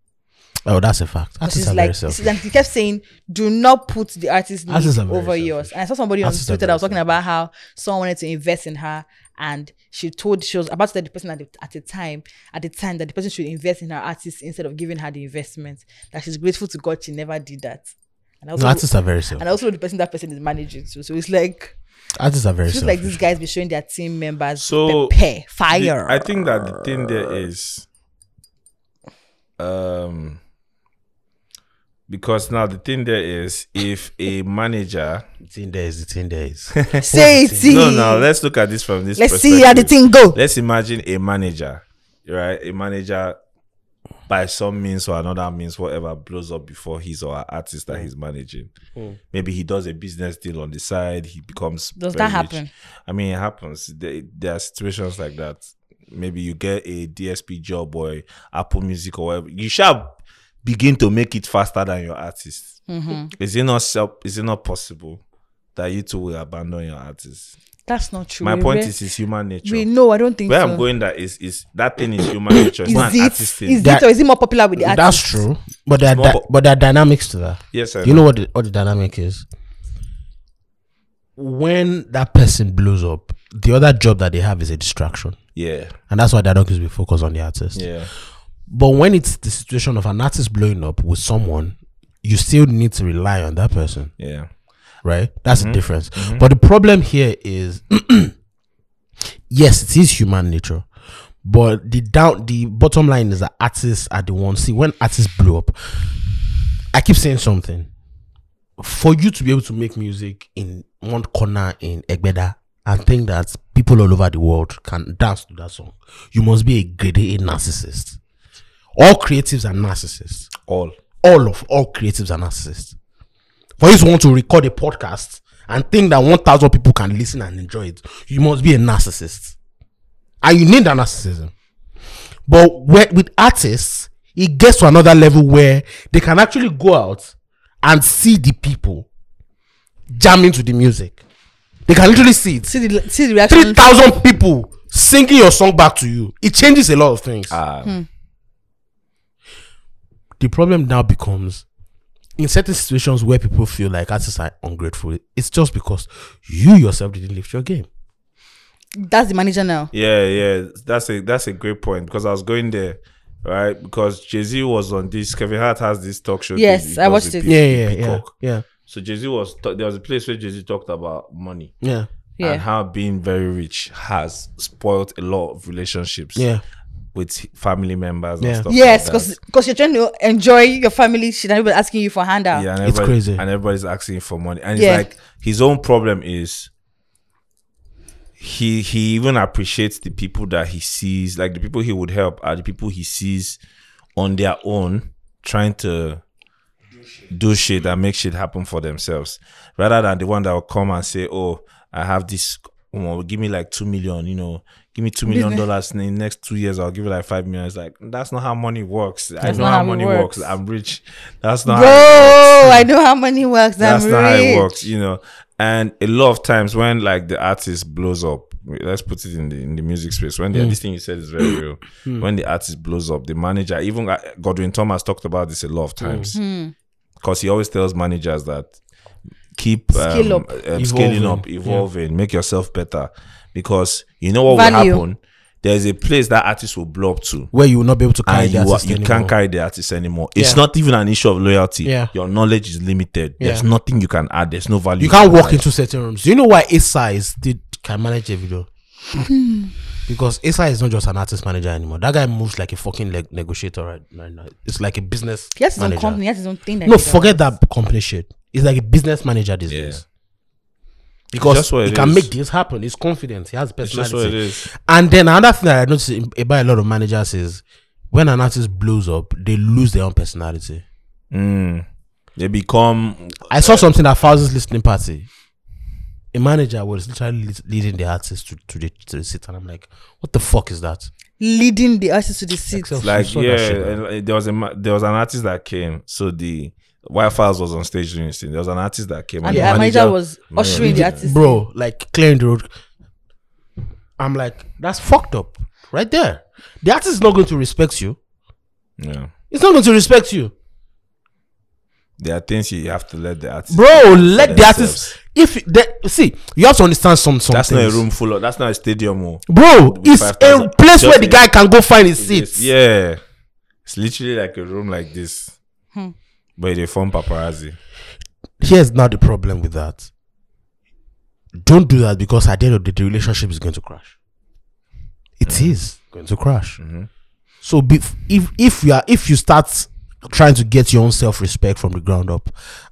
Speaker 2: Oh, that's a fact. That
Speaker 1: Because
Speaker 2: is
Speaker 1: it's
Speaker 2: like,
Speaker 1: like,
Speaker 2: selfish.
Speaker 1: and he kept saying, "Do not put the artist's needs
Speaker 2: Artists are very
Speaker 1: over yours."
Speaker 2: selfish.
Speaker 1: And I saw somebody on
Speaker 2: Artists are
Speaker 1: Twitter that
Speaker 2: very
Speaker 1: was talking about how someone wanted to invest in her, and she told she was about to tell the person at the, at the time at the time that the person should invest in her artist instead of giving her the investment. That she's grateful to God she never did that. And I also,
Speaker 2: no, artists are very selfish.
Speaker 1: and I also the person that person is managing to. So it's like
Speaker 2: Artists are very
Speaker 1: it's just
Speaker 2: selfish.
Speaker 1: like these guys be showing their team members
Speaker 4: So,
Speaker 1: prepare fire.
Speaker 4: The- I think that the thing there is, um, because now the thing there is, if a manager,
Speaker 2: it's in there. Is, it's in there. Is.
Speaker 1: Say it.
Speaker 3: No, no. Let's look at this from this.
Speaker 1: Let's see how the
Speaker 3: perspective.
Speaker 1: thing go.
Speaker 3: Let's imagine a manager, right? A manager, by some means or another means, whatever blows up before his or her artist
Speaker 1: Mm.
Speaker 3: that he's managing. Maybe he does a business deal on the side. He becomes.
Speaker 1: Does
Speaker 3: very
Speaker 1: that
Speaker 3: rich.
Speaker 1: happen?
Speaker 3: I mean, it happens. There, there are situations like that. Maybe you get a DSP job or Apple Music or whatever. You shall begin to make it faster than your artist.
Speaker 1: Mm-hmm.
Speaker 3: Is it not self? Is it not possible that you two will abandon your artist?
Speaker 1: That's not true.
Speaker 3: My
Speaker 1: We
Speaker 3: point
Speaker 1: re-
Speaker 3: is, it's human nature.
Speaker 1: we no, I don't think
Speaker 3: Where
Speaker 1: so.
Speaker 3: I'm going that is is that thing is human nature. It's not an artist
Speaker 1: Is it?
Speaker 3: thing.
Speaker 1: Is
Speaker 2: That-
Speaker 1: it or is it more popular with the artist?
Speaker 2: That's true. But there, are
Speaker 3: Small
Speaker 2: di-
Speaker 3: bo-
Speaker 2: but there are dynamics to that.
Speaker 3: yes, I
Speaker 2: you know what the, what the dynamic is when that person blows up the other job that they have is a distraction
Speaker 3: Yeah,
Speaker 2: and that's why they don't be focused on the artist
Speaker 3: yeah.
Speaker 2: but when it's the situation of an artist blowing up with someone you still need to rely on that person
Speaker 3: Yeah,
Speaker 2: right that's the difference but the problem here is yes it is human nature but the down the bottom line is that artists are the ones see when artists blow up i keep saying something for you to be able to make music in one corner in Egbeda and think that people all over the world can dance to that song you must be a grade a narcissist all creatives are narcissists
Speaker 3: all.
Speaker 2: all of all creatives are narcissists. For you to want to record a podcast and think that 1,000 people can listen and enjoy it, you must be a narcissist. And you need that narcissism. But where, with artists, it gets to another level where they can actually go out and see the people jamming to the music. They can literally see it.
Speaker 1: See the see the reaction.
Speaker 2: 3,000 people singing your song back to you. It changes a lot of things.
Speaker 3: Ah,
Speaker 1: Hmm.
Speaker 2: the problem now becomes in certain situations where people feel like artists are ungrateful, it's just because you yourself didn't lift your game.
Speaker 1: That's the manager now.
Speaker 3: yeah, yeah. That's a that's a great point because I was going there, right? Because Jay Z was on this. Kevin Hart has this talk show.
Speaker 1: Yes,
Speaker 3: he
Speaker 1: I
Speaker 3: does
Speaker 1: watched
Speaker 3: with
Speaker 1: it.
Speaker 3: Pe-
Speaker 2: Yeah, yeah, yeah,
Speaker 3: Peacock.
Speaker 2: yeah,
Speaker 3: So Jay Z was ta- there was a place where Jay Z talked about money
Speaker 2: yeah,
Speaker 1: Yeah.
Speaker 3: and how being very rich has spoiled a lot of relationships
Speaker 2: yeah.
Speaker 3: with family members and
Speaker 2: Yeah.
Speaker 3: stuff.
Speaker 1: Yes,
Speaker 3: like that.
Speaker 1: because you're trying to enjoy your family shit and everybody asking you for handout.
Speaker 3: Yeah, and
Speaker 2: It's
Speaker 3: everybody-
Speaker 2: crazy.
Speaker 3: And everybody's asking for money. And
Speaker 1: Yeah.
Speaker 3: it's like his own problem is he he even appreciates the people that he sees, like the people he would help are the people he sees on their own trying to do shit and make shit happen for themselves. Rather than the one that will come and say, Oh, I have this well, give me like two million, you know, give me two million dollars in the next two years, I'll give you like five million. It's like that's not how money works. I
Speaker 1: That's
Speaker 3: know
Speaker 1: not
Speaker 3: how
Speaker 1: how it
Speaker 3: money
Speaker 1: works.
Speaker 3: works. I'm rich. That's not how
Speaker 1: Bro, I know how money works.
Speaker 3: that's
Speaker 1: I'm
Speaker 3: not how
Speaker 1: rich.
Speaker 3: it works, you know. And a lot of times when like the artist blows up, let's put it in the in the music space. When the,
Speaker 1: Hmm.
Speaker 3: this thing you said is very real. When the artist blows up, the manager, even uh, Godwin Thomas talked about this a lot of
Speaker 1: Hmm.
Speaker 3: times, because he always tells managers that keep um,
Speaker 1: Skill up.
Speaker 3: um, scaling
Speaker 2: Evolving.
Speaker 3: up, evolving, make yourself better, because you know what
Speaker 1: Value.
Speaker 3: will happen. There's a place that artist will blow up to
Speaker 2: Where you will not be able to carry
Speaker 3: and you,
Speaker 2: the
Speaker 3: are,
Speaker 2: artist
Speaker 3: you
Speaker 2: anymore.
Speaker 3: can't carry the artist anymore. It's
Speaker 2: Yeah.
Speaker 3: not even an issue of loyalty.
Speaker 2: Yeah.
Speaker 3: Your knowledge is limited. There's
Speaker 2: Yeah.
Speaker 3: nothing you can add. There's no value.
Speaker 2: You can't
Speaker 3: can
Speaker 2: walk
Speaker 3: add.
Speaker 2: into certain rooms. Do you know why Asa is did can manage a video? because Asa is not just an artist manager anymore. That guy moves like a fucking leg negotiator right, right now. It's like a business
Speaker 1: He has his own
Speaker 2: manager.
Speaker 1: company, he has his own thing. that
Speaker 2: No,
Speaker 1: he does.
Speaker 2: forget that company shit. It's like a business manager these
Speaker 3: Yeah.
Speaker 2: days. Because
Speaker 3: Just what
Speaker 2: he
Speaker 3: it
Speaker 2: can
Speaker 3: is.
Speaker 2: make this happen. He's confident. He has
Speaker 3: It's just what it
Speaker 2: personality.
Speaker 3: is.
Speaker 2: And then another thing that I notice in- about a lot of managers is when an artist blows up, they lose their own personality.
Speaker 3: Mm. They become
Speaker 2: I saw something at Thousands Listening Party. A manager was literally lead- leading the artist to, to, the, to the seat, and I'm like, what the fuck is that?
Speaker 1: leading the artist to the seat.
Speaker 2: Except-
Speaker 3: like
Speaker 2: saw that
Speaker 3: yeah,
Speaker 2: shit,
Speaker 3: and, uh, there was a ma- there was an artist that came. So the Wi Files was on stage during this thing. There was an artist that came,
Speaker 1: And
Speaker 3: the
Speaker 1: the manager was ushering the artist.
Speaker 2: bro, like clearing the road. I'm like, that's fucked up, right there. The artist is not going to respect you.
Speaker 3: Yeah,
Speaker 2: It's not going to respect you,
Speaker 3: there are things you have to let the artist.
Speaker 2: bro. Let the
Speaker 3: themselves.
Speaker 2: artist. If they, see, you have to understand some some
Speaker 3: That's
Speaker 2: things.
Speaker 3: not a room full of. That's not a stadium. Oh.
Speaker 2: bro.
Speaker 3: With
Speaker 2: It's
Speaker 3: five
Speaker 2: a
Speaker 3: thousand.
Speaker 2: place
Speaker 3: Just
Speaker 2: where the
Speaker 3: a-
Speaker 2: guy can go find his seats.
Speaker 3: Yeah, it's literally like a room like this,
Speaker 2: Hmm.
Speaker 3: but they form paparazzi.
Speaker 2: Here's now the problem with that. Don't do that because at the end of the day, the relationship is going to crash. It
Speaker 3: Mm-hmm.
Speaker 2: is going to crash. So be, if if you are if you start trying to get your own self respect from the ground up,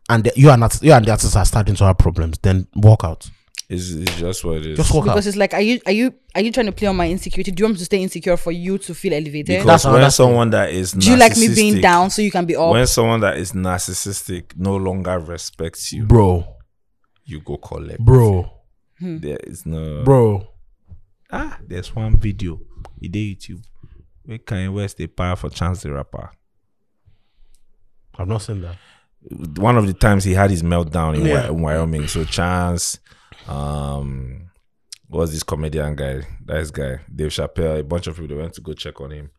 Speaker 2: and the, you and art- you and the artists are starting to have problems, then walk out.
Speaker 3: It's, it's just what it is.
Speaker 2: Just walk
Speaker 1: Because
Speaker 2: out.
Speaker 1: it's like, are you are you are you trying to play on my insecurity? Do you want me to stay insecure for you to feel elevated?
Speaker 3: because
Speaker 2: That's
Speaker 3: when
Speaker 2: another thing.
Speaker 3: someone that is
Speaker 1: Do you like me being
Speaker 3: narcissistic-
Speaker 1: down so you can be up?
Speaker 3: When someone that is narcissistic no longer respects you,
Speaker 2: Bro,
Speaker 3: you go collect.
Speaker 2: bro,
Speaker 1: Hmm.
Speaker 3: There is no
Speaker 2: bro.
Speaker 3: ah. There's one video, it dey YouTube, where Kanye West they power for Chance the Rapper.
Speaker 2: I've not seen that.
Speaker 3: one of the times he had his meltdown in, Wy-
Speaker 2: Yeah.
Speaker 3: in Wyoming. So Chance, um, what was this comedian guy? That is guy, Dave Chappelle. A bunch of people they went to go check on him.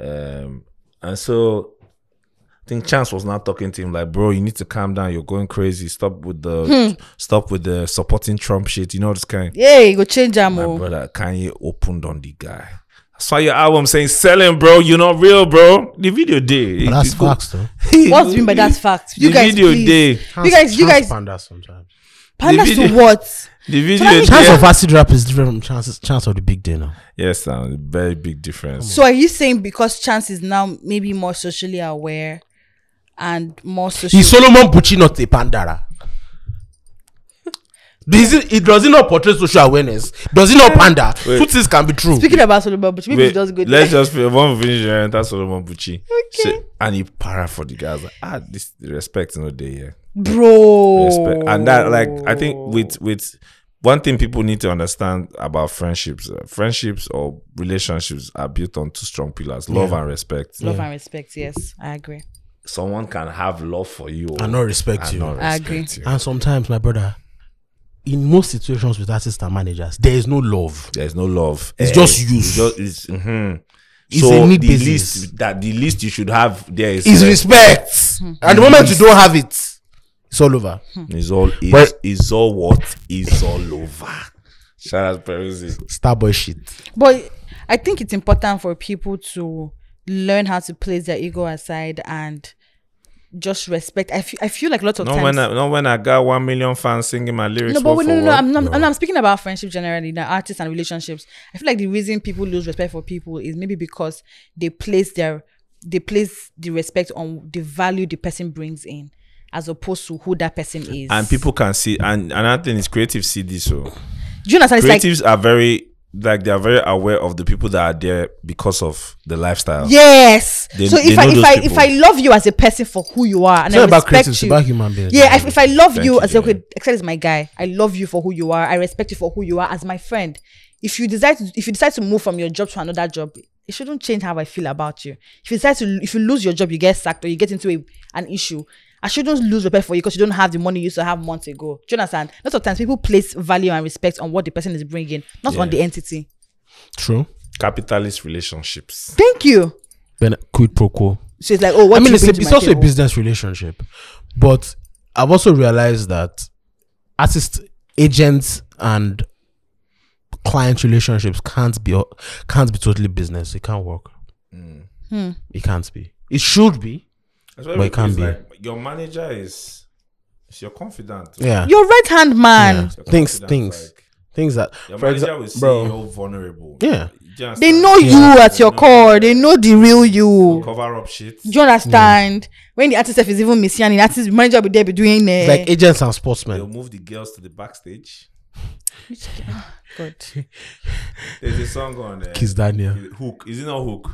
Speaker 3: Um, and so I think Chance was not talking to him like, bro, you need to calm down. You're going crazy. Stop with the stop with the supporting Trump shit. You know this kind.
Speaker 1: Hmm. yeah, you go change am.
Speaker 3: My
Speaker 1: oh.
Speaker 3: brother Kanye opened on the guy. I saw your album saying selling, bro. You're not real, bro. The video did.
Speaker 2: But that's facts, though.
Speaker 1: What's mean by that fact? You
Speaker 3: The
Speaker 1: guys,
Speaker 3: video
Speaker 1: please.
Speaker 3: day.
Speaker 1: You guys, you guys,
Speaker 2: Pandas sometimes.
Speaker 1: pandas to
Speaker 3: video-
Speaker 1: what?
Speaker 3: The video
Speaker 1: Can I-
Speaker 2: Chance
Speaker 3: there-
Speaker 2: of acid rap is different from chances chance of the big day now.
Speaker 3: Yes, Sam, very big difference.
Speaker 1: So are you saying because Chance is now maybe more socially aware and more social?
Speaker 2: Is Solomon Bucci not a pandara? Does it, it does it not portray social awareness? Does it not pander?
Speaker 3: Wait.
Speaker 2: Two things can be true.
Speaker 1: Um, Speaking about Solomon, but maybe
Speaker 3: Wait,
Speaker 1: it does go
Speaker 3: let's
Speaker 1: there.
Speaker 3: just fi- one finish your enter Solomon Bucci. So, and he para for the guys. Like, ah, this respect no day here.
Speaker 1: bro.
Speaker 3: Respect. And that like I think with with one thing people need to understand about friendships, uh, friendships or relationships are built on two strong pillars: love and respect.
Speaker 1: love and respect. Yes, I agree.
Speaker 3: Someone can have love for you
Speaker 2: And not respect
Speaker 3: and
Speaker 2: you.
Speaker 3: not
Speaker 1: I
Speaker 3: respect
Speaker 1: agree.
Speaker 3: you.
Speaker 2: And sometimes, my brother, in most situations with artists and managers, there is no love.
Speaker 3: There's no love.
Speaker 2: It's
Speaker 3: Eh,
Speaker 2: just
Speaker 3: it's
Speaker 2: use.
Speaker 3: just- it's, mhm.
Speaker 2: It's
Speaker 3: so
Speaker 2: a need
Speaker 3: the
Speaker 2: basis.
Speaker 3: least that the least you should have there is
Speaker 2: It's
Speaker 3: respect.
Speaker 2: respect.
Speaker 1: Hmm.
Speaker 2: At the moment you don't have it, it's all over.
Speaker 3: It's all is
Speaker 2: But-
Speaker 3: is all what is all over. Shout out Peruzzi.
Speaker 2: Starboy shit.
Speaker 1: But I think it's important for people to learn how to place their ego aside and just respect. I feel, I feel like lots of
Speaker 3: Not
Speaker 1: times.
Speaker 3: when I not when I got one million fans singing my lyrics.
Speaker 1: no, but
Speaker 3: word
Speaker 1: wait, no, no,
Speaker 3: for
Speaker 1: no.
Speaker 3: word.
Speaker 1: I'm, I'm, I'm, I'm speaking about friendship generally, now artists and relationships. I feel like the reason people lose respect for people is maybe because they place their they place the respect on the value the person brings in, as opposed to who that person is.
Speaker 3: and people can see and another thing is creative see this so
Speaker 1: do you understand? It's like
Speaker 3: creatives are very like they are very aware of the people that are there because of the lifestyle.
Speaker 1: yes.
Speaker 3: They-
Speaker 1: so
Speaker 3: they
Speaker 1: if I
Speaker 3: know
Speaker 1: if
Speaker 3: those
Speaker 1: I if
Speaker 3: people.
Speaker 1: I love you as a person for who you are and
Speaker 2: It's not
Speaker 1: I
Speaker 2: about
Speaker 1: respect
Speaker 2: creatives, it's
Speaker 1: you,
Speaker 2: about human beings.
Speaker 1: Yeah, if, if I love
Speaker 3: Thank
Speaker 1: you
Speaker 3: you,
Speaker 1: as a
Speaker 3: Jane.
Speaker 1: except is my guy, I love you for who you are. I respect you for who you are as my friend. If you decide to, if you decide to move from your job to another job, it shouldn't change how I feel about you. If you decide to, if you lose your job, you get sacked or you get into a, an issue. I shouldn't lose respect for you because you don't have the money you used to have months ago. Do you understand? Lots of times people place value and respect on what the person is bringing, not on the entity.
Speaker 2: True.
Speaker 3: Capitalist relationships.
Speaker 1: Thank you.
Speaker 2: Then quid pro quo.
Speaker 1: So it's like, oh, what
Speaker 2: I mean,
Speaker 1: you
Speaker 2: it's, a,
Speaker 1: bring to
Speaker 2: it's
Speaker 1: my
Speaker 2: also
Speaker 1: table.
Speaker 2: a business relationship, but I've also realized that artist agents and client relationships can't be can't be totally business. It can't work.
Speaker 1: Hmm.
Speaker 2: It can't be. It should be.
Speaker 3: That's why
Speaker 2: But it
Speaker 3: it's
Speaker 2: can be.
Speaker 3: like, your manager is it's your confidant.
Speaker 2: Yeah.
Speaker 1: Your right hand man.
Speaker 2: Yeah.
Speaker 3: Your
Speaker 2: Things,
Speaker 3: confidant,
Speaker 2: things,
Speaker 3: like,
Speaker 2: things that.
Speaker 3: Your
Speaker 2: for
Speaker 3: manager
Speaker 2: exa-
Speaker 3: will see
Speaker 2: bro,
Speaker 3: you're vulnerable.
Speaker 2: Yeah.
Speaker 3: You understand?
Speaker 1: They know you at your core. They know the real you.
Speaker 3: cover up shit.
Speaker 1: Do you understand? When the artist self is even missing, the artist manager will there be doing
Speaker 2: it's
Speaker 1: uh,
Speaker 2: like agents and
Speaker 3: They'll
Speaker 2: sportsmen.
Speaker 3: move the girls to the backstage.
Speaker 1: God.
Speaker 3: There's a song on uh, there.
Speaker 2: Kiss Daniel.
Speaker 3: Hook. Is it not hook?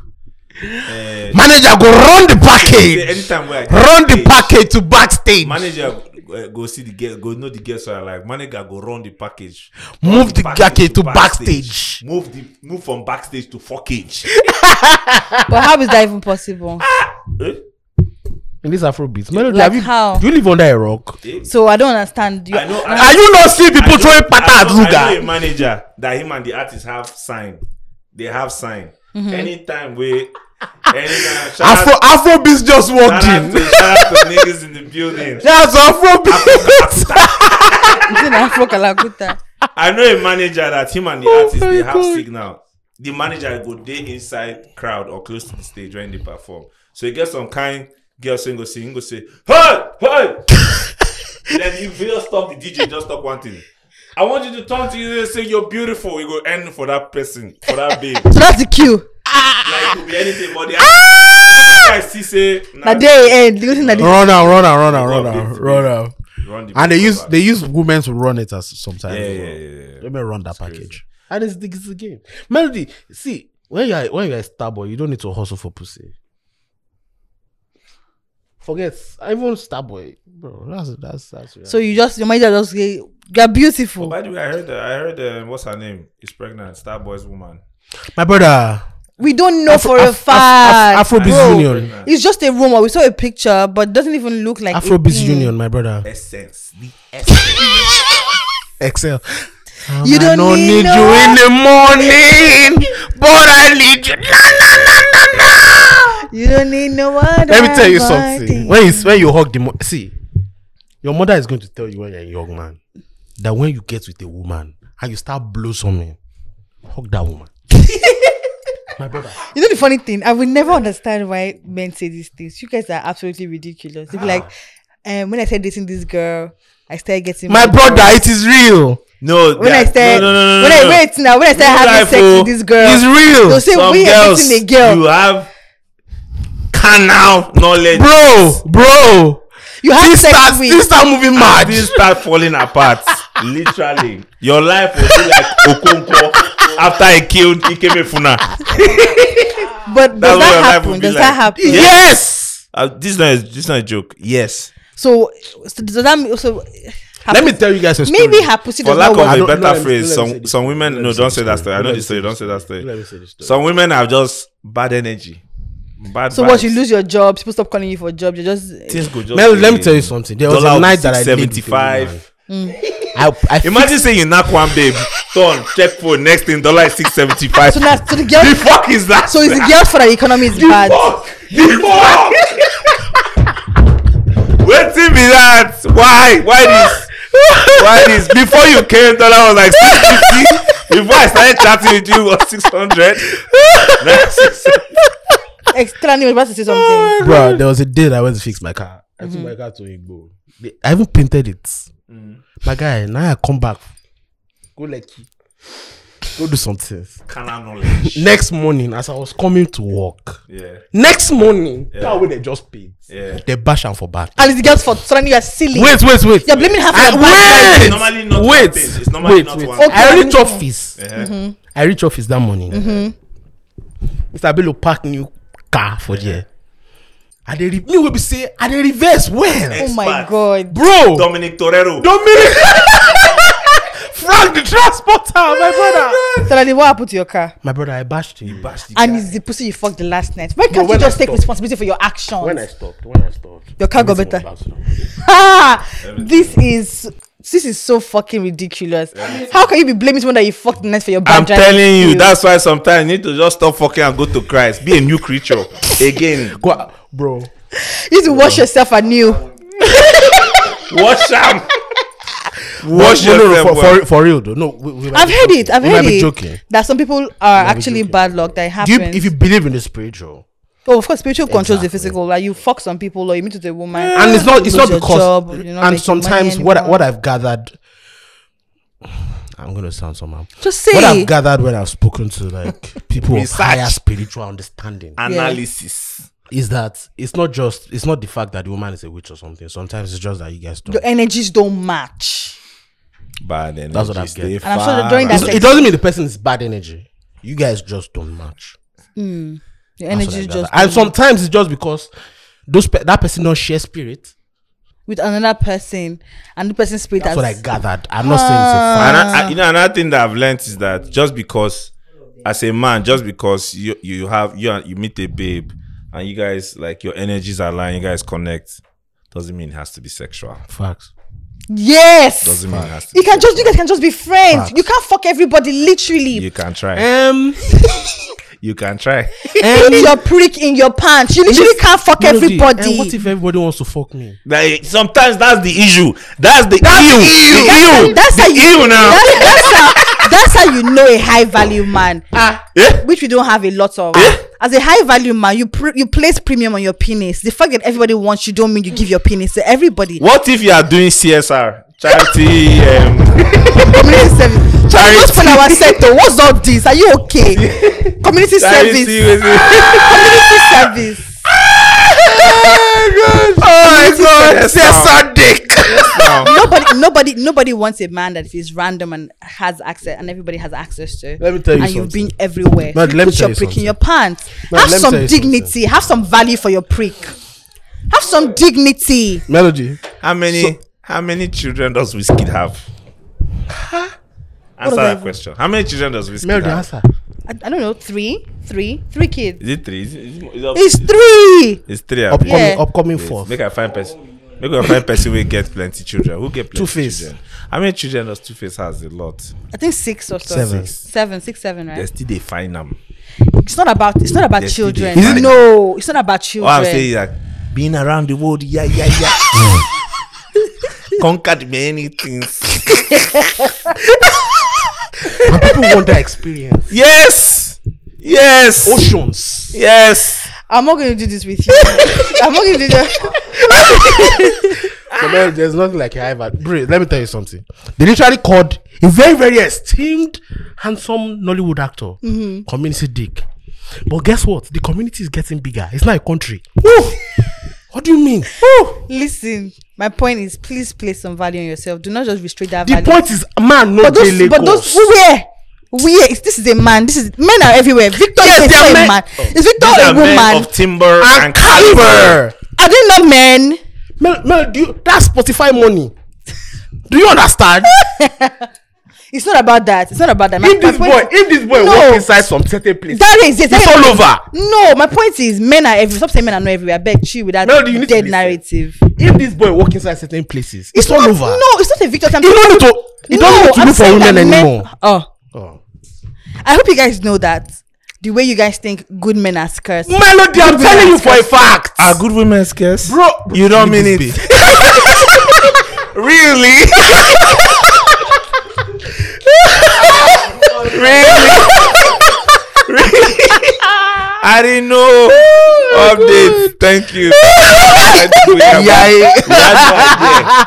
Speaker 2: manager go run the
Speaker 3: Say
Speaker 2: package
Speaker 3: anytime where I get
Speaker 2: run the
Speaker 3: stage,
Speaker 2: package to backstage
Speaker 3: Manager uh, go see the girl, go know the girl. So I like manager go run the package. Run
Speaker 2: move the package to backstage
Speaker 3: Move the move from backstage to fuckage.
Speaker 1: But how is that even possible?
Speaker 3: Eh?
Speaker 2: in this afro beat melody
Speaker 1: Like
Speaker 2: have you
Speaker 1: how?
Speaker 2: do you live under a rock
Speaker 1: So I don't understand. You,
Speaker 3: I know. I,
Speaker 2: are you not see people
Speaker 3: I know-
Speaker 2: throwing pata
Speaker 3: I
Speaker 2: at
Speaker 3: know- I know a
Speaker 2: ruga
Speaker 3: manager that him and the artist have sign. They have sign. Anytime we. Anytime. Shout out-
Speaker 2: afro afro beats just
Speaker 3: shout
Speaker 2: walked
Speaker 3: out to-
Speaker 2: in
Speaker 3: shout out to niggas in the building.
Speaker 2: that's afro beats
Speaker 1: Is it Afro Kalakuta?
Speaker 3: I know a manager that him and the artist
Speaker 2: Oh my
Speaker 3: they have
Speaker 2: God.
Speaker 3: signal. The manager go day inside crowd or close to the stage when they perform. So he gets some kind girl saying go sing, go say, hey, hey. then you just stop the DJ, just stop one thing. I want you to turn to you and say you're beautiful. You go end for that person, for that babe.
Speaker 1: So that's the cue.
Speaker 3: like it could be anything, but the artist,
Speaker 1: Ah!
Speaker 3: I see say
Speaker 1: Now there it end. eh, The only thing that
Speaker 2: run out run out run out run
Speaker 3: Run
Speaker 2: out
Speaker 3: beat,
Speaker 2: run out
Speaker 3: run the
Speaker 2: and they
Speaker 3: babe
Speaker 2: use
Speaker 3: back.
Speaker 2: they use women to run it as sometimes
Speaker 3: yeah,
Speaker 2: as
Speaker 3: yeah,
Speaker 2: well.
Speaker 3: yeah, yeah.
Speaker 2: Let me run that package. And it's, the- it's the game. Melody, see, when you're when you're a star boy, you don't need to hustle for pussy. Forget, even star boy, bro. That's that's that's.
Speaker 1: So you just your manager just say you're
Speaker 3: Oh,
Speaker 1: beautiful.
Speaker 3: by the way, I heard uh, I heard uh, what's her name? Is pregnant. Starboy's woman.
Speaker 2: my brother,
Speaker 1: We don't know for a
Speaker 2: Af- Af-
Speaker 1: fact.
Speaker 2: Afrobeats
Speaker 1: bro.
Speaker 2: Union,
Speaker 1: It's just a rumor. We saw a picture, but it doesn't even look like a
Speaker 2: Afrobeats
Speaker 1: thing.
Speaker 2: Union, my brother.
Speaker 3: Essence. The essence.
Speaker 2: Excel.
Speaker 1: You
Speaker 2: I
Speaker 1: don't
Speaker 2: no
Speaker 1: need
Speaker 2: need,
Speaker 1: no-
Speaker 2: you in the morning, but I need you. Na, na, na, na, na.
Speaker 1: You don't need no other.
Speaker 2: Let me tell you
Speaker 1: body.
Speaker 2: something. When you, when you hug the mo- see, your mother is going to tell you when you're a young man that when you get with a woman and you start blossoming, hug that woman. My brother.
Speaker 1: You know the funny thing? I will never understand why men say these things. You guys are absolutely ridiculous. They'll be like, um, when I started dating this girl, I started getting
Speaker 2: My
Speaker 1: more
Speaker 2: brother,
Speaker 1: girls.
Speaker 2: it is real.
Speaker 3: No,
Speaker 1: When I
Speaker 3: that-
Speaker 1: started,
Speaker 3: no, no, no, no,
Speaker 1: when
Speaker 3: no, no.
Speaker 1: I wait now, when I started
Speaker 3: Real
Speaker 1: having
Speaker 3: life,
Speaker 1: sex
Speaker 3: oh.
Speaker 1: with this girl,
Speaker 2: It's real.
Speaker 1: they'll say
Speaker 3: Some
Speaker 1: we are
Speaker 3: girls,
Speaker 1: dating a girl.
Speaker 3: You have canal knowledge.
Speaker 2: Bro, bro.
Speaker 1: You have
Speaker 2: This
Speaker 1: sex
Speaker 2: start,
Speaker 1: with- Ah,
Speaker 2: this start moving mad.
Speaker 3: Things start falling apart. Literally, your life will be like Okonkwo after he killed Ikemefuna.
Speaker 1: but does that
Speaker 3: That's what your life
Speaker 1: happen?
Speaker 3: would be
Speaker 1: Does
Speaker 3: like.
Speaker 1: that happen?
Speaker 2: Yes.
Speaker 3: Uh, this is not a, this is not a joke. Yes,
Speaker 1: So, so does that mean so? her
Speaker 2: Let me
Speaker 1: pussy-
Speaker 2: tell you guys a story.
Speaker 1: Maybe her pussy
Speaker 3: for
Speaker 1: does
Speaker 3: lack
Speaker 1: not
Speaker 3: of
Speaker 1: work.
Speaker 2: I
Speaker 3: a
Speaker 2: don't- no, let
Speaker 3: better
Speaker 2: me-
Speaker 3: phrase,
Speaker 2: let me say
Speaker 3: some
Speaker 2: this.
Speaker 3: some women.
Speaker 2: Let
Speaker 3: No,
Speaker 2: me say
Speaker 3: don't
Speaker 2: this
Speaker 3: say that story. I
Speaker 2: Let
Speaker 3: know
Speaker 2: me
Speaker 3: this
Speaker 2: say
Speaker 3: story. Don't
Speaker 2: this
Speaker 3: say that
Speaker 2: Let
Speaker 3: story.
Speaker 2: me say this story.
Speaker 3: Some women have just bad energy, bad.
Speaker 1: So what?
Speaker 3: vibes.
Speaker 1: You lose your job. People stop calling you for a job. You just
Speaker 3: Things go just.
Speaker 2: Mel, let me
Speaker 3: eh,
Speaker 2: tell you something. There was
Speaker 3: dollar
Speaker 2: a
Speaker 3: will be
Speaker 2: night that I lived with a
Speaker 3: 675.
Speaker 2: woman. I, I
Speaker 3: Imagine saying you knock one babe, turn, check phone, next thing, dollar is 675.
Speaker 1: so now so the girl.
Speaker 3: the fuck is that?
Speaker 1: So it's the girl's for the economy is bad.
Speaker 3: fuck! The fuck! Waiting be that? Why? Why this? Why this? Before you came, dollar was like 650. Before I started chatting with you, it was 600. Now it's 600.
Speaker 1: Externally, we're about to say something.
Speaker 2: Bro, there was a day that I went to fix my car. I
Speaker 3: Mm-hmm.
Speaker 2: took my car to Igbo. They- I even painted it. My guy, now I come back. Go like go do something.
Speaker 3: Carnal knowledge.
Speaker 2: Next morning, as I was coming to work,
Speaker 3: Yeah.
Speaker 2: next morning, that way they just paid.
Speaker 3: Yeah.
Speaker 2: They bash and for back.
Speaker 1: And it's the girl's fault. Suddenly you are silly.
Speaker 2: Wait, Ah, wait, wait.
Speaker 1: You're blaming her for
Speaker 2: I-
Speaker 1: the bad
Speaker 2: wait,
Speaker 3: It's normally not
Speaker 2: wait,
Speaker 3: one thing. It's normally
Speaker 2: wait,
Speaker 3: not
Speaker 2: wait.
Speaker 3: one thing.
Speaker 2: I
Speaker 1: Okay.
Speaker 2: reach office.
Speaker 3: Yeah.
Speaker 2: I reach office that morning. Mr. Bello park new car for there. I dey re- me will be say I dey reverse well,
Speaker 1: Oh my
Speaker 3: Expert.
Speaker 1: god.
Speaker 2: bro.
Speaker 3: Dominic Torero.
Speaker 2: Dominic Frank the transporter, my brother.
Speaker 1: Suddenly, what happened to your car?
Speaker 2: My brother, I bashed him.
Speaker 3: Bash the
Speaker 1: And
Speaker 3: guy.
Speaker 1: it's the pussy you fucked the last night. Why can't
Speaker 2: when
Speaker 1: you
Speaker 2: I
Speaker 1: just take
Speaker 2: stop-
Speaker 1: responsibility for your actions?
Speaker 2: When I stopped, when I stopped,
Speaker 1: Your car got
Speaker 2: everything
Speaker 1: better.
Speaker 2: was bouncing off.
Speaker 1: Ah, this is this is so fucking ridiculous. How can you be blaming someone that you fucked the night for your bad
Speaker 3: I'm
Speaker 1: driving
Speaker 3: telling you,
Speaker 1: skills?
Speaker 3: that's why sometimes you need to just stop fucking and go to Christ. Be a new creature again.
Speaker 2: Go out, bro.
Speaker 1: you need to wash yourself anew.
Speaker 3: Wash am. Wash
Speaker 2: Wash no, no,
Speaker 3: yourself.
Speaker 2: no, for,
Speaker 3: well.
Speaker 2: for, for real though. No, we, we might
Speaker 1: I've
Speaker 2: be
Speaker 1: heard
Speaker 2: joking.
Speaker 1: it. I've
Speaker 2: we
Speaker 1: heard
Speaker 2: might Be
Speaker 1: it.
Speaker 2: joking.
Speaker 1: That some people are
Speaker 2: might be
Speaker 1: actually
Speaker 2: joking.
Speaker 1: bad luck that it
Speaker 2: Do you,
Speaker 1: happens.
Speaker 2: if you believe in the spiritual,
Speaker 1: oh, of course, spiritual controls the
Speaker 2: Exactly.
Speaker 1: physical. Like you fuck some people or you meet with a woman,
Speaker 2: and it's not, it's
Speaker 1: you Ah, lose
Speaker 2: not
Speaker 1: your
Speaker 2: because.
Speaker 1: job, you're not
Speaker 2: and
Speaker 1: making money
Speaker 2: sometimes what I,
Speaker 1: anymore.
Speaker 2: what I've gathered, I'm gonna sound somehow.
Speaker 1: just say
Speaker 2: What I've gathered when I've spoken to like people of
Speaker 3: Research.
Speaker 2: higher spiritual understanding
Speaker 3: Analysis.
Speaker 2: is that it's not just it's not the fact that the woman is a witch or something. Sometimes it's just that you guys don't.
Speaker 1: your energies don't match.
Speaker 3: Bad energy.
Speaker 2: That's what I'm
Speaker 3: stay
Speaker 2: getting.
Speaker 1: And I'm sure that during
Speaker 3: far
Speaker 1: that
Speaker 2: It's- it doesn't mean the person is bad energy. You guys just don't match.
Speaker 1: Your
Speaker 2: and,
Speaker 1: energy is just
Speaker 2: and sometimes it's just because those pe- that person don't share spirit.
Speaker 1: with another person, and the person's spirit.
Speaker 2: That's
Speaker 1: has,
Speaker 2: what I gathered. I'm not saying it's
Speaker 1: Ah.
Speaker 2: a
Speaker 3: and
Speaker 2: fact.
Speaker 3: I, I- you know another thing that I've learned is that just because as a man, just because you you have you are- you meet a babe and you guys like your energies align, you guys connect, doesn't mean it has to be sexual.
Speaker 2: Facts.
Speaker 1: Yes.
Speaker 3: Doesn't mean it has to.
Speaker 1: you
Speaker 3: Be,
Speaker 1: can just you guys can just be friends. You can't fuck everybody literally.
Speaker 3: you can try.
Speaker 2: Um,
Speaker 3: You can try.
Speaker 1: in your prick in your pants. You literally can't fuck
Speaker 2: Melody, eh,
Speaker 1: everybody.
Speaker 2: what if everybody wants to fuck me?
Speaker 3: Like, sometimes that's the issue. That's the issue.
Speaker 1: you.
Speaker 3: The issue.
Speaker 1: That's how
Speaker 3: the
Speaker 1: you.
Speaker 3: issue now.
Speaker 1: That's, that's how. That's how you know a high value man,
Speaker 3: Eh?
Speaker 1: which we don't have a lot of.
Speaker 2: Eh?
Speaker 1: As a high value man, you pr- you place premium on your penis. The fact that everybody wants you don't mean you give your penis to everybody.
Speaker 3: What if you are doing CSR charity? Um,
Speaker 1: Community service. Charity. What's for our sector? What's all this? Are you okay? Community
Speaker 3: charity
Speaker 1: service. Community service.
Speaker 3: Oh my god! CSR dick.
Speaker 1: nobody nobody nobody wants a man that is random and has access and everybody has access to
Speaker 2: Let me tell you
Speaker 1: and you've
Speaker 2: something.
Speaker 1: been everywhere
Speaker 2: But let me
Speaker 1: put your
Speaker 2: tell you
Speaker 1: prick in
Speaker 2: something.
Speaker 1: your pants
Speaker 2: But
Speaker 1: have
Speaker 2: let me
Speaker 1: some
Speaker 2: tell you
Speaker 1: dignity have some value for your prick have some dignity
Speaker 2: Melody.
Speaker 3: How many how many children does Whiskey have? Answer
Speaker 1: do I
Speaker 3: that
Speaker 1: have?
Speaker 3: question. How many children does Whiskey
Speaker 2: Melody,
Speaker 3: have?
Speaker 2: answer.
Speaker 1: I, I don't know three three three kids
Speaker 3: Is it three? Is it, is it,
Speaker 1: it's three
Speaker 3: it's three. abi?
Speaker 2: Upcoming,
Speaker 1: Yeah.
Speaker 2: upcoming
Speaker 3: Wait,
Speaker 2: fourth.
Speaker 3: Make I find person. Make I find person will get plenty children. Who get plenty
Speaker 2: Two-Face.
Speaker 3: children? How many children does Two Face has? A lot.
Speaker 1: I think six or so
Speaker 2: Seven.
Speaker 1: seven six seven right
Speaker 3: They still they find them.
Speaker 1: it's not about it's not about
Speaker 3: Yes, it
Speaker 1: children
Speaker 3: is. Is it-
Speaker 1: no it's not about
Speaker 3: What
Speaker 1: children
Speaker 3: I'm saying is that being around the world, yeah, yeah, yeah. Conquered many things.
Speaker 2: And people want that experience.
Speaker 3: Yes. Yes.
Speaker 2: Oh, Oceans.
Speaker 3: Yes.
Speaker 1: I'm not going to do this with you I'm not going to do that
Speaker 2: So there- there's nothing like a high value. Bro, let me tell you something. They literally called a very, very esteemed, handsome Nollywood actor,
Speaker 1: Mm-hmm.
Speaker 2: community dick. But guess what? The community is getting bigger. It's not a country. Woo! what do you mean? Woo!
Speaker 1: Listen, my point is please place some value on yourself. Do not just restrict that
Speaker 2: The
Speaker 1: value.
Speaker 2: point is, man, no
Speaker 1: but
Speaker 2: Jay
Speaker 1: those, but those
Speaker 2: Lagos.
Speaker 1: who where? Where is this is a man. This is men are everywhere. Victor
Speaker 2: Yes,
Speaker 1: is
Speaker 2: they are
Speaker 1: a
Speaker 2: men.
Speaker 1: man. Is Victor
Speaker 3: These
Speaker 1: a
Speaker 3: are men
Speaker 1: woman?
Speaker 3: of timber and,
Speaker 2: And
Speaker 3: caliber.
Speaker 2: caliber.
Speaker 1: Are they not men?
Speaker 2: Mel, Mel, do you, that's Spotify money. do you understand?
Speaker 1: It's not about that. It's not about that. My,
Speaker 2: if
Speaker 1: my
Speaker 2: this
Speaker 1: point
Speaker 2: boy, if this boy
Speaker 1: No.
Speaker 2: walk inside some certain place,
Speaker 1: is, that is it.
Speaker 2: it's all over.
Speaker 1: No, my point is men are everywhere. Stop saying men are not everywhere. I beg you with that
Speaker 2: Melody, you need to
Speaker 1: dead
Speaker 2: listen.
Speaker 1: narrative.
Speaker 2: If this boy walk inside certain places, it's, all
Speaker 1: not,
Speaker 2: over.
Speaker 1: No, it's not a Victor.
Speaker 2: He don't need to. He don't need to look for women anymore.
Speaker 1: Oh.
Speaker 2: Oh.
Speaker 1: I hope you guys know that the way you guys think good men are scarce.
Speaker 2: Melody, I'm telling you for a fact.
Speaker 3: Are good women scarce?
Speaker 2: bro,
Speaker 3: you don't mean it. really? really? really? I didn't know. Update. Thank you. I think we,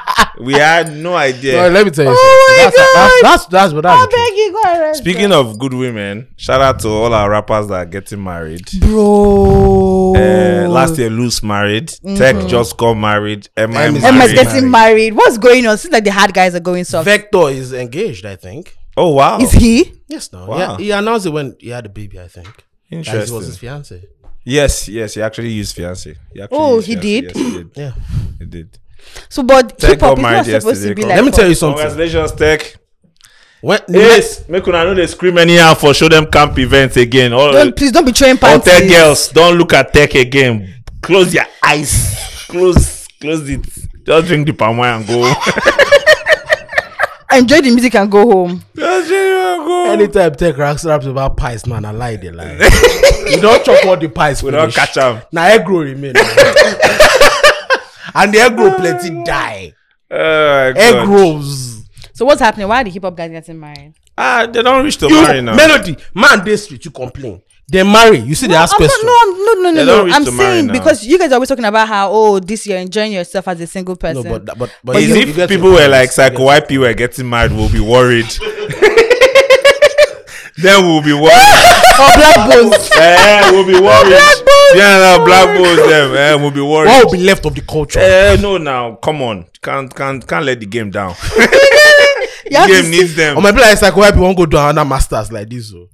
Speaker 3: have, we had no idea. We had no idea.
Speaker 2: No, let me tell you.
Speaker 1: Oh my
Speaker 2: something. that's, that's that's that's what
Speaker 1: I
Speaker 2: that's. the
Speaker 1: beg you, go arrest
Speaker 3: Speaking of good women, shout out to all our rappers that are getting married.
Speaker 1: bro.
Speaker 3: Uh, last year, Luce married. Tech just got married. Emma,
Speaker 2: Em
Speaker 3: Emma
Speaker 2: is
Speaker 1: Emma's
Speaker 2: married.
Speaker 1: getting married. What's going on? Seems like the hard guys are going
Speaker 2: truth.
Speaker 1: soft.
Speaker 2: Vector is engaged, I think.
Speaker 3: Oh wow!
Speaker 1: Is he?
Speaker 2: Yes, no.
Speaker 3: Wow.
Speaker 2: Yeah, he announced it when he had a baby, I think. That it was his
Speaker 3: Interesting.
Speaker 2: fiance.
Speaker 3: Yes, yes, he actually used fiance. He actually
Speaker 1: Oh,
Speaker 3: used
Speaker 1: he
Speaker 3: fiancé.
Speaker 1: did?
Speaker 3: Yes, he did.
Speaker 2: Yeah.
Speaker 3: He did.
Speaker 1: So, but
Speaker 3: Tech
Speaker 1: hip hop is
Speaker 3: got
Speaker 1: not
Speaker 3: married
Speaker 1: supposed
Speaker 3: yesterday,
Speaker 1: to be
Speaker 3: come.
Speaker 1: like.
Speaker 2: Let me tell you
Speaker 1: pop.
Speaker 2: something.
Speaker 3: Congratulations, Tech.
Speaker 2: When,
Speaker 3: Yes, make una no dey scream anyhow for show them camp events again. All,
Speaker 1: Don't please don't be throwing
Speaker 3: all
Speaker 1: panties.
Speaker 3: tech girls, don't look at Tech again. Close your eyes. Close, close it. Just drink the palm wine and go.
Speaker 1: Enjoy the music and go home.
Speaker 3: Just drink and go.
Speaker 2: Anytime Tech raps raps about pies, man, I lie they lie. you don't chop all the pies.
Speaker 3: We don't catch them.
Speaker 2: Now egg roll remain. and the egg roll plenty die.
Speaker 3: Oh my
Speaker 2: Egg
Speaker 3: God.
Speaker 2: rolls.
Speaker 1: So what's happening? Why are the hip hop guys getting married?
Speaker 3: Ah, they don't reach to
Speaker 2: You
Speaker 3: marry now.
Speaker 2: melody, man, they street you complain. They marry. You see, they ask
Speaker 1: I'm not,
Speaker 2: questions.
Speaker 1: no, I'm, no, no,
Speaker 3: They
Speaker 1: no,
Speaker 3: don't
Speaker 1: no.
Speaker 3: reach
Speaker 1: I'm
Speaker 3: to marry
Speaker 1: saying
Speaker 3: now.
Speaker 1: because you guys are always talking about how oh this year enjoying yourself as a single
Speaker 2: No,
Speaker 1: person.
Speaker 2: but but but,
Speaker 3: Is
Speaker 2: you- you
Speaker 3: if
Speaker 2: get
Speaker 3: people
Speaker 2: your
Speaker 3: were like
Speaker 2: points. You get
Speaker 3: psycho white people were getting married, we'll be worried. then we'll be worried.
Speaker 2: Oh,
Speaker 1: or black bones.
Speaker 3: eh, we'll be worried. Yeah, no, black boys them. Eh, we'll be worried.
Speaker 2: what will be left of the culture?
Speaker 3: Eh, no, now come on, can't can't can't let the game down.
Speaker 1: You have to
Speaker 3: game
Speaker 1: see-
Speaker 3: needs them. Um,
Speaker 2: Or my people like psycho white people won't go do another masters like this. Oh.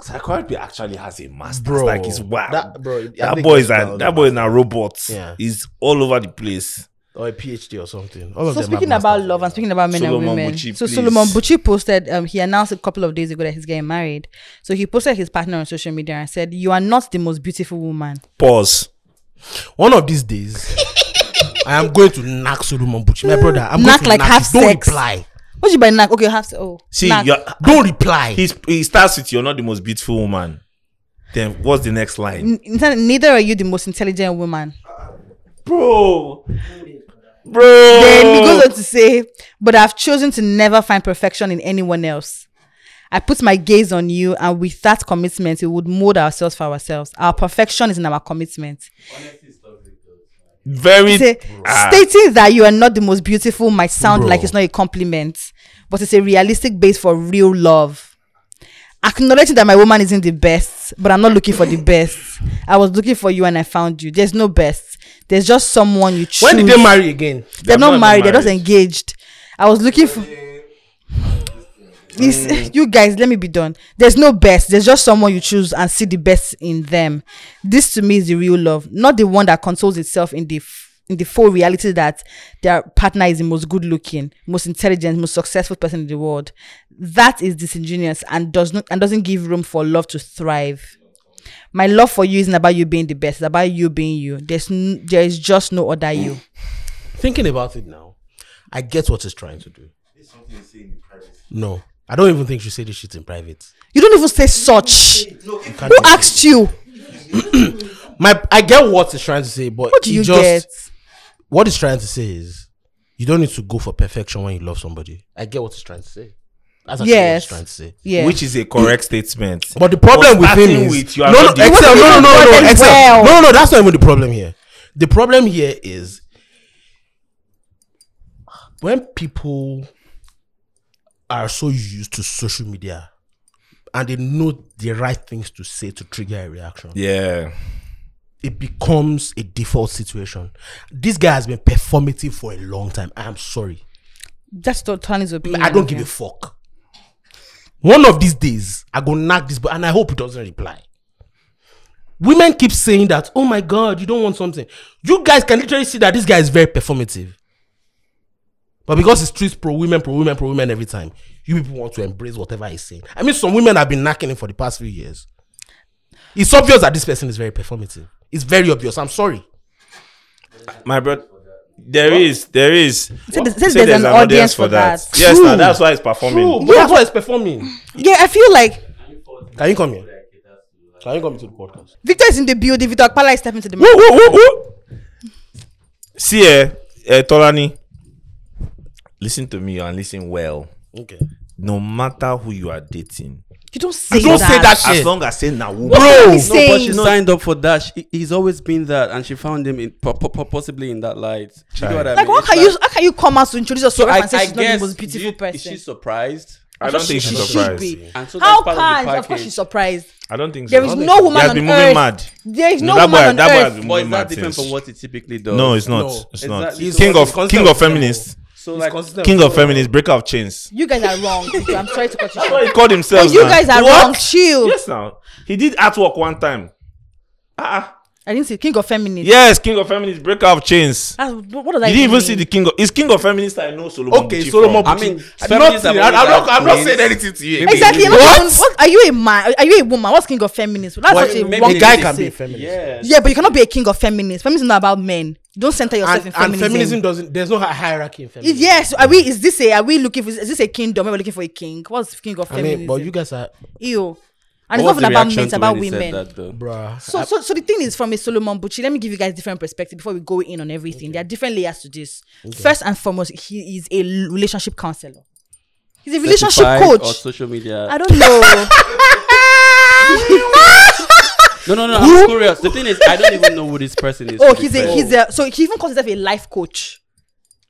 Speaker 3: Psychotherapy actually has a master.
Speaker 2: Bro,
Speaker 3: like it's wow.
Speaker 2: that-
Speaker 3: That,
Speaker 2: bro, I think
Speaker 3: boy is
Speaker 2: it's
Speaker 3: a,
Speaker 2: wild.
Speaker 3: that boy is a robot.
Speaker 2: Yeah.
Speaker 3: He's all over the place.
Speaker 2: or a PhD or something. All of
Speaker 1: So
Speaker 2: them have
Speaker 1: speaking about
Speaker 2: masters.
Speaker 1: love and speaking about men
Speaker 3: Solomon
Speaker 1: and women,
Speaker 3: Bucci,
Speaker 1: so
Speaker 3: please.
Speaker 1: Solomon Bucci posted. Um, he announced a couple of days ago that he's getting married. So he posted his partner on social media and said, "You are not the most beautiful woman."
Speaker 3: Pause.
Speaker 2: One of these days, I am going to knock Solomon Bucci. My brother, I'm
Speaker 1: Knock
Speaker 2: going to
Speaker 1: Mm. like
Speaker 2: knock
Speaker 1: have
Speaker 2: you. Don't
Speaker 1: sex.
Speaker 2: reply.
Speaker 1: What you by knack? Okay, you have to. Oh,
Speaker 3: See,
Speaker 1: knack.
Speaker 3: you're,
Speaker 2: Don't reply.
Speaker 3: he's, he starts with you're not the most beautiful woman. Then what's the next line?
Speaker 1: N- n- neither are you the most intelligent woman.
Speaker 3: Bro. Bro.
Speaker 1: Then he
Speaker 2: Oh.
Speaker 1: goes on to say, But I've chosen to never find perfection in anyone else. I put my gaze on you, and with that commitment, we would mold ourselves for ourselves. Our perfection is in our commitment.
Speaker 3: Very
Speaker 1: Say,
Speaker 3: Ah.
Speaker 1: Stating that you are not the most beautiful might sound
Speaker 2: Bro.
Speaker 1: like it's not a compliment, but it's a realistic base for real love. Acknowledging that my woman isn't the best, but I'm not looking for the best. I was looking for you and I found you. There's no best. There's just someone you choose.
Speaker 2: when did they marry again?
Speaker 1: They're,
Speaker 3: They're
Speaker 1: not,
Speaker 3: not
Speaker 1: married, They're just
Speaker 3: married.
Speaker 1: engaged. I was looking for. This, you guys, let me be done. There's no best. There's just someone you choose and see the best in them. This to me is the real love, not the one that consoles itself in the f- in the full reality that their partner is the most good looking, most intelligent, most successful person in the world. That is disingenuous and does not and doesn't give room for love to thrive my love for you isn't about you being the best it's about you being you there's n- there is just no other you
Speaker 2: Thinking about it now, I get what he's trying to do. No, I don't even think she said this shit in private.
Speaker 1: you don't even say such who asked you what
Speaker 2: My, I get what he's trying to say, but
Speaker 1: do
Speaker 2: he
Speaker 1: you
Speaker 2: just,
Speaker 1: get
Speaker 2: What he's trying to say is, you don't need to go for perfection when you love somebody. I get what he's trying to say. That's actually
Speaker 1: Yes.
Speaker 2: what he's trying to say.
Speaker 1: yeah
Speaker 3: which is a correct statement.
Speaker 2: But the problem with
Speaker 3: starting
Speaker 2: him is
Speaker 3: with you
Speaker 2: no,
Speaker 3: are
Speaker 2: no,
Speaker 3: not the- It
Speaker 2: Excel,
Speaker 1: wasn't
Speaker 2: no, no,
Speaker 1: even
Speaker 2: no, no,
Speaker 1: gotten
Speaker 2: Excel.
Speaker 1: well.
Speaker 2: no, no, no. That's not even the problem here. The problem here is when people are so used to social media and they know the right things to say to trigger a reaction,
Speaker 4: Yeah.
Speaker 2: it becomes a default situation. This guy has been performative for a long time. I am sorry.
Speaker 1: that's not Tony's opinion
Speaker 2: I don't give a fuck. One of these days, I go knock this boy, and I hope he doesn't reply. Women keep saying that, oh my god, you don't want something. You guys can literally see that this guy is very performative. But because he's treats pro women, pro women, pro women every time, you people want to embrace whatever he's saying. I mean, some women have been knocking him for the past few years. It's obvious that this person is very performative. It's very obvious. I'm sorry.
Speaker 3: my brother there is there is
Speaker 1: Say there's- says there's an audience for that.
Speaker 3: yes
Speaker 2: True.
Speaker 3: now that's why it's performing
Speaker 2: True, but that's why he's performing.
Speaker 1: yeah I feel like
Speaker 2: Can you come here? Can you come to the podcast?
Speaker 1: Victor is in the building Victor Akpala is stepping to the mic
Speaker 3: Woo, woo, woo, woo. see eh, eh tolani listen to me and listen well
Speaker 2: Okay.
Speaker 3: no matter who you are dating
Speaker 1: you don't say
Speaker 2: don't
Speaker 1: that
Speaker 2: say that shit.
Speaker 3: as long as say na woman
Speaker 1: What
Speaker 2: Bro,
Speaker 1: is
Speaker 5: No, but
Speaker 1: saying
Speaker 5: she signed up for that. She, he's always been that, and she found him in, po- po- po- possibly in that light. You know what I
Speaker 1: like
Speaker 5: mean?
Speaker 1: what
Speaker 5: It's
Speaker 1: can you how can you come out to introduce yourself
Speaker 5: I,
Speaker 1: and say
Speaker 5: I
Speaker 1: she's not
Speaker 5: guess
Speaker 1: the most
Speaker 5: do
Speaker 1: beautiful
Speaker 5: you- Is
Speaker 1: person
Speaker 5: she surprised?
Speaker 3: i don't think
Speaker 1: She
Speaker 3: she's
Speaker 1: should
Speaker 3: surprised
Speaker 1: be.
Speaker 5: And so
Speaker 1: how
Speaker 5: that's part of the
Speaker 1: can of course
Speaker 5: package.
Speaker 1: she's surprised
Speaker 3: i don't think
Speaker 1: there
Speaker 3: so
Speaker 1: is
Speaker 2: think
Speaker 1: no
Speaker 2: so.
Speaker 1: woman
Speaker 3: He has
Speaker 1: on
Speaker 3: been moving
Speaker 1: earth
Speaker 3: mad.
Speaker 1: there is no
Speaker 3: that
Speaker 1: woman
Speaker 3: boy,
Speaker 1: on
Speaker 3: that boy has
Speaker 1: earth
Speaker 3: been
Speaker 5: But
Speaker 3: moving
Speaker 5: is that
Speaker 3: mad
Speaker 5: different
Speaker 3: since.
Speaker 5: from what it typically does?
Speaker 3: no it's not
Speaker 2: No,
Speaker 3: it's
Speaker 5: it's
Speaker 3: not
Speaker 5: not- it's
Speaker 3: king
Speaker 2: not-
Speaker 3: of
Speaker 2: it's constant-
Speaker 3: king of feminists
Speaker 5: So like,
Speaker 3: king of feminists break out chains
Speaker 1: you guys are wrong Victor. I'm sorry to cut you
Speaker 3: That's why
Speaker 1: short
Speaker 3: he called himself
Speaker 1: but you
Speaker 3: now.
Speaker 1: guys are
Speaker 3: What?
Speaker 1: wrong chill
Speaker 3: yes now he did artwork one time ah uh
Speaker 1: I didn't say king of feminists
Speaker 3: yes king of feminists break out chains
Speaker 1: That's, what what does that
Speaker 3: you didn't even
Speaker 1: mean?
Speaker 3: see the king of is king of feminists i know solomon
Speaker 2: Okay,
Speaker 3: Bucci
Speaker 2: Solomon
Speaker 3: from.
Speaker 5: I mean,
Speaker 2: I'm
Speaker 5: feminists
Speaker 2: not, I'm
Speaker 5: have
Speaker 2: not,
Speaker 5: always had
Speaker 2: I'm not
Speaker 5: twins.
Speaker 2: saying anything to you.
Speaker 5: Maybe-
Speaker 1: Exactly. you're not
Speaker 2: What?
Speaker 1: even- What? Are you a man? Are you a woman? What's king of feminism? That's
Speaker 5: Well,
Speaker 1: such a
Speaker 5: maybe
Speaker 1: wrong
Speaker 5: the
Speaker 1: thing
Speaker 5: guy
Speaker 1: to
Speaker 2: can be
Speaker 1: say.
Speaker 2: a feminist.
Speaker 5: Yeah.
Speaker 1: Yeah, but you cannot be a king of feminists. Feminism is not about men. Don't center yourself
Speaker 2: And,
Speaker 1: in
Speaker 2: and
Speaker 1: feminism.
Speaker 2: feminism. doesn't. There's no hi- hierarchy in
Speaker 1: Is-
Speaker 2: feminism.
Speaker 1: Yes, are we? Is this a? Are we looking for? Is this a kingdom? Are we looking for a king? What's king of
Speaker 2: I
Speaker 1: feminism?
Speaker 2: mean, but you guys are,
Speaker 1: Ew. And it's
Speaker 5: What
Speaker 1: not
Speaker 5: was the
Speaker 1: even about
Speaker 5: reaction
Speaker 1: men. It's
Speaker 5: to
Speaker 1: about
Speaker 5: when he said
Speaker 1: women.
Speaker 5: that, though?
Speaker 2: bruh.
Speaker 1: So, so, so the thing is from a Solomon Bucci. Let me give you guys different perspective before we go in on everything. There are different layers to this. First and foremost, he is a l- relationship counselor. He's a relationship
Speaker 5: Certified
Speaker 1: coach.
Speaker 5: or social media.
Speaker 1: I don't know.
Speaker 5: No, no, no. I'm curious. The thing is, I don't even know who this person is.
Speaker 1: oh,
Speaker 5: to be
Speaker 1: he's
Speaker 5: fair.
Speaker 1: a he's a so he even calls himself a life coach.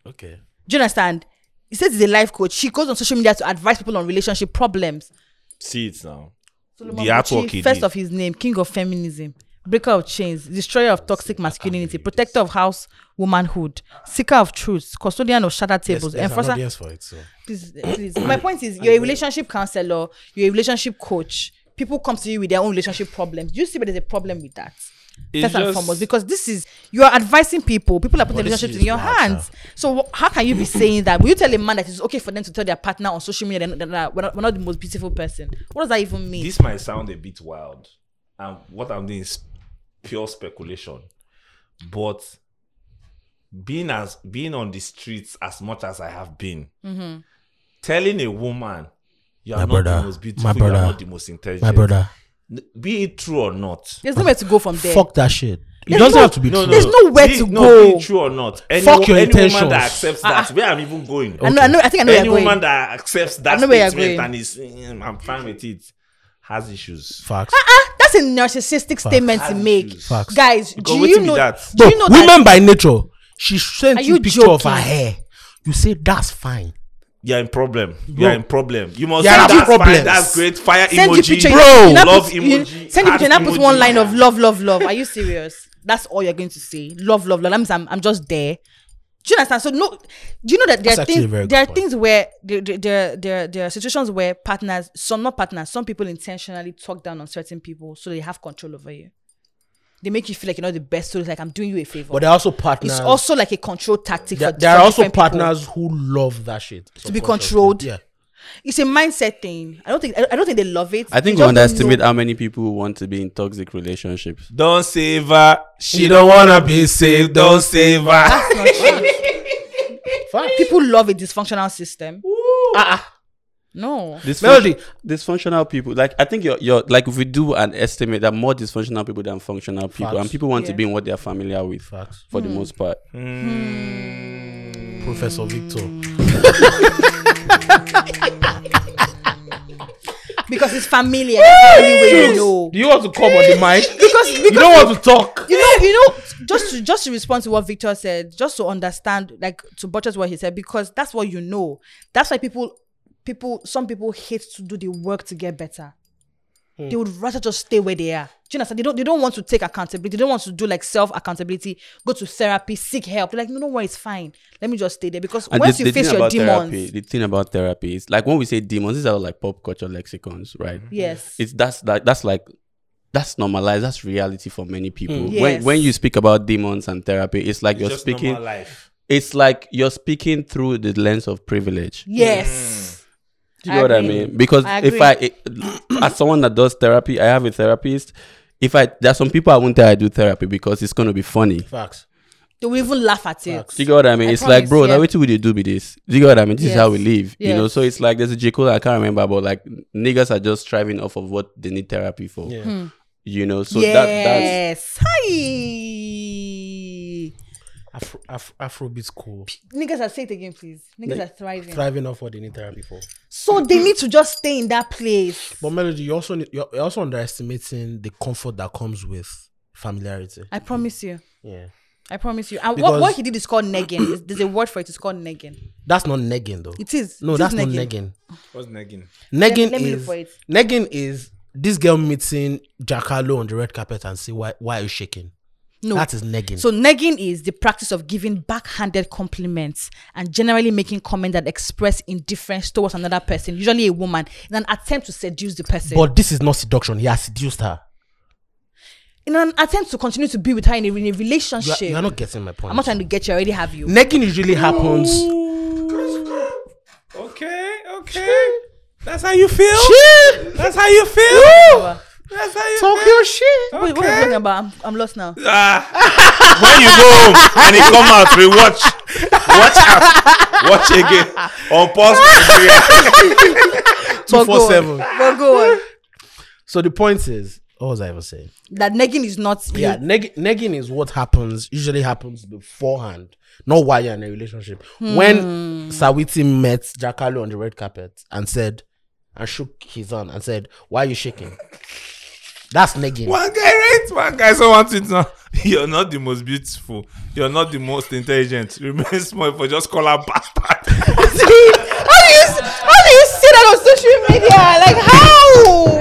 Speaker 2: Okay.
Speaker 1: Do you understand? He says he's a life coach. She goes on social media to advise people on relationship problems.
Speaker 3: see it now
Speaker 1: Solomon
Speaker 3: The artwork
Speaker 1: Bucci,
Speaker 3: he
Speaker 1: first
Speaker 3: did.
Speaker 1: of his name, king of feminism, breaker of chains, destroyer of toxic masculinity, protector of house womanhood, seeker of truth, custodian of shattered tables, enforcer.
Speaker 2: audience for it. So
Speaker 1: Please, please. My point is, you're a relationship counselor, you're a relationship coach. people come to you with their own relationship problems. Do you see where there's a problem with that?
Speaker 4: It's
Speaker 1: First and
Speaker 4: just-
Speaker 1: foremost, because this is you are advising people. People are putting
Speaker 2: this
Speaker 1: relationships
Speaker 2: is
Speaker 1: in your
Speaker 2: bad,
Speaker 1: hands. So wh- how can you be saying that? Will you tell a man that it's okay for them to tell their partner on social media that, that we're, not, we're not the most beautiful person? What does that even mean?
Speaker 3: This might sound a bit wild, and what I'm doing is pure speculation. But being as being on the streets as much as I have been,
Speaker 1: Mm-hmm.
Speaker 3: telling a woman you are
Speaker 2: My
Speaker 3: not
Speaker 2: brother,
Speaker 3: the most
Speaker 2: my
Speaker 3: beautiful, you
Speaker 2: brother,
Speaker 3: are not the most intelligent,
Speaker 2: My brother,
Speaker 3: N- be it true or not.
Speaker 1: There's nowhere to go from there.
Speaker 2: fuck that shit. It
Speaker 1: There's
Speaker 2: doesn't
Speaker 1: no-
Speaker 2: have to be
Speaker 1: no,
Speaker 2: true.
Speaker 1: There's nowhere
Speaker 3: be,
Speaker 1: to
Speaker 3: no,
Speaker 1: go.
Speaker 3: Be it true or not. Any,
Speaker 2: Fuck your
Speaker 3: any woman
Speaker 2: intentions.
Speaker 3: that accepts that, where I'm even going.
Speaker 1: Ah, I know, I know. I think I know. where
Speaker 3: any
Speaker 1: you're going.
Speaker 3: woman that accepts that
Speaker 1: I know where you're
Speaker 3: statement
Speaker 1: going.
Speaker 3: and is "Mm, I'm fine with it has issues.
Speaker 2: Facts.
Speaker 1: Ah, that's a narcissistic statement to
Speaker 3: Has
Speaker 1: make.
Speaker 3: issues.
Speaker 2: Facts.
Speaker 1: Guys,
Speaker 3: Because
Speaker 1: do
Speaker 3: wetin
Speaker 1: you
Speaker 3: be
Speaker 1: know?
Speaker 3: that?
Speaker 1: Do
Speaker 2: Bro,
Speaker 1: you know that?
Speaker 2: women by nature, she sent
Speaker 1: Are
Speaker 2: you
Speaker 1: you
Speaker 2: picture of her
Speaker 1: joking?
Speaker 2: hair. You say that's fine,
Speaker 3: You're in problem. You're in problem. You must
Speaker 2: You
Speaker 3: say
Speaker 2: have
Speaker 3: that's
Speaker 2: problems.
Speaker 3: fine. That's great. Fire
Speaker 1: Send you
Speaker 3: emoji.
Speaker 1: picture,
Speaker 2: Bro.
Speaker 1: you now
Speaker 3: love
Speaker 1: put, you-
Speaker 3: emoji.
Speaker 1: send you
Speaker 3: heart
Speaker 1: picture, and put
Speaker 3: emoji.
Speaker 1: one line of love, love, love. Are you serious? That's all you're going to say. Love, love, love. That means I'm, I'm just there. Do you understand? So no, do you know that there
Speaker 2: That's
Speaker 1: are
Speaker 2: actually a
Speaker 1: things there
Speaker 2: very good
Speaker 1: are
Speaker 2: point.
Speaker 1: things where there, there- there, there, there are situations where partners, some not partners, some people intentionally talk down on certain people so they have control over you. They make you feel like you're not the best, so it's like I'm doing you a favor.
Speaker 2: but there are also partners.
Speaker 1: it's also like a control tactic.
Speaker 2: there,
Speaker 1: for
Speaker 2: there
Speaker 1: for
Speaker 2: are also
Speaker 1: different people.
Speaker 2: partners who love that shit
Speaker 1: To be
Speaker 2: subconsciously.
Speaker 1: controlled.
Speaker 2: Yeah,
Speaker 1: It's a mindset thing. I don't think I, I don't think they love it.
Speaker 5: I think
Speaker 1: They
Speaker 5: we
Speaker 1: just don't
Speaker 5: underestimate
Speaker 1: know.
Speaker 5: how many people who want to be in toxic relationships.
Speaker 3: Don't save her. She
Speaker 4: don't wanna be saved. Don't save her.
Speaker 1: That's not true.
Speaker 2: Facts.
Speaker 1: People love a dysfunctional system.
Speaker 2: Ah,
Speaker 1: No.
Speaker 5: Dysfunction-
Speaker 2: Melody.
Speaker 5: dysfunctional people. Like I think you're, you're like if we do an estimate, there are more dysfunctional people than functional people,
Speaker 2: Facts.
Speaker 5: and people want
Speaker 1: Yeah. Hmm.
Speaker 5: to be in what they are familiar with
Speaker 2: facts.
Speaker 5: for the most part.
Speaker 2: Professor Victor.
Speaker 1: Because it's familiar. That's the only way you know.
Speaker 2: Do you want to come on the mic?
Speaker 1: Because because
Speaker 2: You don't want to talk.
Speaker 1: you know, you know, just to just to respond to what Victor said, just to understand, like to buttress what he said, because that's what you know. That's why people people some people hate to do the work to get better. They would rather just stay where they are. Do you understand? They don't they don't want to take accountability. They don't want to do like self-accountability, go to therapy, seek help. They're like, no, no worry, it's fine. Let me just stay there. Because
Speaker 5: And
Speaker 1: once
Speaker 5: the,
Speaker 1: you
Speaker 5: the
Speaker 1: face
Speaker 5: thing
Speaker 1: your
Speaker 5: about
Speaker 1: demons,
Speaker 5: therapy, the thing about therapy is like when we say demons, these are like pop culture lexicons, right?
Speaker 1: Hmm. yes.
Speaker 5: It's that's that that's like that's normalized. That's reality for many people. When
Speaker 1: Hmm. Yes.
Speaker 5: when you speak about demons and therapy, it's like you're
Speaker 3: just
Speaker 5: speaking.
Speaker 3: normal life.
Speaker 5: It's like you're speaking through the lens of privilege.
Speaker 2: Mm.
Speaker 1: Yes.
Speaker 5: Do you know what I
Speaker 1: agree.
Speaker 5: mean? Because
Speaker 1: I
Speaker 5: if
Speaker 1: agree.
Speaker 5: I, it, as someone that does therapy, I have a therapist. If I, there are some people I won't tell I do therapy because it's gonna be funny.
Speaker 2: Facts.
Speaker 1: They will even laugh at it.
Speaker 2: Facts.
Speaker 5: Do you get what I mean?
Speaker 1: I
Speaker 5: it's
Speaker 1: promise,
Speaker 5: like, bro,
Speaker 1: yeah.
Speaker 5: now what would you do with this? Do you get what I mean? This is how we
Speaker 1: Yes.
Speaker 5: live, you know. So
Speaker 1: Yes.
Speaker 5: it's like there's a J Cole I can't remember, but like niggas are just striving off of what they need therapy for,
Speaker 2: Yeah.
Speaker 5: you know. So that
Speaker 1: yes. Hi.
Speaker 2: Afro, Afro, Afrobeat's cool.
Speaker 1: Niggas are say it again, please. Niggas are thriving.
Speaker 2: Thriving off what they need therapy for.
Speaker 1: So they need to just stay in that place.
Speaker 2: But Melody, you also need, you're, you're also underestimating the comfort that comes with familiarity.
Speaker 1: I promise you.
Speaker 2: Yeah.
Speaker 1: I promise you. And what,
Speaker 2: Because-
Speaker 1: what he did is called negging. There's- There's a word for it. It's called negging.
Speaker 2: That's not negging though.
Speaker 1: It is.
Speaker 2: no,
Speaker 1: It is
Speaker 2: that's
Speaker 1: negging.
Speaker 2: not negging.
Speaker 3: What's negging?
Speaker 2: Negging
Speaker 1: Let- let me look
Speaker 2: is
Speaker 1: for it.
Speaker 2: negging is this girl meeting Giancarlo on the red carpet and say why why are you shaking?
Speaker 1: No.
Speaker 2: That is negging.
Speaker 1: So negging is the practice of giving backhanded compliments and generally making comments that express indifference towards another person, usually a woman, in an attempt to seduce the person.
Speaker 2: but this is not seduction. He has seduced her.
Speaker 1: in an attempt to continue to be with her in a, in a
Speaker 2: You are,
Speaker 1: relationship.
Speaker 2: you are not getting my point.
Speaker 1: I'm not trying to get you. I already have you.
Speaker 2: Negging usually happens.
Speaker 3: Okay, okay. That's how you feel.
Speaker 2: Shit!
Speaker 3: That's how you feel.
Speaker 1: Talk
Speaker 3: That's how you
Speaker 2: Tokyo shit.
Speaker 1: Wait, what are you talking about? I'm, I'm lost now.
Speaker 3: when you go home and it come out, we watch. Watch out. Watch again. On pause.
Speaker 1: But go on.
Speaker 2: 247.
Speaker 1: But go on.
Speaker 2: So the point is, what was I even saying?
Speaker 1: That negging is not.
Speaker 2: Yeah,
Speaker 1: you.
Speaker 2: neg- negging is what happens usually happens beforehand, not while you're in a relationship.
Speaker 1: Hmm.
Speaker 2: When Sawiti met Jakalo on the red carpet and said, and shook his hand and said, "Why are you shaking?" That's negging.
Speaker 3: One guy right, one guy so wants it now. You're not the most beautiful. You're not the most intelligent. Remain small for just call her bastard.
Speaker 1: how do you s- how do you see that on social media? Like how?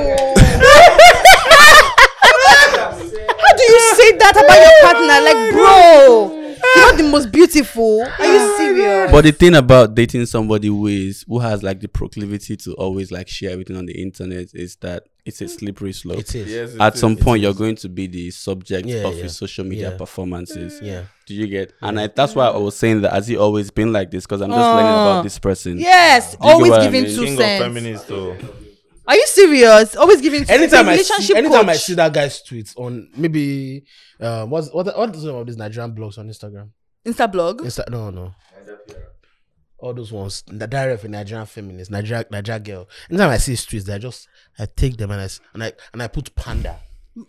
Speaker 1: how do you say that about your partner? Like bro, you're not the most beautiful. Are you serious?
Speaker 5: But the thing about dating somebody who is who has like the proclivity to always like share everything on the internet is that it's a slippery slope.
Speaker 2: It is.
Speaker 4: Yes, it
Speaker 5: At
Speaker 4: is.
Speaker 5: some point, you're going to be the subject
Speaker 2: Yeah,
Speaker 5: of
Speaker 2: yeah.
Speaker 5: his social media
Speaker 2: Yeah.
Speaker 5: performances.
Speaker 2: Yeah.
Speaker 5: Do you get? And I, that's why I was saying that has he always been like this? Because I'm just learning
Speaker 1: Oh.
Speaker 4: Ah.
Speaker 5: about this person.
Speaker 1: Yes,
Speaker 5: you
Speaker 1: always
Speaker 5: what I
Speaker 2: eh?
Speaker 1: giving
Speaker 5: mean?
Speaker 1: two
Speaker 3: King of
Speaker 1: cents.
Speaker 3: feminists, though.
Speaker 1: Are you serious? Always giving two
Speaker 2: Anytime I
Speaker 1: relationship
Speaker 2: see, anytime I
Speaker 1: coach.
Speaker 2: see that guy's tweets on maybe uh, what's what what's the name of these Nigerian blogs on Instagram?
Speaker 1: Insta blog.
Speaker 2: Insta no no. All those ones, the diary of a Nigerian feminist, Nigeria, Nigeria girl. Anytime I see his tweets, I just I take them and I s- and I and I put panda.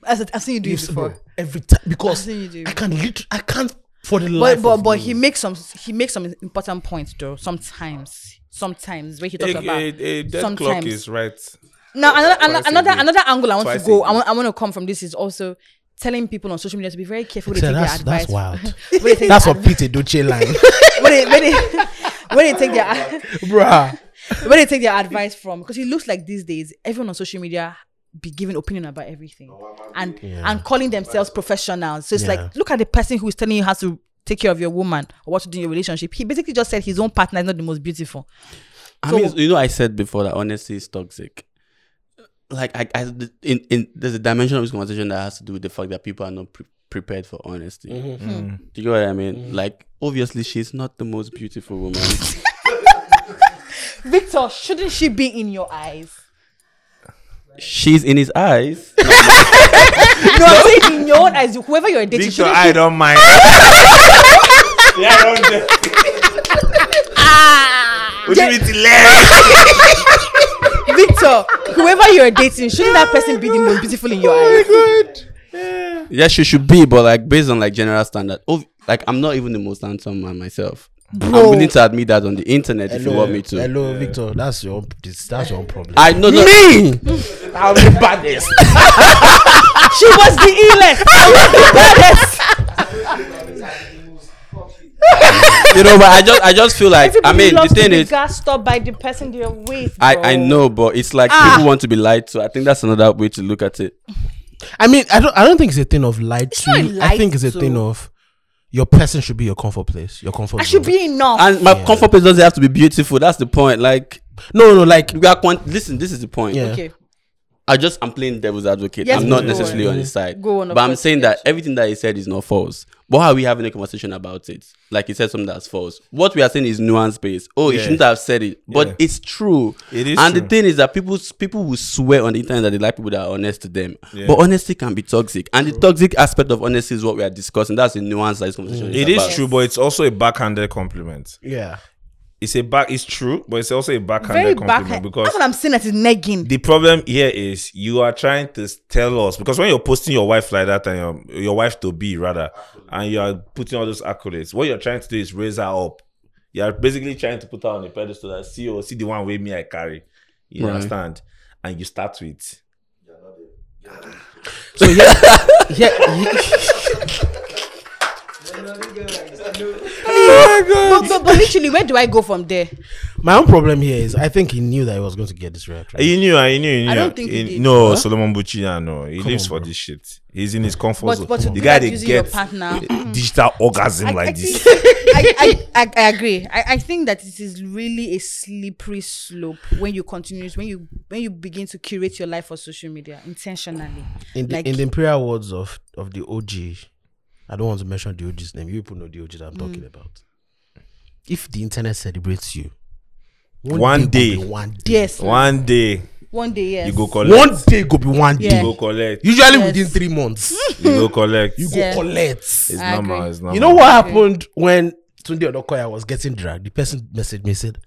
Speaker 1: As I- I've seen you do it
Speaker 2: Yes, bro,
Speaker 1: before.
Speaker 2: every time
Speaker 1: I've
Speaker 2: because
Speaker 1: seen you do it
Speaker 2: I can't lit- I can't for the
Speaker 1: But
Speaker 2: life.
Speaker 1: but
Speaker 2: of
Speaker 1: but
Speaker 2: me.
Speaker 1: he makes some he makes some important points though. Sometimes sometimes when he talks
Speaker 4: A-
Speaker 1: about
Speaker 4: a- a dead clock
Speaker 1: sometimes.
Speaker 4: is right.
Speaker 1: Now, another,
Speaker 4: Twice a
Speaker 1: another,
Speaker 4: day.
Speaker 1: another angle I want
Speaker 4: Twice
Speaker 1: to
Speaker 4: a
Speaker 1: go,
Speaker 4: day.
Speaker 1: I want, I want to come from this is also telling people on social media to be very careful. When they
Speaker 2: So
Speaker 1: take their
Speaker 2: that's
Speaker 1: advice.
Speaker 2: that's wild.
Speaker 1: When they take
Speaker 2: that's
Speaker 1: their
Speaker 2: what Peter Duce line,
Speaker 1: advi- when, they, when, they, when they take their
Speaker 2: bruh.
Speaker 1: when they take their advice from because it looks like these days everyone on social media be giving opinion about everything
Speaker 5: Oh,
Speaker 1: and
Speaker 2: Yeah.
Speaker 1: and calling themselves professionals. So it's
Speaker 2: Yeah.
Speaker 1: like look at the person who is telling you how to take care of your woman or what to do in your relationship. He basically just said his own partner is not the most beautiful.
Speaker 5: I
Speaker 1: So-
Speaker 5: mean, you know, I said before that honesty is toxic. Like, I, I in, in there's a dimension of this conversation that has to do with the fact that people are not pre- prepared for honesty. Do you know what I mean? Like, obviously, she's not the most beautiful woman.
Speaker 1: Victor, shouldn't she be in your eyes?
Speaker 5: she's in his eyes.
Speaker 1: No, I'm saying in your own eyes. Whoever you're dating,
Speaker 3: Victor,
Speaker 1: shouldn't
Speaker 3: I don't mind. yeah, I don't mind.
Speaker 1: Ah.
Speaker 3: Would you be the left?
Speaker 1: Victor, whoever you're dating, shouldn't that person be the most beautiful in your eyes?
Speaker 5: yeah, she should be, but like based on like general standard. Ov- like, I'm not even the most handsome man myself. I'm willing to admit that on the internet if you want me to.
Speaker 2: Hello, Victor. That's your own- this, that's your own problem.
Speaker 5: I know no,
Speaker 2: me. I'm the baddest.
Speaker 1: She was the illest. I was the baddest.
Speaker 5: you know, but I just I just feel like I mean the thing is
Speaker 1: gas stopped by the person they're with.
Speaker 5: I, I know, but it's like
Speaker 1: Ah.
Speaker 5: people want to be lied to. I think that's another way to look at it.
Speaker 2: I mean, I don't. I don't think it's a thing of light.
Speaker 1: not a
Speaker 2: I
Speaker 1: light
Speaker 2: think it's a
Speaker 1: to.
Speaker 2: thing of your person should be your comfort place. Your comfort.
Speaker 1: I should
Speaker 2: zone.
Speaker 1: be enough.
Speaker 5: And my
Speaker 2: Yeah.
Speaker 5: comfort place doesn't have to be beautiful. That's the point. Like
Speaker 2: No, no, like
Speaker 5: we are quant- listen, this is the point.
Speaker 2: Yeah.
Speaker 1: okay.
Speaker 5: I just I'm playing devil's advocate.
Speaker 1: Yes,
Speaker 5: I'm not
Speaker 1: go
Speaker 5: necessarily
Speaker 1: on.
Speaker 5: on his side.
Speaker 1: Go on, of
Speaker 5: but I'm
Speaker 1: course,
Speaker 5: saying that everything that he said is not false. But how are we having a conversation about it? Like he said something that's false. What we are saying is nuance based. Oh, he
Speaker 3: Yeah.
Speaker 5: shouldn't have said it. But
Speaker 3: Yeah.
Speaker 5: it's true.
Speaker 3: It is
Speaker 5: And the
Speaker 3: true.
Speaker 5: thing is that people people will swear on the internet that they like people that are honest to them.
Speaker 3: Yeah.
Speaker 5: But honesty can be toxic. And the toxic aspect of honesty is what we are discussing. That's the nuance that this conversation is
Speaker 3: Mm. It is
Speaker 5: about.
Speaker 3: true, but it's also a backhanded compliment.
Speaker 2: yeah.
Speaker 3: It's a back. It's true, but it's also a
Speaker 1: Very
Speaker 3: backhanded
Speaker 1: back.
Speaker 3: compliment
Speaker 1: That's
Speaker 3: because
Speaker 1: what I'm saying. That is negging.
Speaker 3: the problem here is you are trying to s- tell us because when you're posting your wife like that and your, your wife to be rather, and you are putting all those accolades, what you're trying to do is raise her up. You are basically trying to put her on a pedestal that see oh see the one with me I carry. You
Speaker 5: Right.
Speaker 3: understand? And you start with
Speaker 2: So yeah, yeah.
Speaker 1: But, but, but literally, where do I go from there?
Speaker 2: My own problem here is I think he knew that he was going to get this reaction.
Speaker 3: He knew, he knew, he knew.
Speaker 1: I don't think he did.
Speaker 3: No, Solomon Buchina, no. He
Speaker 2: Come
Speaker 3: lives
Speaker 2: on,
Speaker 3: for
Speaker 2: bro.
Speaker 3: this shit. He's in his comfort
Speaker 1: But-
Speaker 3: zone.
Speaker 1: but to
Speaker 3: the
Speaker 1: do
Speaker 3: guy
Speaker 1: that
Speaker 3: that
Speaker 1: using your
Speaker 3: gets
Speaker 1: partner,
Speaker 3: digital orgasm like
Speaker 1: I
Speaker 3: this.
Speaker 1: Think, I, I, I, I agree. I, I think that it is really a slippery slope when you continue when you when you begin to curate your life for social media intentionally.
Speaker 2: in the,
Speaker 1: like-
Speaker 2: in the imperial words of of the OG, I don't want to mention the OG's name. You people know the OG that I'm talking
Speaker 1: Mm.
Speaker 2: about. If the internet celebrates you,
Speaker 3: One
Speaker 2: day,
Speaker 3: day.
Speaker 2: go be one day,
Speaker 1: Yes.
Speaker 3: One day
Speaker 1: One day, yes.
Speaker 3: Oh. you go collect.
Speaker 2: one day go be one
Speaker 1: Yeah.
Speaker 3: You
Speaker 2: day.
Speaker 3: go collect.
Speaker 2: Usually
Speaker 1: Yes. Mm.
Speaker 2: within three months,
Speaker 3: You go collect.
Speaker 2: you go
Speaker 1: Yeah.
Speaker 2: collect.
Speaker 3: It's
Speaker 1: I
Speaker 3: normal.
Speaker 1: agree.
Speaker 3: It's normal.
Speaker 2: You know what happened when Tunde Odokoya was getting dragged? The person messaged me said,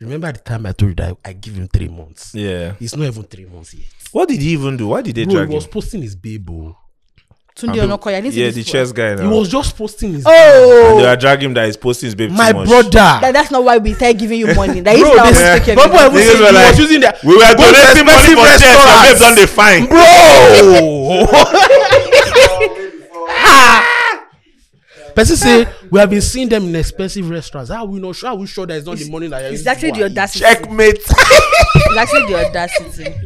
Speaker 2: "Remember the time I told you that I give him three months?
Speaker 3: Yeah.
Speaker 2: It's not even three months yet.
Speaker 3: What did he even do? Why did they
Speaker 2: Bro,
Speaker 3: drag
Speaker 2: he was
Speaker 3: him?
Speaker 2: posting his babe. oh.
Speaker 1: Tunde Onokoya. I didn't see
Speaker 3: Yeah,
Speaker 1: this
Speaker 3: the
Speaker 1: before.
Speaker 3: chess guy
Speaker 2: He
Speaker 3: now.
Speaker 2: was just posting his.
Speaker 3: and
Speaker 1: Oh,
Speaker 3: they are dragging him that he's posting his babe
Speaker 2: my
Speaker 3: too much.
Speaker 1: that,
Speaker 2: brother.
Speaker 1: that's not why we start giving you money. That is
Speaker 2: Bro,
Speaker 1: not
Speaker 2: this-
Speaker 1: yeah.
Speaker 2: Bro, boy, we
Speaker 3: Niggas
Speaker 2: said
Speaker 3: were
Speaker 2: he
Speaker 3: like,
Speaker 2: was using that.
Speaker 3: We were donating money for chess. Your babes on the fine.
Speaker 2: Bro. Person say we have been seeing them in expensive restaurants. How are we not sure? How are we sure that it's not the money that you're
Speaker 1: It's
Speaker 2: using
Speaker 1: actually
Speaker 2: for
Speaker 1: the
Speaker 2: our eat?
Speaker 1: audacity.
Speaker 3: Checkmate.
Speaker 1: It's actually the audacity.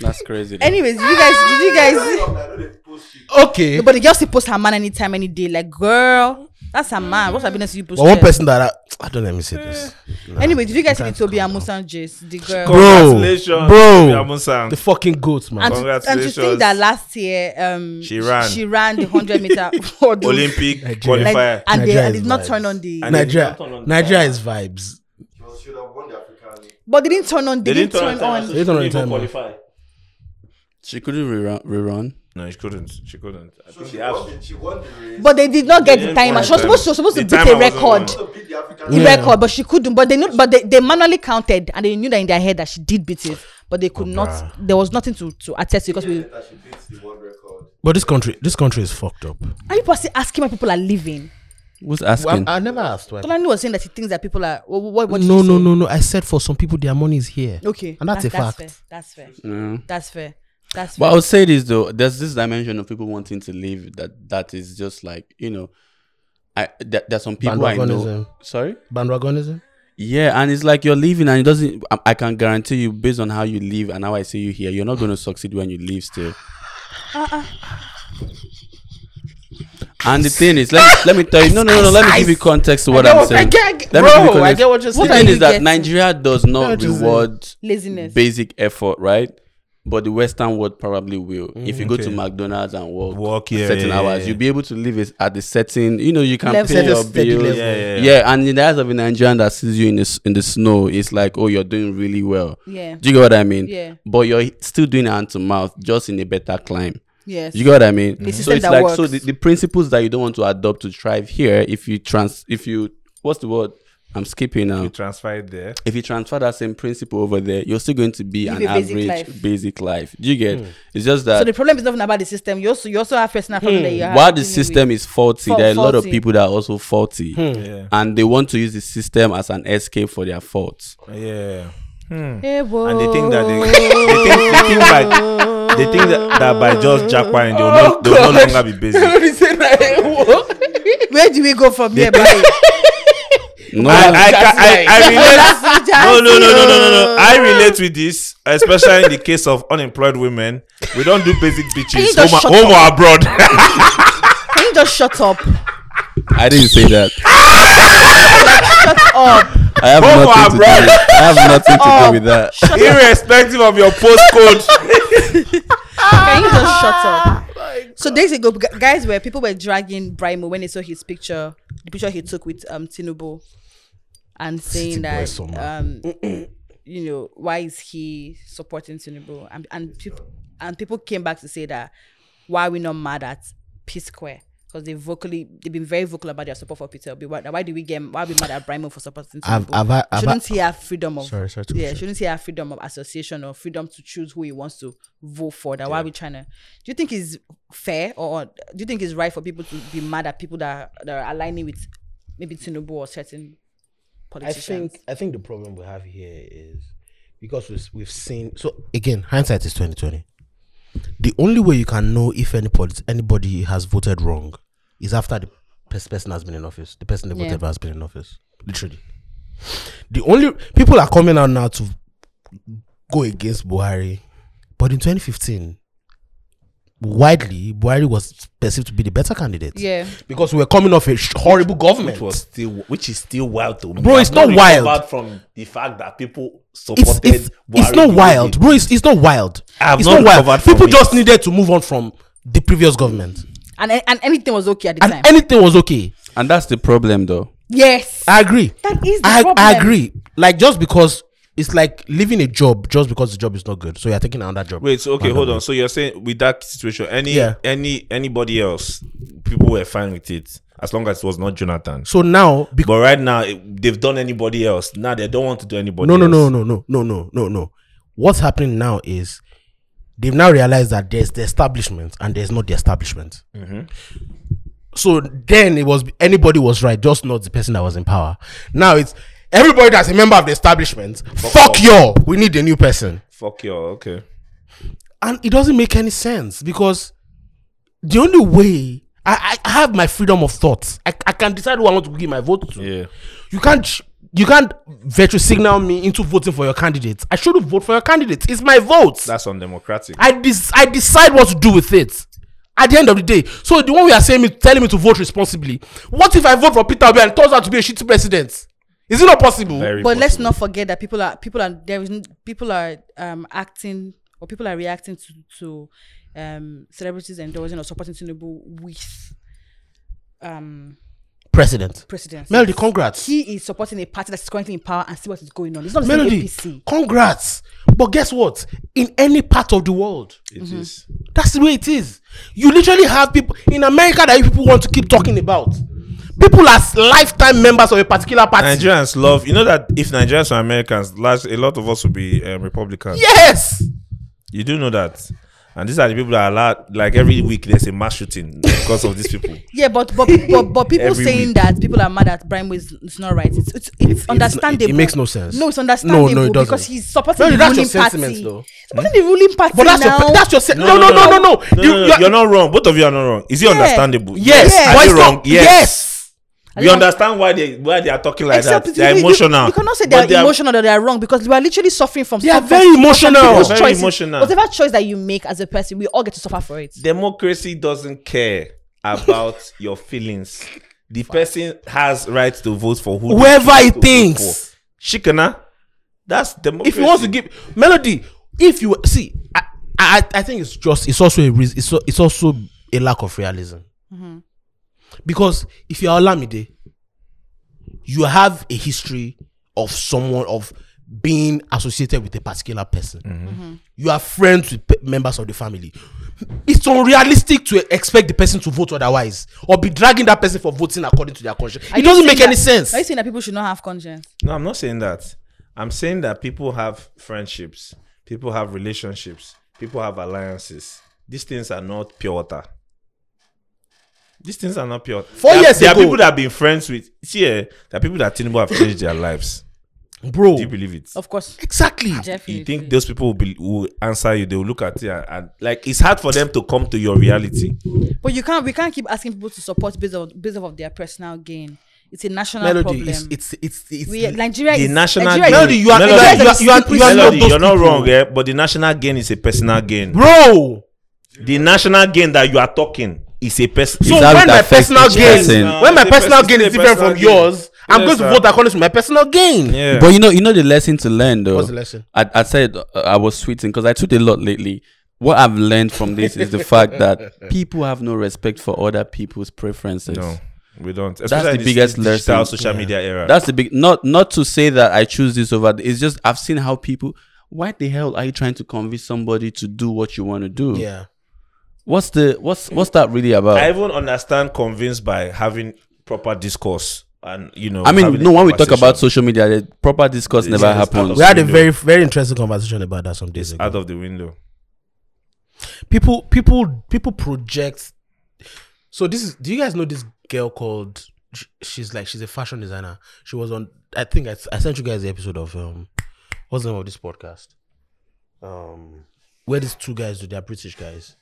Speaker 5: That's crazy. though.
Speaker 1: Anyways, did you guys, did you guys?
Speaker 2: Okay.
Speaker 1: But the girl still post her man anytime, any day. Like, girl, That's a man. What's happening to you?
Speaker 2: But one person that I, I don't let me say this. Nah.
Speaker 1: Anyway, did you guys see the
Speaker 2: Can't
Speaker 1: Toby
Speaker 2: calm down.
Speaker 1: Amusan Jace, the girl?
Speaker 3: Congratulations,
Speaker 2: bro.
Speaker 3: Tobi Amusan.
Speaker 2: The fucking goat, man.
Speaker 1: And to, and to think
Speaker 3: Congratulations.
Speaker 1: that last year, um,
Speaker 3: She ran.
Speaker 1: She ran the hundred meter for the
Speaker 3: Olympic
Speaker 2: Nigeria.
Speaker 1: like,
Speaker 3: qualifier.
Speaker 1: and they
Speaker 2: Nigeria
Speaker 1: and
Speaker 2: is
Speaker 1: did not
Speaker 2: vibes.
Speaker 1: turn on the.
Speaker 3: And-
Speaker 2: Nigeria,
Speaker 3: they didn't turn on the
Speaker 2: Nigeria is vibes.
Speaker 6: should have won the African.
Speaker 1: but they didn't turn on. They,
Speaker 3: they
Speaker 1: didn't, turn,
Speaker 3: time,
Speaker 1: on.
Speaker 3: so
Speaker 2: They
Speaker 3: she
Speaker 2: didn't
Speaker 3: didn't
Speaker 2: turn
Speaker 3: even
Speaker 2: on time.
Speaker 3: qualify.
Speaker 5: She couldn't rerun. rerun.
Speaker 3: No, she couldn't. She couldn't. I
Speaker 6: So
Speaker 3: think
Speaker 6: she
Speaker 3: they have-
Speaker 6: won, the, she won the race.
Speaker 1: But they did not get the
Speaker 3: They didn't
Speaker 1: timer. She was supposed
Speaker 3: qualify.
Speaker 1: to she was supposed
Speaker 3: The
Speaker 1: to beat a
Speaker 3: timer wasn't on.
Speaker 1: record,
Speaker 6: She won to beat the African.
Speaker 1: the
Speaker 2: Yeah.
Speaker 1: record, but she couldn't. But they knew, but they, they manually counted and they knew that in their head that she did beat it, but they could not. There was nothing to to attest to because we.
Speaker 6: Later, she beats the world record.
Speaker 2: But this country, this country is fucked up.
Speaker 1: Are you possibly asking why people are leaving?
Speaker 5: Who's asking?
Speaker 2: I, never asked why.
Speaker 1: Tolani was saying that he thinks that people are. What, what, what did
Speaker 2: No,
Speaker 1: you
Speaker 2: no,
Speaker 1: say?
Speaker 2: no, no. I said for some people, their money is here.
Speaker 1: Okay,
Speaker 2: And that's
Speaker 1: that-
Speaker 2: a fact.
Speaker 1: That's fair. That's fair.
Speaker 5: Yeah.
Speaker 1: That's fair. That's fair.
Speaker 5: But I would say this though. There's this dimension of people wanting to leave that that is just like you know, I there, there's some people I know.
Speaker 2: Bandwagonism.
Speaker 5: Sorry.
Speaker 2: Bandwagonism.
Speaker 5: Yeah, and it's like you're leaving, and it doesn't. I, I can guarantee you, based on how you leave and how I see you here, you're not going to succeed when you leave. Still.
Speaker 2: Uh-uh.
Speaker 5: And the thing is, let me, let me tell you. No, no, no, no. Let me give you context to what I'm saying. Let me give you context.
Speaker 2: what you're
Speaker 5: The
Speaker 1: What are
Speaker 5: thing
Speaker 1: you
Speaker 5: is that
Speaker 1: getting?
Speaker 5: Nigeria does not
Speaker 2: What are you
Speaker 5: reward
Speaker 1: Laziness.
Speaker 5: basic effort, right? But the Western world probably will. if you go to McDonald's and work,
Speaker 3: Mm, Work,
Speaker 5: a
Speaker 3: yeah,
Speaker 5: certain
Speaker 3: yeah, yeah,
Speaker 5: hours,
Speaker 3: yeah.
Speaker 5: you'll be able to live it at the setting. You know, you can
Speaker 1: Level.
Speaker 5: pay your
Speaker 2: Certain steady
Speaker 5: bills.
Speaker 2: level.
Speaker 3: Yeah, yeah,
Speaker 5: Yeah,
Speaker 3: yeah.
Speaker 5: and in the eyes of a Nigerian that sees you in the s- in the snow, it's like, oh, you're doing really well.
Speaker 1: Yeah.
Speaker 5: Do you get what I mean?
Speaker 1: Yeah.
Speaker 5: But you're still doing hand to mouth, just in a better climb.
Speaker 1: Yes.
Speaker 5: Do you get what I mean? So
Speaker 1: system
Speaker 5: it's
Speaker 1: that
Speaker 5: like so
Speaker 1: works.
Speaker 5: the, the principles that you don't want to adopt to thrive here, if you trans, if you what's the word? I'm skipping now
Speaker 3: You transfer it there.
Speaker 5: if you transfer that same principle over there, you're still going to be
Speaker 1: Live a
Speaker 5: an
Speaker 1: basic
Speaker 5: average
Speaker 1: life.
Speaker 5: basic life. Do you get?
Speaker 3: Hmm.
Speaker 5: It's just that
Speaker 1: So the problem is not even about the system. You also you also have personal
Speaker 3: Hmm.
Speaker 1: problem that you have.
Speaker 5: while the
Speaker 1: dealing
Speaker 5: system
Speaker 1: with.
Speaker 5: is faulty,
Speaker 1: Fa-
Speaker 5: there are a lot of
Speaker 1: faulty.
Speaker 5: people that are also faulty,
Speaker 3: Hmm. Yeah.
Speaker 5: and they want to use the system as an escape for their faults.
Speaker 3: Yeah.
Speaker 1: Hey, whoa.
Speaker 3: And they think that they, they think they think by they think that, that by just jackpine they'll,
Speaker 2: Oh,
Speaker 3: no, they'll no longer be basic.
Speaker 1: Where do we go from here, buddy?
Speaker 5: No,
Speaker 3: I, I,
Speaker 5: I,
Speaker 3: ca- I, I relate. No, no, no, no, no, no, no. I relate with this, especially in the case of unemployed women. We don't do basic bitches,
Speaker 1: just
Speaker 3: home,
Speaker 1: shut
Speaker 3: home or abroad.
Speaker 1: Can you just shut up?
Speaker 5: didn't say that.
Speaker 1: Shut up.
Speaker 5: I have
Speaker 3: Go for
Speaker 5: nothing to do.
Speaker 3: abroad.
Speaker 5: With, I have nothing to
Speaker 1: Oh.
Speaker 5: do with that.
Speaker 3: Irrespective of your postcode.
Speaker 1: Can you just shut up? So days ago, gu- guys were people were dragging Brimo when they saw his picture, the picture he took with um Tinubu, and saying
Speaker 2: boy
Speaker 1: that
Speaker 2: summer.
Speaker 1: um you know why is he supporting Tinubu? And and people and people came back to say that why are we not mad at P Square because they vocally they've been very vocal about their support for Peter Obi. Why, why do we get why are we mad at Brimo for supporting
Speaker 2: I've-
Speaker 1: Tinubu?
Speaker 2: I've- I've-
Speaker 1: shouldn't he have freedom of
Speaker 2: Sorry, sorry to
Speaker 1: yeah
Speaker 2: interrupt.
Speaker 1: shouldn't he have freedom of association or freedom to choose who he wants to vote for? That why are we trying to do you think it's fair or or do you think it's right for people to be mad at people that are, that are aligning with maybe Tinubu or certain
Speaker 2: I
Speaker 1: politicians?
Speaker 2: think I think the problem we have here is because we've, we've seen so again hindsight is twenty twenty. The only way you can know if anybody anybody has voted wrong is after the pers- person has been in office. The person they
Speaker 1: Yeah.
Speaker 2: voted for has been in office, literally. The only people are coming out now to go against Buhari, but in twenty fifteen, widely Buhari was perceived to be the better candidate.
Speaker 1: yeah.
Speaker 2: because we were coming off a sh- horrible government.
Speaker 3: Which was still, which is still wild to me.
Speaker 2: Bro, it's
Speaker 3: I've
Speaker 2: not wild.
Speaker 3: recovered from the fact that people
Speaker 2: it's,
Speaker 3: supported.
Speaker 2: it's, it's
Speaker 3: Buhari
Speaker 2: not
Speaker 3: to
Speaker 2: wild,
Speaker 3: win.
Speaker 2: bro. It's, it's not wild.
Speaker 3: I have
Speaker 2: it's
Speaker 3: not recovered
Speaker 2: wild.
Speaker 3: from
Speaker 2: People
Speaker 3: it.
Speaker 2: just needed to move on from the previous government,
Speaker 1: And and anything was okay at the
Speaker 2: and
Speaker 1: time.
Speaker 2: anything was okay.
Speaker 5: And that's the problem, though.
Speaker 1: yes.
Speaker 2: I agree.
Speaker 1: That is the
Speaker 2: I,
Speaker 1: problem.
Speaker 2: I agree. Like just because it's like leaving a job just because the job is not good, so you're taking another job.
Speaker 3: Wait, so okay,
Speaker 2: Another
Speaker 3: hold
Speaker 2: job.
Speaker 3: on. So you're saying with that situation, any
Speaker 2: Yeah.
Speaker 3: any anybody else, people were fine with it as long as it was not Jonathan.
Speaker 2: So now, because
Speaker 3: But right now it- they've done anybody else. Now they don't want to do anybody.
Speaker 2: no, no,
Speaker 3: else.
Speaker 2: no, no, no, no, no, no, no. What's happening now is they've now realized that there's the establishment and there's not the establishment.
Speaker 3: Mm-hmm.
Speaker 2: So then it was anybody was right, just not the person that was in power. Now it's everybody that's a member of the establishment. Fuck y'all. We need a new person,
Speaker 3: Fuck you. Okay.
Speaker 2: and it doesn't make any sense because the only way. I, I have my freedom of thought. I, I can decide who I want to give my vote to.
Speaker 3: Yeah.
Speaker 2: You can't ch- you can't virtue signal me into voting for your candidate. I shouldn't vote for your candidate. It's my vote.
Speaker 3: That's undemocratic.
Speaker 2: I des- I decide what to do with it. At the end of the day, so the one we are saying is telling me to vote responsibly. What if I vote for Peter Obi and it turns out to be a shitty president? Is it not possible?
Speaker 4: Very
Speaker 1: but let's
Speaker 4: possible.
Speaker 1: not forget that people are people are there is n- people are um acting or people are reacting to to um celebrities endorsing or supporting Tinubu with um
Speaker 2: President.
Speaker 1: presidents.
Speaker 2: Melody, congrats.
Speaker 1: He is supporting a party that's currently in power and see what is going on. It's not the same
Speaker 2: Melody,
Speaker 1: APC.
Speaker 2: congrats. But guess what? In any part of the world,
Speaker 4: It
Speaker 1: Mm-hmm.
Speaker 4: is.
Speaker 2: That's the way it is. You literally have people in America that you people want to keep talking about. People are s- lifetime members of a particular party.
Speaker 3: Nigerians love. You know that if Nigerians were Americans, large a lot of us would be um, Republicans.
Speaker 2: Yes.
Speaker 3: You do know that, and these are the people that are la- like every week there's a mass shooting because of these people.
Speaker 1: Yeah, but but but, but people
Speaker 3: Every
Speaker 1: saying
Speaker 3: week.
Speaker 1: that people are mad at Brian Ways is not right. It's it's, it's understandable.
Speaker 2: it makes no sense.
Speaker 1: No, it's
Speaker 2: No, no, it
Speaker 1: understandable
Speaker 2: doesn't.
Speaker 1: because he's supporting
Speaker 2: Melody,
Speaker 1: the
Speaker 2: that's
Speaker 1: ruling
Speaker 2: your
Speaker 1: party.
Speaker 2: sentiments, though. Hmm?
Speaker 1: Supporting the ruling party
Speaker 2: But that's
Speaker 1: now.
Speaker 2: your that's your se- no,
Speaker 3: No,
Speaker 2: no,
Speaker 3: no,
Speaker 2: no, no, no.
Speaker 3: No,
Speaker 2: You-
Speaker 3: no, no,
Speaker 2: you're-
Speaker 3: you're, not wrong. Both of you are not wrong. Is it understandable?
Speaker 2: yes.
Speaker 1: Yes.
Speaker 2: but
Speaker 3: Are
Speaker 2: it's
Speaker 3: you
Speaker 2: not-
Speaker 3: wrong? Yes.
Speaker 1: I
Speaker 3: We
Speaker 1: don't-
Speaker 3: understand why they why they are talking like
Speaker 1: Except
Speaker 3: that.
Speaker 1: it's
Speaker 3: They are
Speaker 1: really- you-
Speaker 3: emotional.
Speaker 1: You, cannot say
Speaker 3: But
Speaker 1: they are emotional or they are wrong because we are literally suffering from.
Speaker 2: They are
Speaker 1: suffering
Speaker 2: very
Speaker 1: from
Speaker 2: emotional.
Speaker 1: people's
Speaker 3: Very
Speaker 1: choices.
Speaker 3: emotional.
Speaker 1: Whatever choice that you make as a person, we all get to suffer for it.
Speaker 3: Democracy doesn't care about your feelings. The person has right to vote for who
Speaker 2: Whoever
Speaker 3: they
Speaker 2: he
Speaker 3: choose to vote
Speaker 2: thinks.
Speaker 3: for. Chikana, that's democracy.
Speaker 2: If you want to give Melody, if you see, I, I, I think it's just it's also a reason. It's, al- it's also a lack of realism.
Speaker 1: Mm-hmm.
Speaker 2: Because if you are Olamide, you have a history of someone of being associated with a particular person.
Speaker 1: Mm-hmm.
Speaker 2: You are friends with pe- members of the family. It's unrealistic to expect the person to vote otherwise or be dragging that person for voting according to their conscience.
Speaker 1: Are
Speaker 2: it
Speaker 1: you
Speaker 2: doesn't
Speaker 1: saying
Speaker 2: make any
Speaker 1: that-
Speaker 2: sense.
Speaker 1: Are you saying that people should not have conscience?
Speaker 3: No, I'm not saying that. I'm saying that people have friendships, people have relationships, people have alliances. These things are not pure water. These things are not pure.
Speaker 2: Four
Speaker 3: there, are-
Speaker 2: years
Speaker 3: there
Speaker 2: ago-
Speaker 3: are people that have been friends with. See, eh, there are people that Tinubu have changed their lives.
Speaker 2: Bro,
Speaker 3: Do you believe it?
Speaker 1: Of course,
Speaker 2: exactly.
Speaker 1: definitely.
Speaker 3: You think those people will, be, will answer you? They will look at you and, and like it's hard for them to come to your reality.
Speaker 1: But you can't. We can't keep asking people to support based on based off of their personal gain. It's a national
Speaker 2: Melody,
Speaker 1: problem.
Speaker 2: it's, it's it's it's
Speaker 1: we, Nigeria
Speaker 3: the
Speaker 1: is
Speaker 3: national
Speaker 1: Nigeria is-
Speaker 3: gain- Melody, you are-
Speaker 1: Nigeria
Speaker 3: Melody,
Speaker 1: is a
Speaker 2: you are- you are-
Speaker 1: stupid-
Speaker 2: not
Speaker 3: Melody,
Speaker 2: those
Speaker 3: you're not
Speaker 2: people.
Speaker 3: wrong, eh? But the national gain is a personal gain.
Speaker 2: bro.
Speaker 3: The national gain that you are talking is a person.
Speaker 2: So
Speaker 5: Is that
Speaker 2: when
Speaker 5: the
Speaker 2: my
Speaker 5: first
Speaker 2: personal
Speaker 5: thing?
Speaker 2: gain,
Speaker 5: Yes, sir.
Speaker 2: when my
Speaker 3: It's a
Speaker 2: personal
Speaker 3: pers-
Speaker 2: gain is
Speaker 3: it's a
Speaker 2: different
Speaker 3: personal
Speaker 2: from
Speaker 3: gain.
Speaker 2: yours, I'm
Speaker 3: Yes,
Speaker 2: going to
Speaker 3: sir.
Speaker 2: vote according to my personal gain.
Speaker 3: Yeah.
Speaker 5: But you know, you know the lesson to learn though.
Speaker 2: What's the lesson?
Speaker 5: I, I said uh, I was tweeting because I tweet a lot lately. What I've learned from this is the fact that people have no respect for other people's preferences.
Speaker 3: No, we don't. Especially
Speaker 5: the
Speaker 3: in this
Speaker 5: biggest
Speaker 3: digital
Speaker 5: lesson.
Speaker 3: social media era.
Speaker 5: That's the big not not to say that I choose this over. th- It's just I've seen how people. Why the hell are you trying to convince somebody to do what you want to do?
Speaker 2: Yeah.
Speaker 5: What's the what's what's that really about?
Speaker 3: I even understand convinced by having proper discourse and you know.
Speaker 5: I mean,
Speaker 3: having
Speaker 5: no.
Speaker 3: a
Speaker 5: When we talk
Speaker 3: conversation.
Speaker 5: about social media, the proper discourse
Speaker 3: It's
Speaker 5: never
Speaker 3: just out
Speaker 5: happens.
Speaker 3: of-
Speaker 2: We had a
Speaker 3: window.
Speaker 2: very very interesting conversation about that some days
Speaker 3: it's
Speaker 2: ago.
Speaker 3: out of the window.
Speaker 2: People people people project. So this is. Do you guys know this girl called? sh- She's like she's a fashion designer. She was on. I think I, I sent you guys the episode of um, what's the name of this podcast? Um, where these two guys do? They're British guys.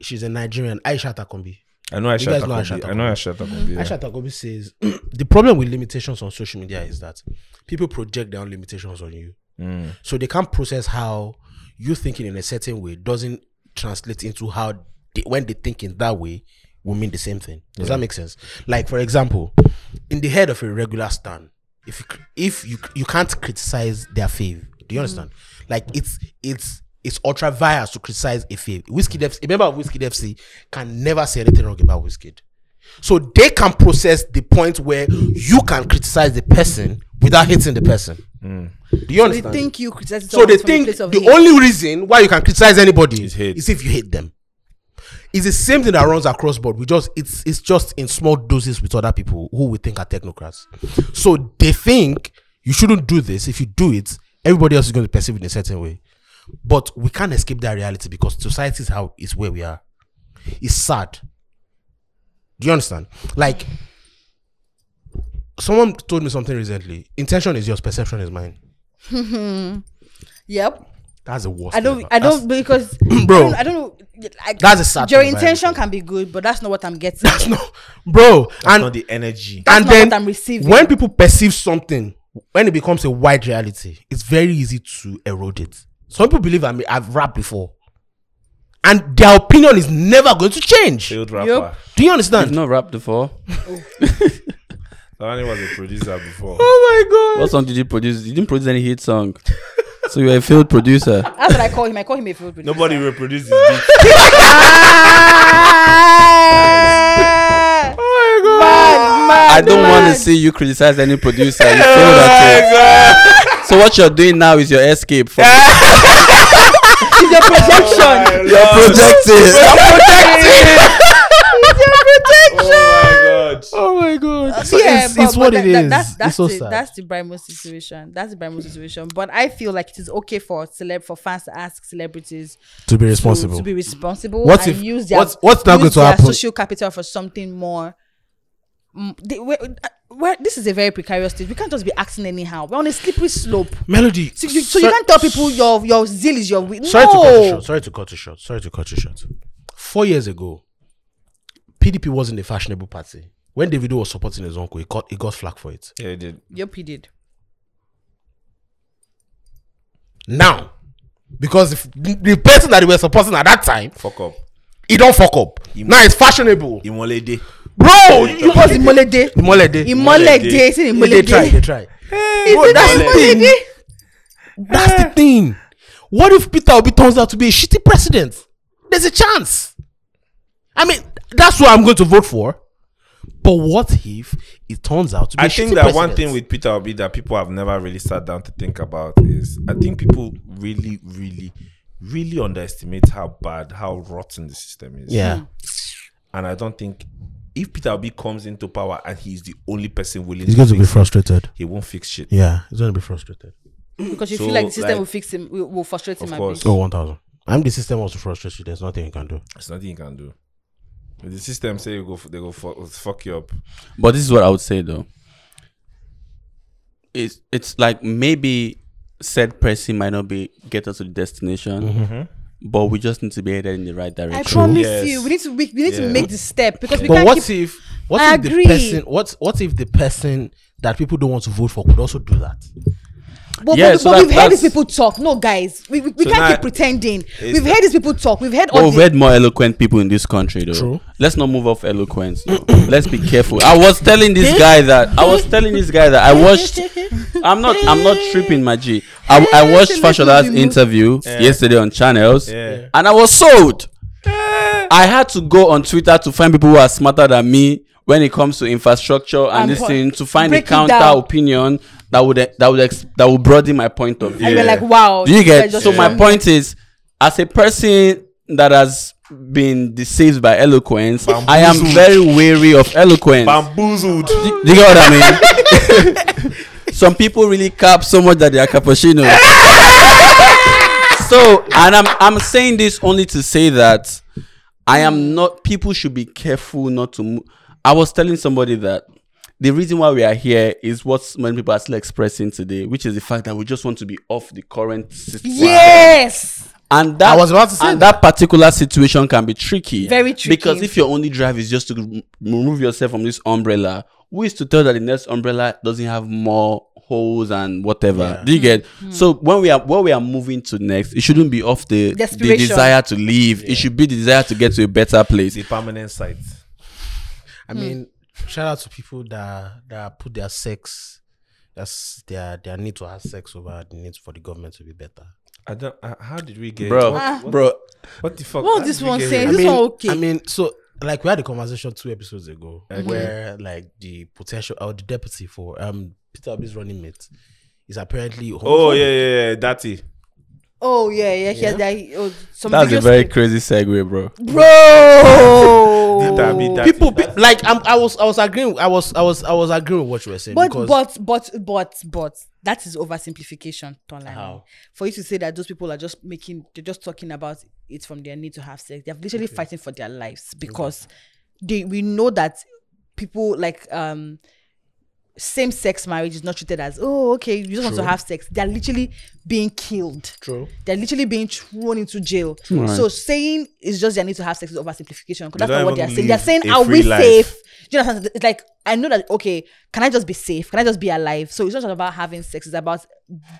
Speaker 2: She's a Nigerian. Aisha Takombi.
Speaker 3: I know I
Speaker 2: You guys
Speaker 3: shut up.
Speaker 2: know I
Speaker 3: on
Speaker 2: shut
Speaker 3: the-
Speaker 2: up
Speaker 3: I know
Speaker 2: on
Speaker 3: I
Speaker 2: the-
Speaker 3: shut up. on the-
Speaker 2: Aisha Takobi says the problem with limitations on social media is that people project their own limitations on you.
Speaker 3: Mm.
Speaker 2: So they can't process how you thinking in a certain way doesn't translate into how they, when they think in that way will mean the same thing. Does that make sense? Like for example, in the head of a regular stan, if you, cr- if you you can't criticize their fave, do you understand? Like it's it's it's ultra biased to criticize a fave. Whiskey Def, a member of Whiskey FC can never say anything wrong about Whiskey. So they can process the point where you can criticize the person without hitting the person. Do you
Speaker 1: They
Speaker 2: understand?
Speaker 1: think you criticize
Speaker 2: So they
Speaker 1: someone from a
Speaker 2: think
Speaker 1: place
Speaker 2: the,
Speaker 1: of hate.
Speaker 2: only reason why you can criticize anybody
Speaker 3: Is
Speaker 2: is,
Speaker 3: hate.
Speaker 2: if you hate them. It's the same thing that runs across board. We just it's it's just in small doses with other people who we think are technocrats. So they think you shouldn't do this. If you do it, everybody else is going to perceive it in a certain way. But we can't escape that reality because society is how is where we are. It's sad. Do you understand? Like someone told me something recently. Intention is yours, perception is mine.
Speaker 1: Yep.
Speaker 2: That's the worst.
Speaker 1: I
Speaker 2: thing
Speaker 1: don't.
Speaker 2: about-
Speaker 1: I don't because
Speaker 2: Bro.
Speaker 1: I don't, I don't know. Like,
Speaker 2: That's a sad
Speaker 1: Your
Speaker 2: thing about
Speaker 1: intention
Speaker 2: it.
Speaker 1: can be good, but that's not what I'm getting.
Speaker 2: That's not, bro.
Speaker 3: That's
Speaker 2: and
Speaker 3: not the energy.
Speaker 1: That's
Speaker 2: and
Speaker 1: not
Speaker 2: then
Speaker 1: what I'm receiving.
Speaker 2: when people perceive something, when it becomes a wide reality, it's very easy to erode it. Some people believe I'm, I've rapped before. and their opinion is never going to change.
Speaker 4: Failed rapper.
Speaker 2: Do you
Speaker 5: I've
Speaker 2: understand?
Speaker 5: not rapped before.
Speaker 4: Sonny was a producer before.
Speaker 2: Oh my
Speaker 5: What song did you produce? You didn't produce any hit song. So you're a failed producer.
Speaker 1: That's what I call him. I call him a food producer.
Speaker 4: Nobody reproduced his beat.
Speaker 1: Ah! oh my god! Man, man,
Speaker 5: I don't want
Speaker 1: man.
Speaker 5: to see you criticize any producer. You failed at it. So what you're doing now is your escape from
Speaker 1: It's your projection.
Speaker 5: your projecting.
Speaker 4: Oh my god.
Speaker 2: Oh my god. So
Speaker 1: yeah,
Speaker 2: it's,
Speaker 1: but,
Speaker 2: it's
Speaker 1: but
Speaker 2: what
Speaker 1: that-
Speaker 2: it is.
Speaker 1: that- that's that's
Speaker 2: it's so
Speaker 1: the,
Speaker 2: sad.
Speaker 1: that's the Brimo situation. That's the Brimo situation. But I feel like it is okay for celeb for fans to ask celebrities
Speaker 2: to be
Speaker 1: to-
Speaker 2: responsible.
Speaker 1: to, be responsible.
Speaker 2: What
Speaker 1: and
Speaker 2: if-
Speaker 1: use their,
Speaker 2: what's- what's now
Speaker 1: use
Speaker 2: going to
Speaker 1: their
Speaker 2: happen?
Speaker 1: Social capital for something more. Mm, they- we- uh, we're- this is a very precarious stage. We can't just be acting anyhow. We're on a slippery slope.
Speaker 2: Melody.
Speaker 1: So you, so you
Speaker 2: sor-
Speaker 1: can't tell people your your zeal is your weakness.
Speaker 2: Sorry to cut you
Speaker 1: No.
Speaker 2: short. Sorry to cut you short. Sorry to cut you short. Four years ago, PDP wasn't a fashionable party. When Davido was supporting his uncle, he got he got flack for it.
Speaker 4: Yeah, he did.
Speaker 1: Yep, he did.
Speaker 2: Now, because if the the person that they were supporting at that time,
Speaker 4: Fuck up.
Speaker 2: he don't fuck up. now it's fashionable,
Speaker 4: Imolede.
Speaker 2: bro. You, you
Speaker 1: It was Imole Day.
Speaker 2: Imole Day.
Speaker 1: Imole Day. It's
Speaker 2: They,
Speaker 1: Imole
Speaker 2: try. They
Speaker 1: Day.
Speaker 2: try. Bro, that's the
Speaker 1: Imole
Speaker 2: thing.
Speaker 1: Day.
Speaker 2: That's
Speaker 4: Eh.
Speaker 2: the thing. What if Peter Obi turns out to be a shitty president? There's a chance. I mean, that's what I'm going to vote for. But what if it turns out to be a
Speaker 4: I
Speaker 2: shitty
Speaker 4: think that one
Speaker 2: president?
Speaker 4: thing with Peter Obi that people have never really sat down to think about is I think people really, really, really underestimate how bad, how rotten the system is.
Speaker 2: yeah,
Speaker 4: And I don't think if Peter Obi comes into power and he's the only person willing
Speaker 2: he's
Speaker 4: to
Speaker 2: going to be
Speaker 4: fix it,
Speaker 2: frustrated.
Speaker 4: he won't fix shit.
Speaker 2: Yeah, he's going to be frustrated.
Speaker 1: Because you
Speaker 4: So,
Speaker 1: feel like the system
Speaker 4: like-
Speaker 1: will fix him, will, will frustrate him.
Speaker 4: Of
Speaker 1: a
Speaker 4: course.
Speaker 1: bit.
Speaker 2: Oh, one thousand. I'm the system also frustrates you. There's nothing you can do.
Speaker 4: There's nothing you can do. If the system say you go, f- they go fuck, fuck you up.
Speaker 5: But this is what I would say though. It's it's like maybe said person might not be get us to the destination,
Speaker 1: Mm-hmm.
Speaker 5: but we just need to be headed in the right
Speaker 1: I
Speaker 5: direction.
Speaker 1: promise
Speaker 4: Yes.
Speaker 1: you, we need to we, we need to
Speaker 4: Yeah.
Speaker 1: make the step because we
Speaker 2: But
Speaker 1: can't
Speaker 2: what
Speaker 1: keep.
Speaker 2: if what
Speaker 1: I
Speaker 2: if
Speaker 1: agree.
Speaker 2: the person what what if the person that people don't want to vote for could also do that?
Speaker 1: But,
Speaker 5: Yeah,
Speaker 1: but,
Speaker 5: so
Speaker 1: but
Speaker 5: that-
Speaker 1: we've heard these
Speaker 5: that's-
Speaker 1: people talk. No, guys, we, we, we
Speaker 4: So
Speaker 1: can't
Speaker 4: now-
Speaker 1: keep pretending.
Speaker 4: It's
Speaker 1: We've
Speaker 4: that-
Speaker 1: heard these people talk. We've heard all
Speaker 5: Well, we've
Speaker 1: the-
Speaker 5: had more eloquent people in this country though.
Speaker 2: True.
Speaker 5: Let's not move off eloquence. though. Let's be careful. I was telling this guy that I was telling this guy that I watched I'm not I'm not tripping my G. I, I watched Fashola's interview yesterday on channels
Speaker 4: Yeah.
Speaker 5: and I was sold. I had to go on Twitter to find people who are smarter than me when it comes to infrastructure and
Speaker 1: And
Speaker 5: this
Speaker 1: po-
Speaker 5: thing to find a
Speaker 1: break it
Speaker 5: counter
Speaker 1: down.
Speaker 5: opinion that would that would ex- that would broaden my point of view.
Speaker 1: and we're
Speaker 4: Yeah.
Speaker 1: like, wow.
Speaker 5: Do you
Speaker 1: these
Speaker 5: get
Speaker 1: guys just
Speaker 5: so my
Speaker 1: don't-
Speaker 5: point is as a person that has been deceived by eloquence, I am very wary of eloquence.
Speaker 4: Bamboozled.
Speaker 5: Do you get what I mean? Some people really cap so much that they are cappuccino. so, and I'm I'm saying this only to say that I am not. People should be careful not to. Mo- I was telling somebody that the reason why we are here is what many people are still expressing today, which is the fact that we just want to be off the current system.
Speaker 1: Yes.
Speaker 5: And that
Speaker 2: I was about to say
Speaker 5: and that. particular situation can be tricky.
Speaker 1: Very tricky.
Speaker 5: Because if your only drive is just to rem- remove yourself from this umbrella, who is to tell that the next umbrella doesn't have more holes and whatever? Do you get?
Speaker 1: Hmm.
Speaker 5: So when we are where we are moving to next, it shouldn't be off the the
Speaker 1: Desperation.
Speaker 5: desire to leave. It should be the desire to get to a better place.
Speaker 4: The permanent site.
Speaker 2: I
Speaker 1: Hmm.
Speaker 2: mean, shout out to people that that put their sex, that's their their need to have sex over the need for the government to be better.
Speaker 4: I don't. Uh, how did we get?
Speaker 5: Bro,
Speaker 1: Ah.
Speaker 4: what, what,
Speaker 5: bro,
Speaker 4: what the fuck?
Speaker 1: What
Speaker 4: how
Speaker 1: was this
Speaker 4: did we
Speaker 1: one
Speaker 4: get
Speaker 1: saying?
Speaker 4: here?
Speaker 1: Is this
Speaker 2: mean,
Speaker 1: one okay? Hmm.
Speaker 2: I mean, so like we had a conversation two episodes ago where like the potential or the deputy for um Peter Obi's running mate is apparently
Speaker 4: Oh
Speaker 2: homophobic.
Speaker 4: yeah, yeah, yeah. Daddy.
Speaker 1: oh yeah, yeah. yeah. That, oh, some
Speaker 5: that's a
Speaker 1: videos-
Speaker 5: very crazy segue, bro.
Speaker 1: bro.
Speaker 4: Did I be that-
Speaker 2: People pe- like I'm, I was I was agreeing I was I was I was agreeing with what you were saying
Speaker 1: But
Speaker 2: because
Speaker 1: but but but but that is oversimplification, Tonline.
Speaker 2: How?
Speaker 1: For you to say that those people are just making they're just talking about it from their need to have sex. They're literally fighting for their lives because they we know that people like um same sex marriage is not treated as oh okay you just want to have sex. They're literally being killed.
Speaker 2: True.
Speaker 1: They're literally being thrown into jail. So saying it's just their need to have sex is oversimplification because that's
Speaker 4: don't
Speaker 1: not what
Speaker 4: even
Speaker 1: they're saying.
Speaker 4: live
Speaker 1: They're saying
Speaker 4: a
Speaker 1: are
Speaker 4: free
Speaker 1: we
Speaker 4: life.
Speaker 1: safe? Do you understand? It's like I know that okay, can I just be safe? Can I just be alive? So it's not just about having sex, it's about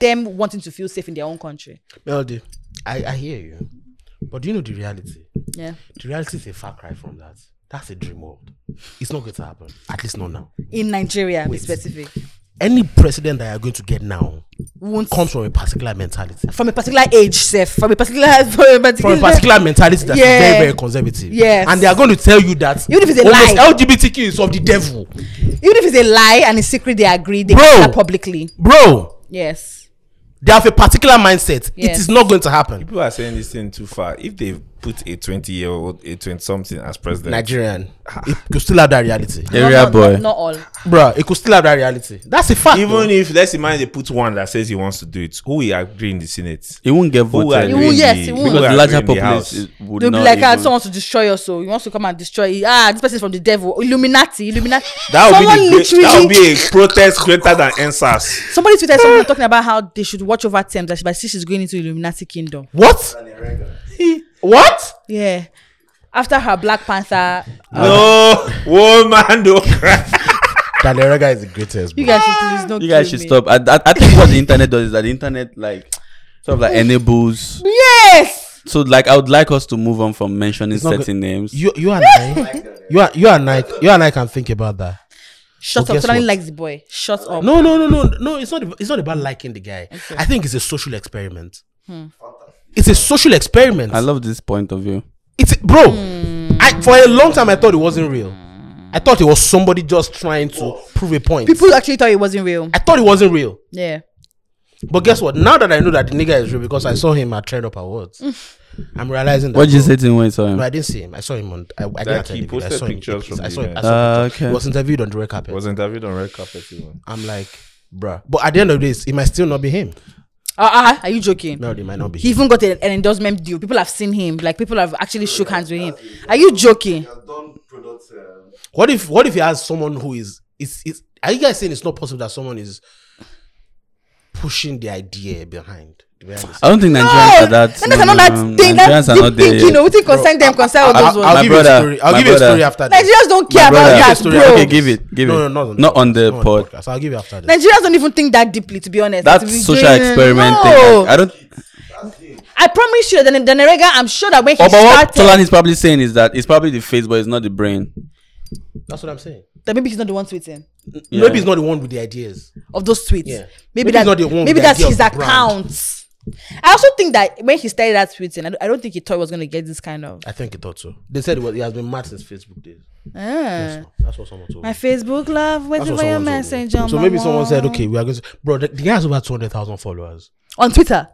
Speaker 1: them wanting to feel safe in their own country.
Speaker 2: Melody, I, I hear you. But do you know the reality?
Speaker 1: Yeah.
Speaker 2: The reality is a far cry from that. That's a dream world. It's not going to happen. At least not now.
Speaker 1: In Nigeria, be
Speaker 2: Wait.
Speaker 1: specific.
Speaker 2: Any president that you're going to get now
Speaker 1: Won't
Speaker 2: comes from a particular mentality.
Speaker 1: from a particular age, Seth. From a particular from a
Speaker 2: From
Speaker 1: particular,
Speaker 2: a particular mentality that's
Speaker 1: Yeah.
Speaker 2: very, very conservative.
Speaker 1: Yes.
Speaker 2: And they are going to tell you that
Speaker 1: Even if it's a
Speaker 2: almost
Speaker 1: lie.
Speaker 2: LGBTQ is of the devil.
Speaker 1: even if it's a lie and in secret they agree, they
Speaker 2: Bro.
Speaker 1: can that publicly.
Speaker 2: Bro,
Speaker 1: Yes.
Speaker 2: they have a particular mindset.
Speaker 1: Yes.
Speaker 2: It is not going to happen.
Speaker 4: People are saying this thing too far. If they put a 20 year old, a 20 something as president,
Speaker 2: Nigerian. it could still have that reality.
Speaker 5: Area
Speaker 1: not,
Speaker 5: boy.
Speaker 1: Not, not all.
Speaker 2: Bro, it could still have that reality. That's a fact. though.
Speaker 4: even if let's imagine they put one that says he wants to do it, who will agree in the Senate?
Speaker 5: It won't
Speaker 4: Who
Speaker 5: get
Speaker 4: will
Speaker 5: voted
Speaker 1: will-
Speaker 4: agree in
Speaker 1: yes,
Speaker 4: the-
Speaker 1: it
Speaker 4: who
Speaker 1: won't.
Speaker 4: will
Speaker 5: because the
Speaker 4: agree
Speaker 5: larger
Speaker 4: in the
Speaker 5: populace
Speaker 4: House?
Speaker 5: is- would
Speaker 1: They'll be
Speaker 5: not
Speaker 1: like, ah,
Speaker 5: even-
Speaker 1: someone wants to destroy us, so he wants to come and destroy. You. Ah, this person is from the devil, Illuminati, Illuminati.
Speaker 4: That would,
Speaker 1: someone
Speaker 4: be the great,
Speaker 1: literally,
Speaker 4: that would be a protest greater than NSAS.
Speaker 1: somebody tweeted someone talking about how they should watch over Thames, that she, but she's going into Illuminati kingdom.
Speaker 2: What?
Speaker 6: And Erega.
Speaker 2: What?
Speaker 1: Yeah. After her Black Panther,
Speaker 4: No, woman, don't cry.
Speaker 2: Dalerega is the greatest.
Speaker 1: you guys should please don't.
Speaker 5: you guys
Speaker 1: kill
Speaker 5: should
Speaker 1: me.
Speaker 5: stop. I, I, I think what the internet does is that the internet like sort of like enables.
Speaker 1: Yes.
Speaker 5: So like I would like us to move on from mentioning
Speaker 2: not
Speaker 5: certain names.
Speaker 2: You you and I, you are you and I, you and I can think about that.
Speaker 1: Shut
Speaker 2: Well,
Speaker 1: up.
Speaker 2: guess
Speaker 1: Tolani
Speaker 2: what?
Speaker 1: likes the boy. Shut up.
Speaker 2: No, no, no, no, no. It's not. It's not about liking the guy. I think it's a social experiment. It's a social experiment.
Speaker 5: I love this point of view.
Speaker 2: it's bro. I for a long time I thought it wasn't real. I thought it was somebody just trying to prove a point.
Speaker 1: People actually thought it wasn't real.
Speaker 2: I thought it wasn't real.
Speaker 1: Yeah.
Speaker 2: But guess what? Now that I know that the nigga is real because I saw him at Trend Up Awards, I'm realizing that.
Speaker 5: What did you say to him when you saw him?
Speaker 2: No, I didn't see him. I saw him on. I, I didn't
Speaker 4: Like,
Speaker 2: attend
Speaker 4: he
Speaker 2: the video. I
Speaker 4: posted
Speaker 2: saw him.
Speaker 4: pictures from
Speaker 2: I
Speaker 4: the
Speaker 2: saw him. I
Speaker 4: event.
Speaker 2: saw
Speaker 5: Ah,
Speaker 2: pictures.
Speaker 5: okay.
Speaker 2: He was interviewed on the red carpet.
Speaker 4: was interviewed on red carpet. even.
Speaker 2: I'm like, bruh. But at the end of the day, it's- it might still not be him.
Speaker 1: Uh, uh, are you joking?
Speaker 2: No, it might not be.
Speaker 1: He
Speaker 2: Him.
Speaker 1: even got an, an endorsement deal. People have seen him. Like people have actually shook hands with him. Are you joking?
Speaker 6: He has done products. Um,
Speaker 2: What if? What if he has someone who is? It's. It's. Are you guys saying it's not possible that someone is pushing the idea behind? behind the
Speaker 5: I don't think Nigerians
Speaker 1: No,
Speaker 5: are that.
Speaker 1: and that's
Speaker 5: no,
Speaker 1: another
Speaker 5: no, no,
Speaker 1: thing.
Speaker 5: Nigerians
Speaker 1: That's
Speaker 5: are
Speaker 1: the
Speaker 5: not there
Speaker 1: thing, you
Speaker 5: yet.
Speaker 1: know. We think concern them, concern all those
Speaker 2: I'll, I'll
Speaker 1: ones.
Speaker 5: My
Speaker 2: give you a
Speaker 5: brother,
Speaker 2: story. I'll
Speaker 5: my
Speaker 2: give you a
Speaker 5: brother.
Speaker 2: story after this.
Speaker 1: Nigerians don't care
Speaker 5: My
Speaker 1: about
Speaker 5: brother.
Speaker 2: Give you a
Speaker 1: that,
Speaker 2: story
Speaker 1: bro.
Speaker 5: Okay, give it, give
Speaker 2: No, no,
Speaker 5: it.
Speaker 2: not on,
Speaker 5: Not on the pod.
Speaker 2: podcast. I'll give you after this.
Speaker 1: Nigerians don't even think that deeply, to be honest.
Speaker 5: That
Speaker 1: It's really-
Speaker 5: social experiment
Speaker 1: No.
Speaker 5: thing. I, I don't.
Speaker 6: that's him.
Speaker 1: I promise you, the Nerega, I'm sure that when he
Speaker 5: Oh, but what
Speaker 1: started,
Speaker 5: Tolan is probably saying is that it's probably the face, but it's not the brain.
Speaker 2: That's what I'm saying.
Speaker 1: that maybe he's not the one tweeting
Speaker 5: Yeah.
Speaker 2: Maybe he's not the one with the ideas.
Speaker 1: of those tweets.
Speaker 2: Yeah.
Speaker 1: Maybe,
Speaker 2: Maybe he's
Speaker 1: that,
Speaker 2: not the one with
Speaker 1: maybe
Speaker 2: the
Speaker 1: that's
Speaker 2: idea of
Speaker 1: his
Speaker 2: the brand.
Speaker 1: account. I also think that when he started that tweeting, I don't, I don't think he thought he was going to get this kind of. eh.
Speaker 2: I think he thought so. They said it was, he has been mad since Facebook days.
Speaker 1: Ah.
Speaker 2: That's what- That's what someone told me.
Speaker 1: My Facebook love,
Speaker 2: That's
Speaker 1: waiting
Speaker 2: what
Speaker 1: for your
Speaker 2: someone told me.
Speaker 1: message on
Speaker 2: So
Speaker 1: my
Speaker 2: maybe someone
Speaker 1: wall.
Speaker 2: said, okay, we are going to. Bro, the, the guy has over 200,000 followers.
Speaker 1: on Twitter.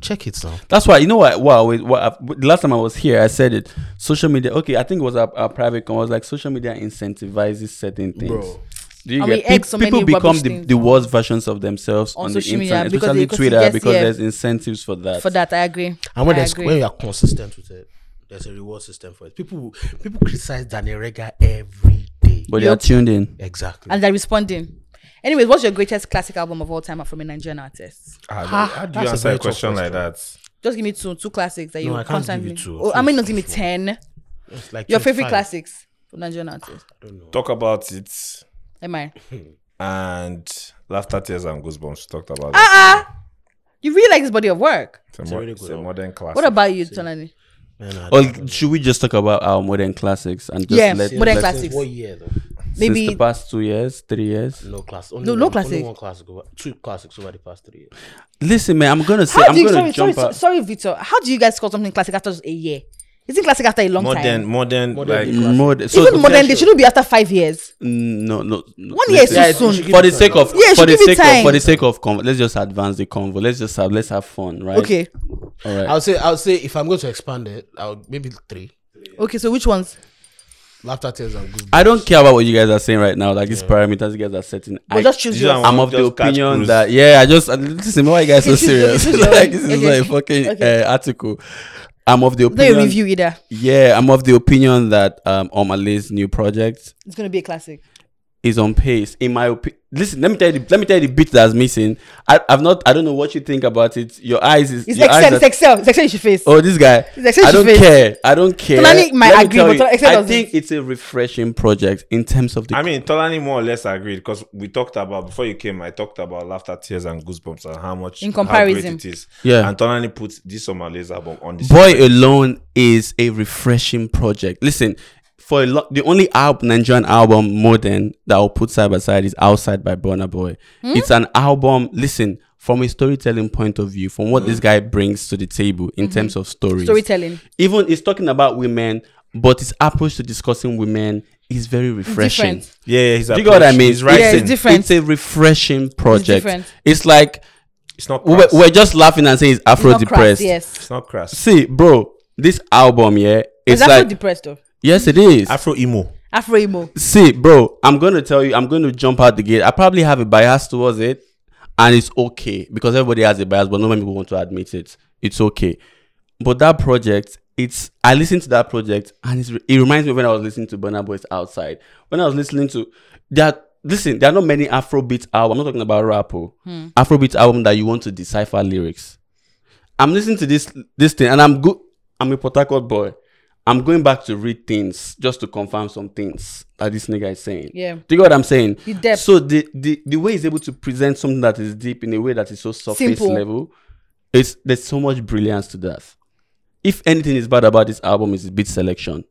Speaker 2: Check it now.
Speaker 5: That's why you know what? Wow, wait, what I've- the last time I was here, I said it. Social media. Okay, I think it was our, our private con. I was like, social media incentivizes certain things. Do you
Speaker 1: And we
Speaker 5: get
Speaker 1: egg
Speaker 5: peop-
Speaker 1: so
Speaker 5: people
Speaker 1: many
Speaker 5: become
Speaker 1: rubbish
Speaker 5: the,
Speaker 1: things
Speaker 5: the
Speaker 1: on-
Speaker 5: worst versions of themselves
Speaker 1: on
Speaker 5: on, the
Speaker 1: social media
Speaker 5: internet,
Speaker 1: because
Speaker 5: especially
Speaker 1: they-
Speaker 5: Twitter,
Speaker 1: yes,
Speaker 5: because
Speaker 1: yeah.
Speaker 5: there's incentives for that.
Speaker 1: For that, I agree.
Speaker 2: And when,
Speaker 1: I
Speaker 2: there's,
Speaker 1: agree.
Speaker 2: when you are consistent with it, there's a reward system for it. People people criticize Danny Rega every day.
Speaker 5: But they are tuned in.
Speaker 2: exactly.
Speaker 1: and they're responding. Anyways, what's your greatest classic album of all time from a Nigerian artist?
Speaker 4: How do,
Speaker 2: Ah,
Speaker 4: how do
Speaker 2: that's
Speaker 4: you
Speaker 2: a
Speaker 4: answer
Speaker 2: very
Speaker 4: a
Speaker 2: tough
Speaker 4: question like
Speaker 2: question.
Speaker 4: that?
Speaker 1: Just give me two, two classics that you
Speaker 2: No, I can't give you
Speaker 1: constantly.
Speaker 2: two.
Speaker 1: Oh, I mean, not give me ten.
Speaker 2: It's like
Speaker 1: Your favorite
Speaker 2: 25.
Speaker 1: classics from Nigerian artists?
Speaker 4: Talk about it.
Speaker 1: Am I?
Speaker 4: And laughter, tears, and goosebumps. We talked about it.
Speaker 1: Ah, uh you really like this body of work.
Speaker 4: It's a, mo-
Speaker 2: really
Speaker 4: it's
Speaker 2: good
Speaker 4: a
Speaker 2: one.
Speaker 4: modern classic.
Speaker 1: What about you, Tonani?
Speaker 2: Man, I
Speaker 5: Or
Speaker 2: don't know.
Speaker 5: should we just talk about our modern classics and just
Speaker 1: Yeah,
Speaker 5: let
Speaker 1: modern
Speaker 5: let-
Speaker 1: classics.
Speaker 2: Since What year though?
Speaker 5: since
Speaker 1: Maybe-
Speaker 5: the past two years, three years?
Speaker 2: No class. Only
Speaker 1: No,
Speaker 2: one,
Speaker 1: no
Speaker 2: Only
Speaker 1: classic.
Speaker 2: one classic. over- Two classics over the past three years.
Speaker 5: Listen, man, I'm gonna say
Speaker 1: How
Speaker 5: I'm
Speaker 1: do you,
Speaker 5: gonna
Speaker 1: sorry, sorry,
Speaker 5: jump
Speaker 1: sorry,
Speaker 5: out.
Speaker 1: sorry, Victor. How do you guys call something classic after just a year? Isn't classic after a long
Speaker 4: modern,
Speaker 1: time?
Speaker 4: modern,
Speaker 2: Modern
Speaker 4: like
Speaker 2: classic.
Speaker 5: Mod- so Mm,
Speaker 1: Even modern, they shouldn't be after five years.
Speaker 5: no, no, no.
Speaker 1: One year is
Speaker 5: listen.
Speaker 1: too soon.
Speaker 2: should give
Speaker 5: for
Speaker 2: it
Speaker 5: the
Speaker 2: time.
Speaker 5: sake of
Speaker 1: Yeah,
Speaker 5: for
Speaker 1: should
Speaker 5: the
Speaker 1: give it
Speaker 5: sake of for
Speaker 1: time.
Speaker 5: the sake of convo, let's just advance the convo. Let's just have let's have fun, right?
Speaker 1: Okay,
Speaker 5: All right.
Speaker 2: I'll say. I'll say if I'm going to expand it, I'll maybe three.
Speaker 1: okay. So which ones?
Speaker 2: Laughter, tears, and good.
Speaker 5: I don't care about what you guys are saying right now. Like these parameters you guys are setting.
Speaker 1: Well,
Speaker 5: I,
Speaker 1: just choose
Speaker 4: these are
Speaker 1: yours.
Speaker 4: one
Speaker 5: I'm of the
Speaker 4: Just catch
Speaker 5: opinion
Speaker 4: cruise.
Speaker 5: that yeah, I just uh, listen. Why are you guys so
Speaker 1: Okay, choose your-
Speaker 5: serious?
Speaker 1: choose your
Speaker 5: like
Speaker 1: own.
Speaker 5: this is
Speaker 1: Okay.
Speaker 5: not a fucking
Speaker 1: Okay.
Speaker 5: uh, article. I'm of the
Speaker 1: It's not a
Speaker 5: opinion.
Speaker 1: review either.
Speaker 5: Yeah, I'm of the opinion that um, Omalé's new project
Speaker 1: It's gonna be a classic.
Speaker 5: is on pace, in my opinion. Listen, let me tell you. The, let me tell you the bit that's missing. I, I've not. I don't know what you think about it. Your eyes is.
Speaker 1: It's
Speaker 5: your eyes
Speaker 1: Excel.
Speaker 5: are-
Speaker 1: It's Excel. It's Excel you should face.
Speaker 5: Oh, this guy.
Speaker 1: except
Speaker 5: I
Speaker 1: she
Speaker 5: don't
Speaker 1: fails.
Speaker 5: care. I don't care.
Speaker 1: Tonani might
Speaker 5: Let me
Speaker 1: agree,
Speaker 5: tell
Speaker 1: but
Speaker 5: you,
Speaker 1: Ton- except
Speaker 5: I
Speaker 1: doesn't.
Speaker 5: think it's a refreshing project in terms of the.
Speaker 3: I mean, Tolani more or less agreed because we talked about before you came. I talked about laughter, tears, and goosebumps and how much
Speaker 1: In
Speaker 3: how
Speaker 1: comparison.
Speaker 3: great it is.
Speaker 5: Yeah.
Speaker 3: and Tolani put this summer laser album on this.
Speaker 5: Boy Alone is a refreshing project. Listen, for a lo- the only album, Nigerian album, modern that I'll put side by side is Outside by Burna Boy.
Speaker 1: Hmm?
Speaker 5: It's an album. Listen, from a storytelling point of view, from what this guy brings to the table in terms of stories,
Speaker 1: Hmm. Storytelling.
Speaker 5: even it's talking about women, but his approach to discussing women is very refreshing.
Speaker 1: Different.
Speaker 3: yeah, yeah, he's
Speaker 5: Do you get what I
Speaker 3: approach
Speaker 5: mean?
Speaker 3: is right
Speaker 1: Yeah, it's
Speaker 3: in.
Speaker 1: different.
Speaker 5: It's a refreshing
Speaker 1: It's
Speaker 5: project.
Speaker 1: different.
Speaker 5: It's like
Speaker 3: It's not
Speaker 5: we
Speaker 3: crass.
Speaker 5: we're, we're just laughing and saying it's
Speaker 1: It's
Speaker 5: Afro
Speaker 1: not crass,
Speaker 5: depressed.
Speaker 1: Yes.
Speaker 3: It's not crass.
Speaker 5: See, bro, this album, yeah,
Speaker 1: It's
Speaker 5: it's
Speaker 1: Afro
Speaker 5: like
Speaker 1: depressed though.
Speaker 5: yes, it is.
Speaker 3: Afro emo.
Speaker 1: Afro emo.
Speaker 5: See, bro, I'm gonna tell you, I'm gonna jump out the gate. I probably have a bias towards it, and it's okay because everybody has a bias, but not many people want to admit it. It's okay. But that project, it's I listened to that project, and it's, it reminds me of when I was listening to Burna Boy's Outside. When I was listening to that, listen, there are not many Afrobeat album. I'm not talking about rap, oh. Afrobeat album that you want to decipher lyrics. I'm listening to this this thing, and I'm good. I'm a Port Harcourt boy. I'm going back to read things just to confirm some things that this nigga is saying.
Speaker 1: Yeah.
Speaker 5: do you get what I'm saying?
Speaker 1: The depth.
Speaker 5: So the, the the way he's able to present something that is deep in a way that is so surface
Speaker 1: Simple.
Speaker 5: level, it's there's so much brilliance to that. If anything is bad about this album, is beat selection,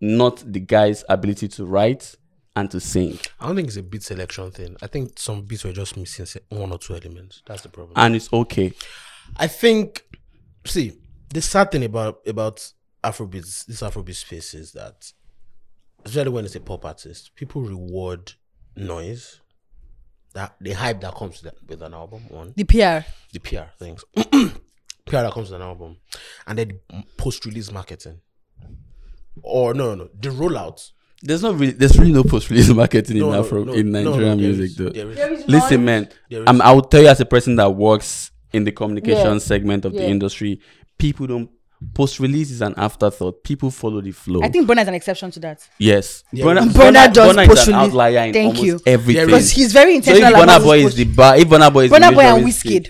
Speaker 5: not the guy's ability to write and to sing.
Speaker 2: I don't think it's a beat selection thing. I think some beats were just missing se- one or two elements. That's the problem.
Speaker 5: And it's okay.
Speaker 2: I think, see, the sad thing about about Afrobeats, this Afrobeat space is that, especially when it's a pop artist, people reward noise, that the hype that comes with that- with an album, one
Speaker 1: The PR.
Speaker 2: the PR things, PR that comes with an album, and then post release marketing, or no, no, no, the rollout.
Speaker 5: There's not really there's really no post release marketing
Speaker 2: No,
Speaker 5: in
Speaker 2: no,
Speaker 5: Afro
Speaker 2: no,
Speaker 5: in
Speaker 2: no, no,
Speaker 5: Nigerian
Speaker 2: there
Speaker 5: music
Speaker 2: is-
Speaker 5: though.
Speaker 2: there is-
Speaker 5: Listen, man,
Speaker 2: There is-
Speaker 5: um, I'll tell you as a person that works in the communication
Speaker 1: Yeah.
Speaker 5: segment of the
Speaker 1: Yeah.
Speaker 5: industry, people don't post release is an afterthought. People follow the flow.
Speaker 1: I think Burna is an exception to that.
Speaker 5: yes,
Speaker 2: Yeah.
Speaker 5: Burna,
Speaker 1: Burna does
Speaker 5: Burna is
Speaker 1: post
Speaker 5: an
Speaker 1: release.
Speaker 5: outlier in
Speaker 1: Thank
Speaker 5: almost
Speaker 1: you.
Speaker 5: everything.
Speaker 1: Because he's very
Speaker 5: so if
Speaker 1: intentional. about
Speaker 5: Burna
Speaker 1: his
Speaker 5: Boy is
Speaker 1: post-
Speaker 5: the bar, if Burna Boy is the
Speaker 1: Burna Boy
Speaker 5: major
Speaker 1: and
Speaker 5: whiskey,
Speaker 1: Wizkid.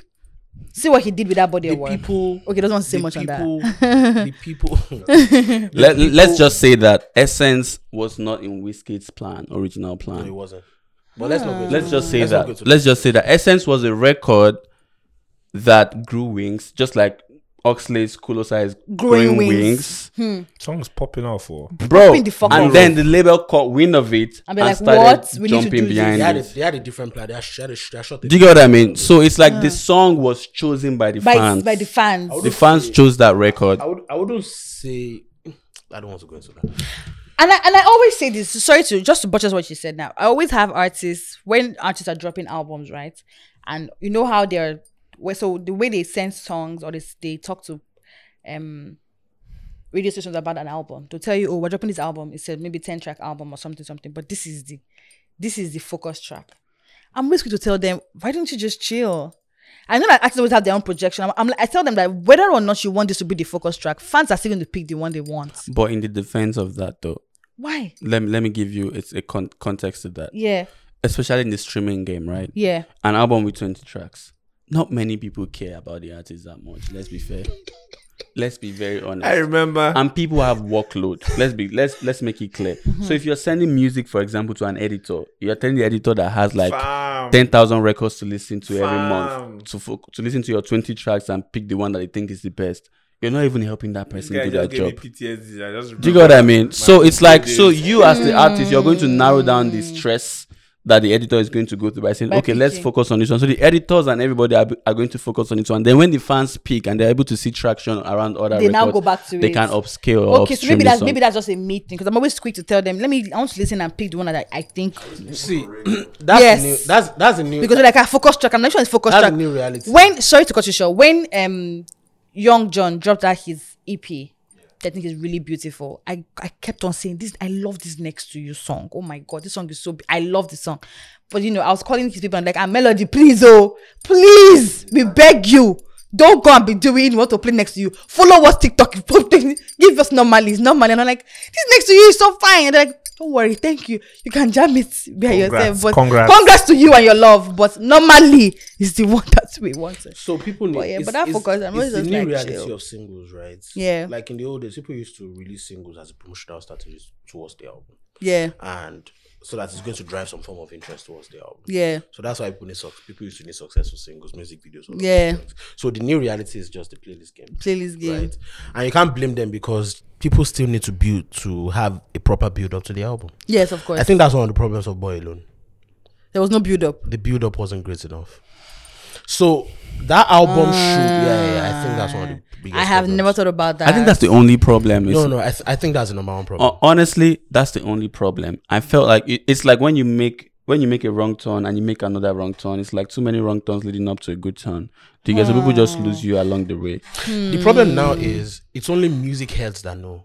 Speaker 1: See what he did with that body of work.
Speaker 2: people.
Speaker 1: Okay, doesn't want to say
Speaker 2: the
Speaker 1: much on that.
Speaker 2: people, the people.
Speaker 5: Let, let's just say that Essence was not in Whiskey's plan, original plan.
Speaker 2: No, it wasn't. But let's not go. to
Speaker 5: Let's
Speaker 2: that.
Speaker 5: just say
Speaker 2: not go
Speaker 5: that.
Speaker 2: to
Speaker 5: Let's just say that Essence was a record that grew wings, just like Oxley's Kulosa is
Speaker 1: Growing
Speaker 5: growing wings,
Speaker 1: wings.
Speaker 3: Song's popping off. Oh.
Speaker 5: bro.
Speaker 1: Popping the fuck
Speaker 5: and
Speaker 1: off.
Speaker 5: then the label caught wind of it
Speaker 1: And
Speaker 5: and,
Speaker 1: be like,
Speaker 5: started
Speaker 1: "What? We need to
Speaker 5: jumping
Speaker 1: do this."
Speaker 5: behind
Speaker 2: They had, a,
Speaker 5: it.
Speaker 2: they had a different plan. They had, they had, a, they had shot a
Speaker 5: Do you get what I mean? So it's like the song was chosen by the
Speaker 1: Uh. By,
Speaker 5: fans.
Speaker 1: by the fans.
Speaker 5: the fans chose that record.
Speaker 2: I would I wouldn't say I don't want to go into that.
Speaker 1: And I, and I always say this, sorry to just to butcher what you said now. I always have artists when artists are dropping albums, right? And you know how they're well, so the way they send songs or they, s- they talk to um radio stations about an album. They'll tell you, oh, we're dropping this album. It's a maybe 10 track album or something, something. But this is the this is the focus track. I'm always going to tell them, why don't you just chill? I know that artists always have their own projection. I'm, I'm like, I tell them that whether or not you want this to be the focus track, fans are still going to pick the one they want.
Speaker 5: But in the defense of that, though,
Speaker 1: Why?
Speaker 5: let me let me give you it's a con- context to that,
Speaker 1: Yeah,
Speaker 5: especially in the streaming game, right?
Speaker 1: yeah.
Speaker 5: an album with 20 tracks not many people care about the artist that much let's be fair let's be very honest
Speaker 3: I remember.
Speaker 5: and people have workload let's be let's let's make it clear
Speaker 3: Mm-hmm.
Speaker 5: so if you're sending music for example to an editor you're telling the editor that has like
Speaker 3: Fam.
Speaker 5: 10,000 records to listen to every
Speaker 3: Fam.
Speaker 5: month to fo- to listen to your 20 tracks and pick the one that they think is the best you're not even helping that
Speaker 3: This
Speaker 5: person
Speaker 3: guy
Speaker 5: do
Speaker 3: just
Speaker 5: that
Speaker 3: gave me
Speaker 5: job
Speaker 3: PTSD. I just
Speaker 5: do you get what I mean?
Speaker 3: remember
Speaker 5: So
Speaker 3: my
Speaker 5: it's like,
Speaker 3: days.
Speaker 5: so you as the artist, you're going to narrow down the stress that the editor is going to go through by saying,
Speaker 1: By
Speaker 5: okay, let's
Speaker 1: picking.
Speaker 5: focus on this one. So the editors and everybody are, are going to focus on this one. Then when the fans pick and they're able to see traction around other
Speaker 1: They
Speaker 5: records,
Speaker 1: now go back to
Speaker 5: they
Speaker 1: it.
Speaker 5: can upscale or
Speaker 1: Okay, so maybe that's maybe that's just a me thing because I'm always quick to tell them. Let me. I want to listen and pick the one that I, I think
Speaker 2: See, that's
Speaker 1: Yes.
Speaker 2: new. That's that's a new.
Speaker 1: because like a focus track. I'm not sure it's focus
Speaker 2: That's
Speaker 1: track.
Speaker 2: a new reality.
Speaker 1: When sorry to cut you short. When um Young John dropped out his EP, that I think is really beautiful. I I kept on saying this. I love this next to you song. Oh my god, this song is so. Be- I love this song, but you know I was calling his people and like, ah, melody, please, oh, please, we beg you. Don't go and be doing what to play next to you. Follow what TikTok is posting. Give leave us normally. It's normally. And I'm like, this next to you is so fine. And they're like, don't worry, thank you. You can jam it by yourself. But
Speaker 4: congrats.
Speaker 1: to you and your love. But normally is the one that we want.
Speaker 2: So people need.
Speaker 1: But yeah,
Speaker 2: it's-
Speaker 1: but that
Speaker 2: it's-
Speaker 1: focus, I'm
Speaker 2: it's
Speaker 1: always
Speaker 2: the
Speaker 1: just
Speaker 2: new
Speaker 1: like,
Speaker 2: reality
Speaker 1: chill.
Speaker 2: of singles, right?
Speaker 1: Yeah.
Speaker 2: Like in the old days, people used to release singles as a promotional strategy towards the album,
Speaker 1: Yeah,
Speaker 2: and so that it's going to drive some form of interest towards the album.
Speaker 1: yeah,
Speaker 2: So that's why people need suc- people used to need successful singles, music videos. all of those
Speaker 1: Yeah.
Speaker 2: things. So the new reality is just the playlist game.
Speaker 1: playlist game.
Speaker 2: Right. And you can't blame them because people still need to build to have a proper build up to the album.
Speaker 1: Yes, of course.
Speaker 2: I think that's one of the problems of Boy Alone.
Speaker 1: there was no build up.
Speaker 2: The build up wasn't great enough. So that album should yeah, yeah, yeah, I think that's one of the biggest
Speaker 1: Uh, I have
Speaker 2: problems.
Speaker 1: never thought about that.
Speaker 5: I think that's the only problem. Is
Speaker 2: No, no, I, th- I think that's the number one problem.
Speaker 5: Hon- honestly, that's the only problem. I felt like it, it's like when you make when you make a wrong turn and you make another wrong turn. It's like too many wrong turns leading up to a good turn. Do you get so people
Speaker 1: Ah.
Speaker 5: just lose you along the way?
Speaker 1: Mm.
Speaker 2: The problem now is it's only music heads that know.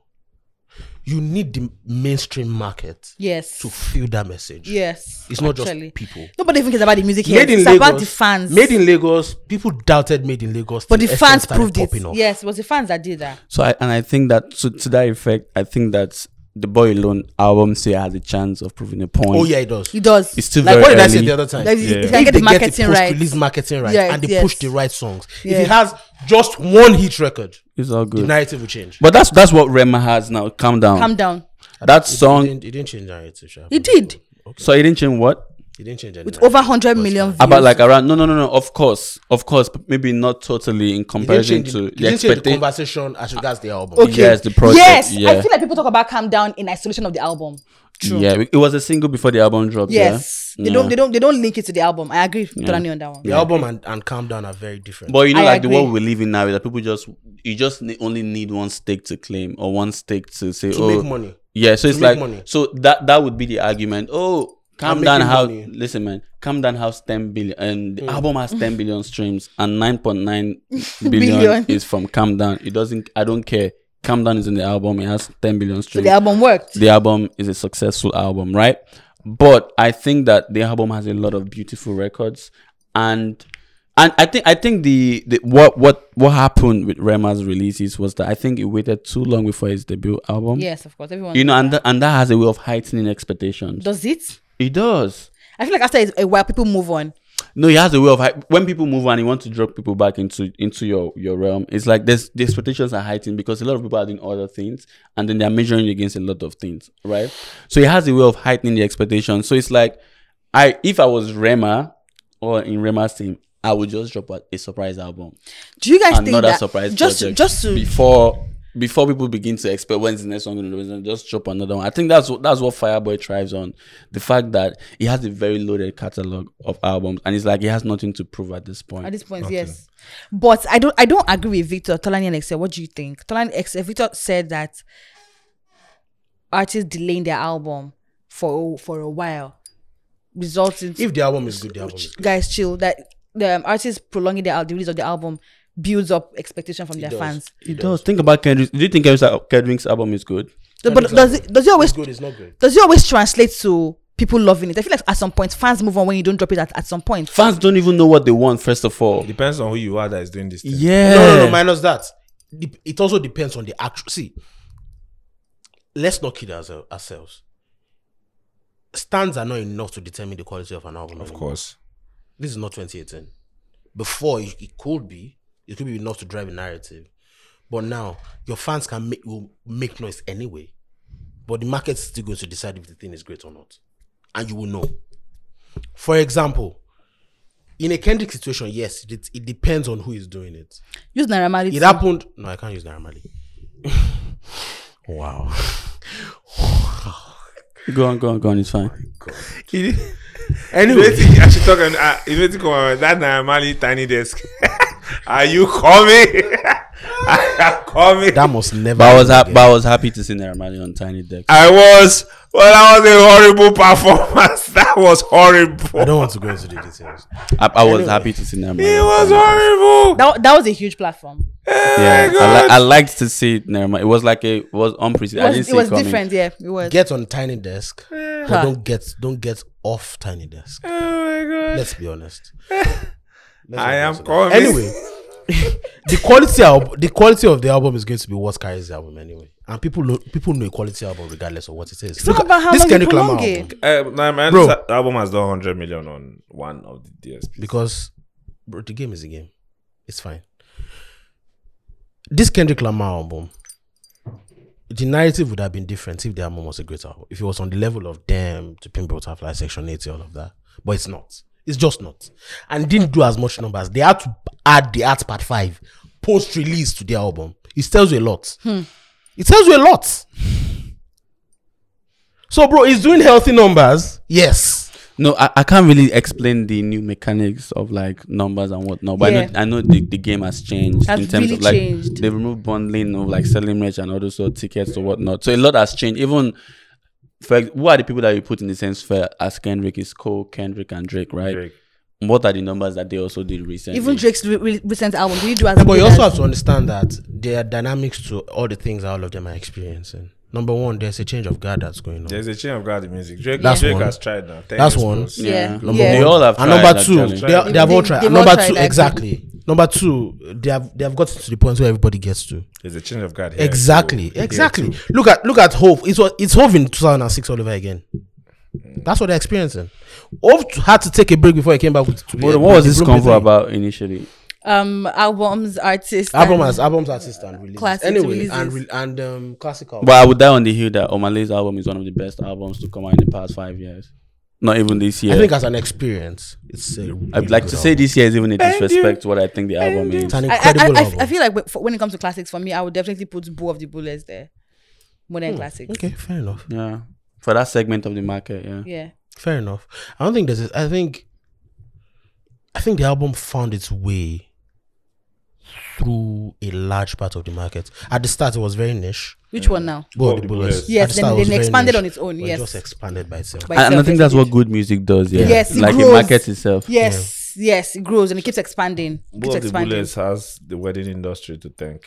Speaker 2: You need the mainstream market
Speaker 1: yes,
Speaker 2: to feel that message.
Speaker 1: yes.
Speaker 2: It's not
Speaker 1: actually.
Speaker 2: just people.
Speaker 1: Nobody even cares about the music here.
Speaker 2: Made in
Speaker 1: It's
Speaker 2: Lagos.
Speaker 1: about the fans.
Speaker 2: Made in Lagos. People doubted Made in Lagos.
Speaker 1: but the
Speaker 2: till
Speaker 1: fans
Speaker 2: Essence started
Speaker 1: proved it.
Speaker 2: popping off.
Speaker 1: Yes, it was the fans that did that.
Speaker 5: So I, and I think that to, to that effect, I think that the Boy Alone album say has a chance of proving a point.
Speaker 2: Oh yeah, it does.
Speaker 1: It does.
Speaker 5: it's still
Speaker 2: like
Speaker 5: very
Speaker 2: what did I
Speaker 5: early.
Speaker 2: say the other time?
Speaker 1: Like, it-
Speaker 4: Yeah.
Speaker 1: it can get
Speaker 2: If
Speaker 1: the
Speaker 2: they get
Speaker 1: marketing
Speaker 2: a post
Speaker 1: right.
Speaker 2: release marketing right,
Speaker 1: Yes,
Speaker 2: and they
Speaker 1: yes.
Speaker 2: push the right songs. If
Speaker 1: Yeah.
Speaker 2: it has just one hit record,
Speaker 5: It's all
Speaker 2: the
Speaker 5: good.
Speaker 2: narrative will change.
Speaker 5: But that's that's what Rema has now. Calm down.
Speaker 1: Calm down.
Speaker 5: that
Speaker 2: It
Speaker 5: song.
Speaker 2: didn't, it didn't change narrative. Sha.
Speaker 1: It did.
Speaker 5: So it didn't change what
Speaker 2: It didn't change
Speaker 1: With
Speaker 2: anything.
Speaker 1: over 100 million views.
Speaker 5: about like around. No, no, no, no. Of course, of course. But maybe not totally in
Speaker 2: It didn't
Speaker 5: comparison
Speaker 2: change, the,
Speaker 5: to
Speaker 2: it
Speaker 5: the
Speaker 2: didn't change the
Speaker 5: expectation.
Speaker 2: conversation as regards the album.
Speaker 1: Okay.
Speaker 5: Yes, the project,
Speaker 1: Yes,
Speaker 5: yeah.
Speaker 1: I feel like people talk about calm down in isolation of the album.
Speaker 5: Yeah, it was a single before the album dropped.
Speaker 1: Yes,
Speaker 5: yeah?
Speaker 1: they
Speaker 5: Yeah.
Speaker 1: don't. They don't. They don't link it to the album. I agree with Tolani on that one.
Speaker 2: The album and, and Calm Down are very different.
Speaker 5: But you know,
Speaker 1: I
Speaker 5: like the world
Speaker 1: agree.
Speaker 5: we live in now is that people just you just ne- only need one stake to claim or one stake to say
Speaker 2: to
Speaker 5: oh
Speaker 2: make money,
Speaker 5: yeah. So it's
Speaker 2: make
Speaker 5: like
Speaker 2: money.
Speaker 5: so that that would be the argument. Oh, calm
Speaker 2: I'm
Speaker 5: down.
Speaker 2: making
Speaker 5: How
Speaker 2: money. Mm.
Speaker 5: listen, man. Calm down. House ten billion and the album has ten billion streams and nine point nine billion
Speaker 1: Billion.
Speaker 5: is from Calm Down. It doesn't. I don't care. Calm Down is in the album. It has ten
Speaker 1: So
Speaker 5: billion streams.
Speaker 1: the album worked.
Speaker 5: the album is a successful album, right? But I think that the album has a lot of beautiful records, and and I think I think the, the what what what happened with Rema's releases was that I think he waited too long before his debut album.
Speaker 1: yes, of course. Everyone.
Speaker 5: You know, and that, and that has a way of heightening expectations.
Speaker 1: does it?
Speaker 5: He does.
Speaker 1: I feel like after a while, people move on.
Speaker 5: No, he has a way of hei- when people move and you want to drop people back into into your your realm. It's like there's the expectations are heightened because a lot of people are doing other things and then they're measuring it against a lot of things, right? So he has a way of heightening the expectations. So it's like I if I was Rema or in Rema's team, I would just drop a, a surprise album,
Speaker 1: Do you guys think
Speaker 5: another
Speaker 1: that
Speaker 5: surprise
Speaker 1: just
Speaker 5: project
Speaker 1: just to
Speaker 5: before before people begin to expect when's the next one going to release, just drop another one. I think that's what that's what Fireboy thrives on. The fact that he has a very loaded catalog of albums, and it's like he has nothing to prove at this point.
Speaker 1: at this point, yes. But I don't I don't agree with Victor Tolani and Excel. What do you think? Tolani Excel Victor said that artists delaying their album for for a while, resulting
Speaker 2: if the album is good, the album is good.
Speaker 1: guys chill that the um, artists prolonging the, al- the release of the album builds up expectation from their
Speaker 2: does.
Speaker 1: fans.
Speaker 5: He does. Think about Kendrick. Do you think Kendrick's, al- Kendrick's album is good?
Speaker 1: The- but does it does it always
Speaker 2: It's good, it's not good.
Speaker 1: does it always translate to people loving it? I feel like at some point fans move on when you don't drop it at, at some point.
Speaker 5: Fans don't even know what they want. First of all,
Speaker 4: Depends on who you are that is doing this. Thing.
Speaker 5: yeah.
Speaker 2: No,
Speaker 4: Eh.
Speaker 2: no, no, minus that. Dep- It also depends on the actual. See, let's not kid ourse- ourselves. Stands are not enough to determine the quality of an album.
Speaker 4: Of
Speaker 2: anymore.
Speaker 4: course.
Speaker 2: This is not 2018. Before, it, it could be. It could be enough to drive a narrative. But now, your fans can make will make noise anyway. But the market is still going to decide if the thing is great or not. And you will know. For example, in a Kendrick situation, yes, it, it depends on who is doing it.
Speaker 1: Use Naira Marley.
Speaker 2: It
Speaker 1: to-
Speaker 2: happened. No, I can't use Naira Marley. wow.
Speaker 5: Go on, go on, go on. It's fine.
Speaker 2: Anyway,
Speaker 4: Immediately, I should talk. And, uh, immediately come on, that Naramali tiny desk. Are you coming? I am coming.
Speaker 2: that must never.
Speaker 5: But I was ha-
Speaker 2: happen
Speaker 5: but I was happy to see Naramali on Tiny Deck.
Speaker 4: I was. Well, that was a horrible performance. That was horrible.
Speaker 2: I don't want to go into the details.
Speaker 5: I, I was happy to see Naramali.
Speaker 4: It
Speaker 5: on
Speaker 4: was
Speaker 5: Tiny Desk.
Speaker 4: horrible.
Speaker 1: that, that was a huge platform.
Speaker 5: Yeah, I, li- I liked to see it. Never mind. It was like a it was
Speaker 1: It
Speaker 5: unprecedented. I
Speaker 1: was,
Speaker 5: didn't see
Speaker 1: it was
Speaker 5: coming.
Speaker 1: different, yeah. It was.
Speaker 2: Get on tiny desk, but don't get don't get off tiny desk.
Speaker 4: Oh my god.
Speaker 2: Let's be honest. Let's not
Speaker 4: I
Speaker 2: go
Speaker 4: am
Speaker 2: into that.
Speaker 4: coming.
Speaker 2: Anyway, the quality of the quality of the album is going to be what carries the album anyway, and people know people know a quality album regardless of what it is.
Speaker 1: not
Speaker 2: Look at
Speaker 1: about how
Speaker 2: this
Speaker 1: long you
Speaker 2: Kendrick Lamar
Speaker 1: prolong it.
Speaker 2: album,
Speaker 4: Uh, nah, man,
Speaker 2: Bro.
Speaker 4: this album has done 100 million on one of the DSP.
Speaker 2: because bro, the game is the game. It's fine. This Kendrick Lamar album, the narrative would have been different if the album was a great album. If it was on the level of them to Pimp Butterfly, Section 80, all of that, but it's not. It's just not, and it didn't do as much numbers. They had to add the Art Part Five post release to the album. It tells you a lot. It tells you a lot. So, bro, it's doing healthy numbers. Yes.
Speaker 5: No, I, I can't really explain the new mechanics of like numbers and whatnot. But
Speaker 1: Yeah.
Speaker 5: I know I know the, the game has changed
Speaker 1: Has
Speaker 5: in terms
Speaker 1: really
Speaker 5: of like
Speaker 1: changed.
Speaker 5: they've removed bundling of like selling merch and all those sort of tickets or whatnot. So a lot has changed. Even for ex- who are the people that you put in the sense for as Kendrick is Cole, Kendrick and Drake, right?
Speaker 4: Drake.
Speaker 5: What are the numbers that they also did recently?
Speaker 1: Even Drake's re- re- recent album, do you do as
Speaker 2: Yeah, but you
Speaker 1: good
Speaker 2: also
Speaker 1: as-
Speaker 2: have to understand that there are dynamics to all the things all of them are experiencing. Number one, there's a change of guard that's going on.
Speaker 4: There's a change of guard in music. Drake,
Speaker 2: That's
Speaker 4: Drake
Speaker 2: one.
Speaker 4: has tried now. Ten
Speaker 2: That's
Speaker 4: years
Speaker 2: one.
Speaker 4: plus.
Speaker 1: yeah.
Speaker 5: Yeah.
Speaker 1: yeah.
Speaker 2: Number
Speaker 5: They
Speaker 2: one.
Speaker 5: all have
Speaker 2: and
Speaker 5: tried,
Speaker 2: number two,
Speaker 5: actually.
Speaker 2: they, are- they have all
Speaker 1: They-
Speaker 2: tried.
Speaker 1: they've
Speaker 2: And
Speaker 1: all
Speaker 2: number
Speaker 1: tried,
Speaker 2: two,
Speaker 1: actually.
Speaker 2: exactly. Number two, they have they have gotten to the point where everybody gets to.
Speaker 4: There's a change of guard here.
Speaker 2: exactly,
Speaker 4: too. Here
Speaker 2: exactly.
Speaker 4: too.
Speaker 2: Look at look at Hove. It's what it's Hove in 2006 all over again. That's what they're experiencing. Hove t- had to take a break before he came back with. to be-
Speaker 5: What,
Speaker 2: with
Speaker 5: what was
Speaker 2: the
Speaker 5: this
Speaker 2: Bloomberg
Speaker 5: convo
Speaker 2: thing.
Speaker 5: about initially?
Speaker 1: Um, albums, artists.
Speaker 2: Album
Speaker 1: and-
Speaker 2: as albums artist and release.
Speaker 1: Classics
Speaker 2: anyway,
Speaker 1: releases.
Speaker 2: and re- and um, classical.
Speaker 5: But I would die on the hill that Omale's album is one of the best albums to come out in the past five years. Not even this year.
Speaker 2: I think as an experience, it's. A
Speaker 5: I'd like to say this year is even a disrespect to what I think the album is.
Speaker 2: It's an
Speaker 1: I, I,
Speaker 2: incredible
Speaker 1: I,
Speaker 2: album.
Speaker 1: I, I feel like wh- for- when it comes to classics, for me, I would definitely put Boo of the Bullets there. Modern classics.
Speaker 2: Hmm, Okay, fair enough.
Speaker 5: Yeah. For that segment of the market, yeah.
Speaker 1: Yeah.
Speaker 2: Fair enough. I don't think there's. A, I think. I think the album found its way through a large part of the market. At the start, it was very niche.
Speaker 1: Which one now?
Speaker 5: Oh,
Speaker 2: Well,
Speaker 4: the
Speaker 2: the
Speaker 4: Bullets.
Speaker 2: Bullets. At
Speaker 1: Yes,
Speaker 2: the
Speaker 1: then-
Speaker 2: start, it was
Speaker 1: then
Speaker 2: very
Speaker 1: expanded
Speaker 2: niche,
Speaker 1: on its own,
Speaker 2: but it
Speaker 1: yes.
Speaker 2: just expanded by itself.
Speaker 1: By
Speaker 5: And I
Speaker 1: itself,
Speaker 5: think
Speaker 1: yes,
Speaker 5: that's
Speaker 1: it
Speaker 5: what
Speaker 1: did.
Speaker 5: good music does, yeah.
Speaker 1: Yes, it
Speaker 5: like
Speaker 1: grows.
Speaker 5: it markets itself.
Speaker 1: Yes, yes, it grows and it keeps expanding. Keeps
Speaker 4: Both of the
Speaker 1: expanding.
Speaker 4: bullets has the wedding industry to thank.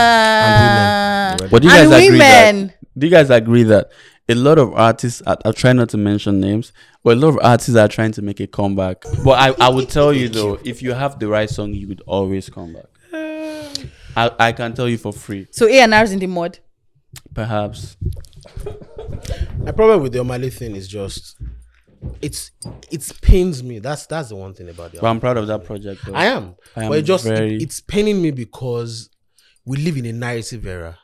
Speaker 1: Ah,
Speaker 4: women.
Speaker 5: But do you guys
Speaker 1: And
Speaker 5: agree
Speaker 1: women.
Speaker 5: that do you guys agree that a lot of artists I, I try not to mention names, but a lot of artists are trying to make a comeback. But I, I would tell you though, if you have the right song, you would always come back. I, I can tell you for free.
Speaker 1: so A and R's in the mud.
Speaker 5: Perhaps.
Speaker 2: My problem with the Omale thing is just, it's it pains me. That's that's the one thing about the
Speaker 5: But
Speaker 2: album.
Speaker 5: I'm proud of that project though.
Speaker 2: I am,
Speaker 5: I am
Speaker 2: but it just it-
Speaker 5: very-
Speaker 2: it's paining me because we live in a narrative era.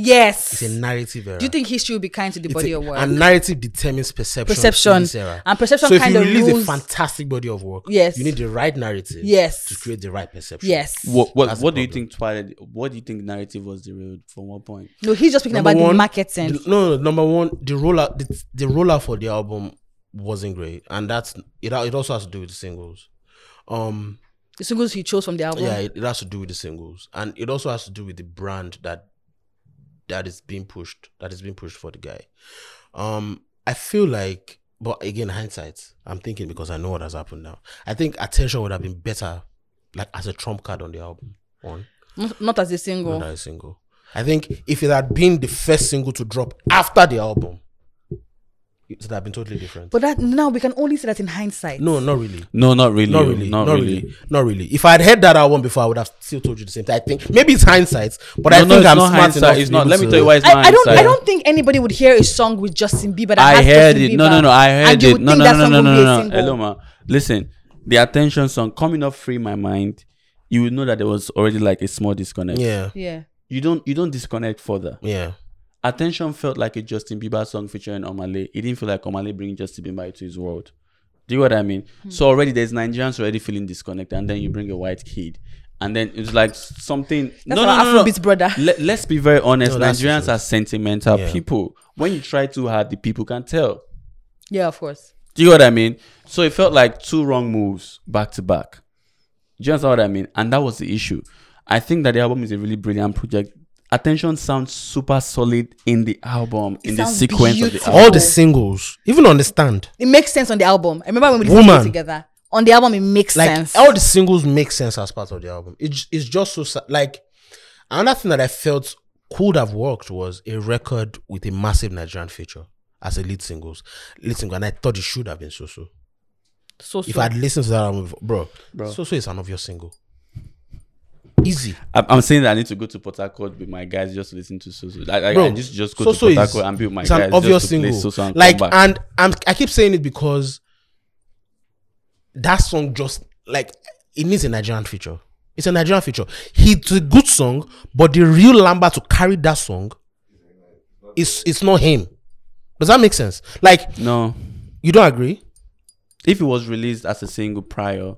Speaker 1: Yes.
Speaker 2: It's a
Speaker 1: Do
Speaker 2: narrative era.
Speaker 1: you think history will be kind to the
Speaker 2: It's
Speaker 1: body
Speaker 2: a-
Speaker 1: of work?
Speaker 2: And narrative determines perception.
Speaker 1: Perception.
Speaker 2: in this era.
Speaker 1: And perception
Speaker 2: So if
Speaker 1: kind
Speaker 2: you
Speaker 1: of
Speaker 2: release
Speaker 1: rules-
Speaker 2: a fantastic body of work,
Speaker 1: Yes.
Speaker 2: you need the right narrative.
Speaker 1: Yes.
Speaker 2: To create the right perception.
Speaker 1: yes.
Speaker 5: What what,
Speaker 2: That's
Speaker 5: what
Speaker 2: the
Speaker 5: do you
Speaker 2: problem.
Speaker 5: think Twilight? What do you think narrative was derailed from what point?
Speaker 1: No, he's just speaking
Speaker 2: Number
Speaker 1: about
Speaker 2: one,
Speaker 1: the marketing.
Speaker 2: the- no, no, number one, the rollout, the, the rollout for the album wasn't great, and that's it. al- It also has to do with the singles. Um,
Speaker 1: the singles he chose from the album.
Speaker 2: yeah, it, it has to do with the singles, and it also has to do with the brand that that is being pushed, that is being pushed for the guy. Um, I feel like, but again, hindsight. I'm thinking because I know what has happened now. I think attention would have been better, like as a trump card on the album. One.
Speaker 1: Not, not as a single.
Speaker 2: another single. I think if it had been the first single to drop after the album, it would have been totally different.
Speaker 1: But that now we can only say that in hindsight.
Speaker 2: no, not really.
Speaker 5: No, not really.
Speaker 2: Not
Speaker 5: oh,
Speaker 2: really, not, really. not really. If I had heard that album before, I would have still told you the same thing. I think maybe it's hindsight, but I think
Speaker 5: no, no, it's
Speaker 2: I'm
Speaker 5: not
Speaker 2: smart
Speaker 5: hindsight.
Speaker 2: enough. to
Speaker 5: It's
Speaker 2: be
Speaker 5: not.
Speaker 2: able
Speaker 5: Let me
Speaker 2: to-
Speaker 5: tell you why it's not
Speaker 1: I, I don't. I
Speaker 5: hindsight.
Speaker 1: don't think anybody would hear a song with Justin Bieber. That
Speaker 5: I
Speaker 1: has
Speaker 5: heard
Speaker 1: Justin
Speaker 5: it.
Speaker 1: Bieber,
Speaker 5: No, no, no. I
Speaker 1: and
Speaker 5: heard
Speaker 1: they
Speaker 5: it.
Speaker 1: would
Speaker 5: No,
Speaker 1: think
Speaker 5: no,
Speaker 1: that
Speaker 5: no, no,
Speaker 1: song
Speaker 5: no,
Speaker 1: would be a
Speaker 5: no, no.
Speaker 1: single.
Speaker 5: Hello, ma. Listen, the attention song coming up free my mind. You would know that there was already like a small disconnect.
Speaker 2: Yeah,
Speaker 1: Yeah.
Speaker 5: You don't. You don't disconnect further.
Speaker 2: yeah.
Speaker 5: Attention felt like a Justin Bieber song featuring Omale. It didn't feel like Omale bringing Justin Bieber into his world. Do you know what I mean?
Speaker 1: Hmm.
Speaker 5: So already there's Nigerians already feeling disconnected, and then you bring a white kid, and then it's like something.
Speaker 1: That's
Speaker 5: no,
Speaker 1: our
Speaker 5: no, no, no.
Speaker 1: Afrobeat brother.
Speaker 5: Let, let's be very honest.
Speaker 2: No, that's the
Speaker 5: Nigerians
Speaker 2: truth.
Speaker 5: are sentimental
Speaker 2: Yeah.
Speaker 5: people. When you try too hard, the people can tell.
Speaker 1: Yeah, of course.
Speaker 5: Do you know what I mean? So it felt like two wrong moves back to back. Do you understand what I mean? And that was the issue. I think that the album is a really brilliant project. Attention sounds super solid in the album,
Speaker 1: It
Speaker 5: in the
Speaker 1: sounds
Speaker 5: sequence of the
Speaker 1: beautiful.
Speaker 5: album.
Speaker 2: All the singles, even understand.
Speaker 1: It makes sense on the album. I remember when we
Speaker 2: Woman.
Speaker 1: listened together. On the album, it makes
Speaker 2: Like
Speaker 1: sense.
Speaker 5: oh,
Speaker 2: all the singles make sense as part of the album. It, j- it's just so sa- like another thing that I felt could have worked was a record with a massive Nigerian feature as a lead singles, lead single, and I thought it should have been so so.
Speaker 1: So so.
Speaker 2: If I had listened to that album before, bro,
Speaker 5: Bro.
Speaker 2: So So is an obvious single. Easy.
Speaker 5: I'm, I'm saying that I need to go to Port Harcourt with my guys just to listen to Soso. Like, I, I
Speaker 2: Bro,
Speaker 5: just just go
Speaker 2: So
Speaker 5: to
Speaker 2: So
Speaker 5: Port
Speaker 2: is-
Speaker 5: Harcourt and be with my
Speaker 2: it's an
Speaker 5: guys
Speaker 2: obvious
Speaker 5: just to play
Speaker 2: single.
Speaker 5: Soso and
Speaker 2: like,
Speaker 5: come back.
Speaker 2: and I'm, I keep saying it because that song just like it needs a Nigerian feature. It's a Nigerian feature. He- It's a good song, but the real Lamba to carry that song is it's not him. Does that make sense? Like,
Speaker 5: no,
Speaker 2: you don't agree?
Speaker 5: if it was released as a single prior,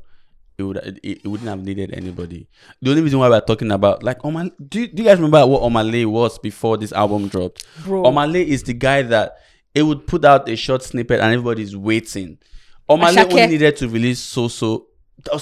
Speaker 5: it would it, it wouldn't have needed anybody. The only reason why we're talking about like Omale, do you, do you guys remember what Omale was before this album dropped?
Speaker 1: Bro.
Speaker 5: Omale is the guy that it would put out a short snippet and everybody's waiting. Omale
Speaker 1: Ashake.
Speaker 5: only needed to release so so.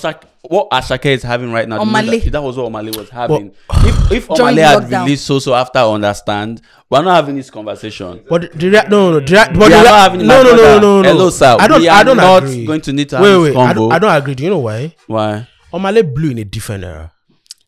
Speaker 5: Like, what Ashake is having right now, the
Speaker 1: Omale.
Speaker 5: music- that was what Omale was having. if if
Speaker 1: During
Speaker 5: Omale had
Speaker 1: lockdown.
Speaker 5: released so so after Understand, we're not having this conversation.
Speaker 2: But the rea- no, no, no, the rea- but
Speaker 5: We
Speaker 2: the
Speaker 5: are
Speaker 2: rea-
Speaker 5: not
Speaker 2: no,
Speaker 5: having that
Speaker 2: no, no, no,
Speaker 5: brother.
Speaker 2: no, no.
Speaker 5: Hello, sir.
Speaker 2: I don't,
Speaker 5: We
Speaker 2: I
Speaker 5: are
Speaker 2: don't
Speaker 5: not
Speaker 2: agree.
Speaker 5: going to need to have
Speaker 2: wait,
Speaker 5: this
Speaker 2: wait. I don't,
Speaker 5: convo.
Speaker 2: I don't agree. Do you know why?
Speaker 5: Why?
Speaker 2: Omale blew in a different era,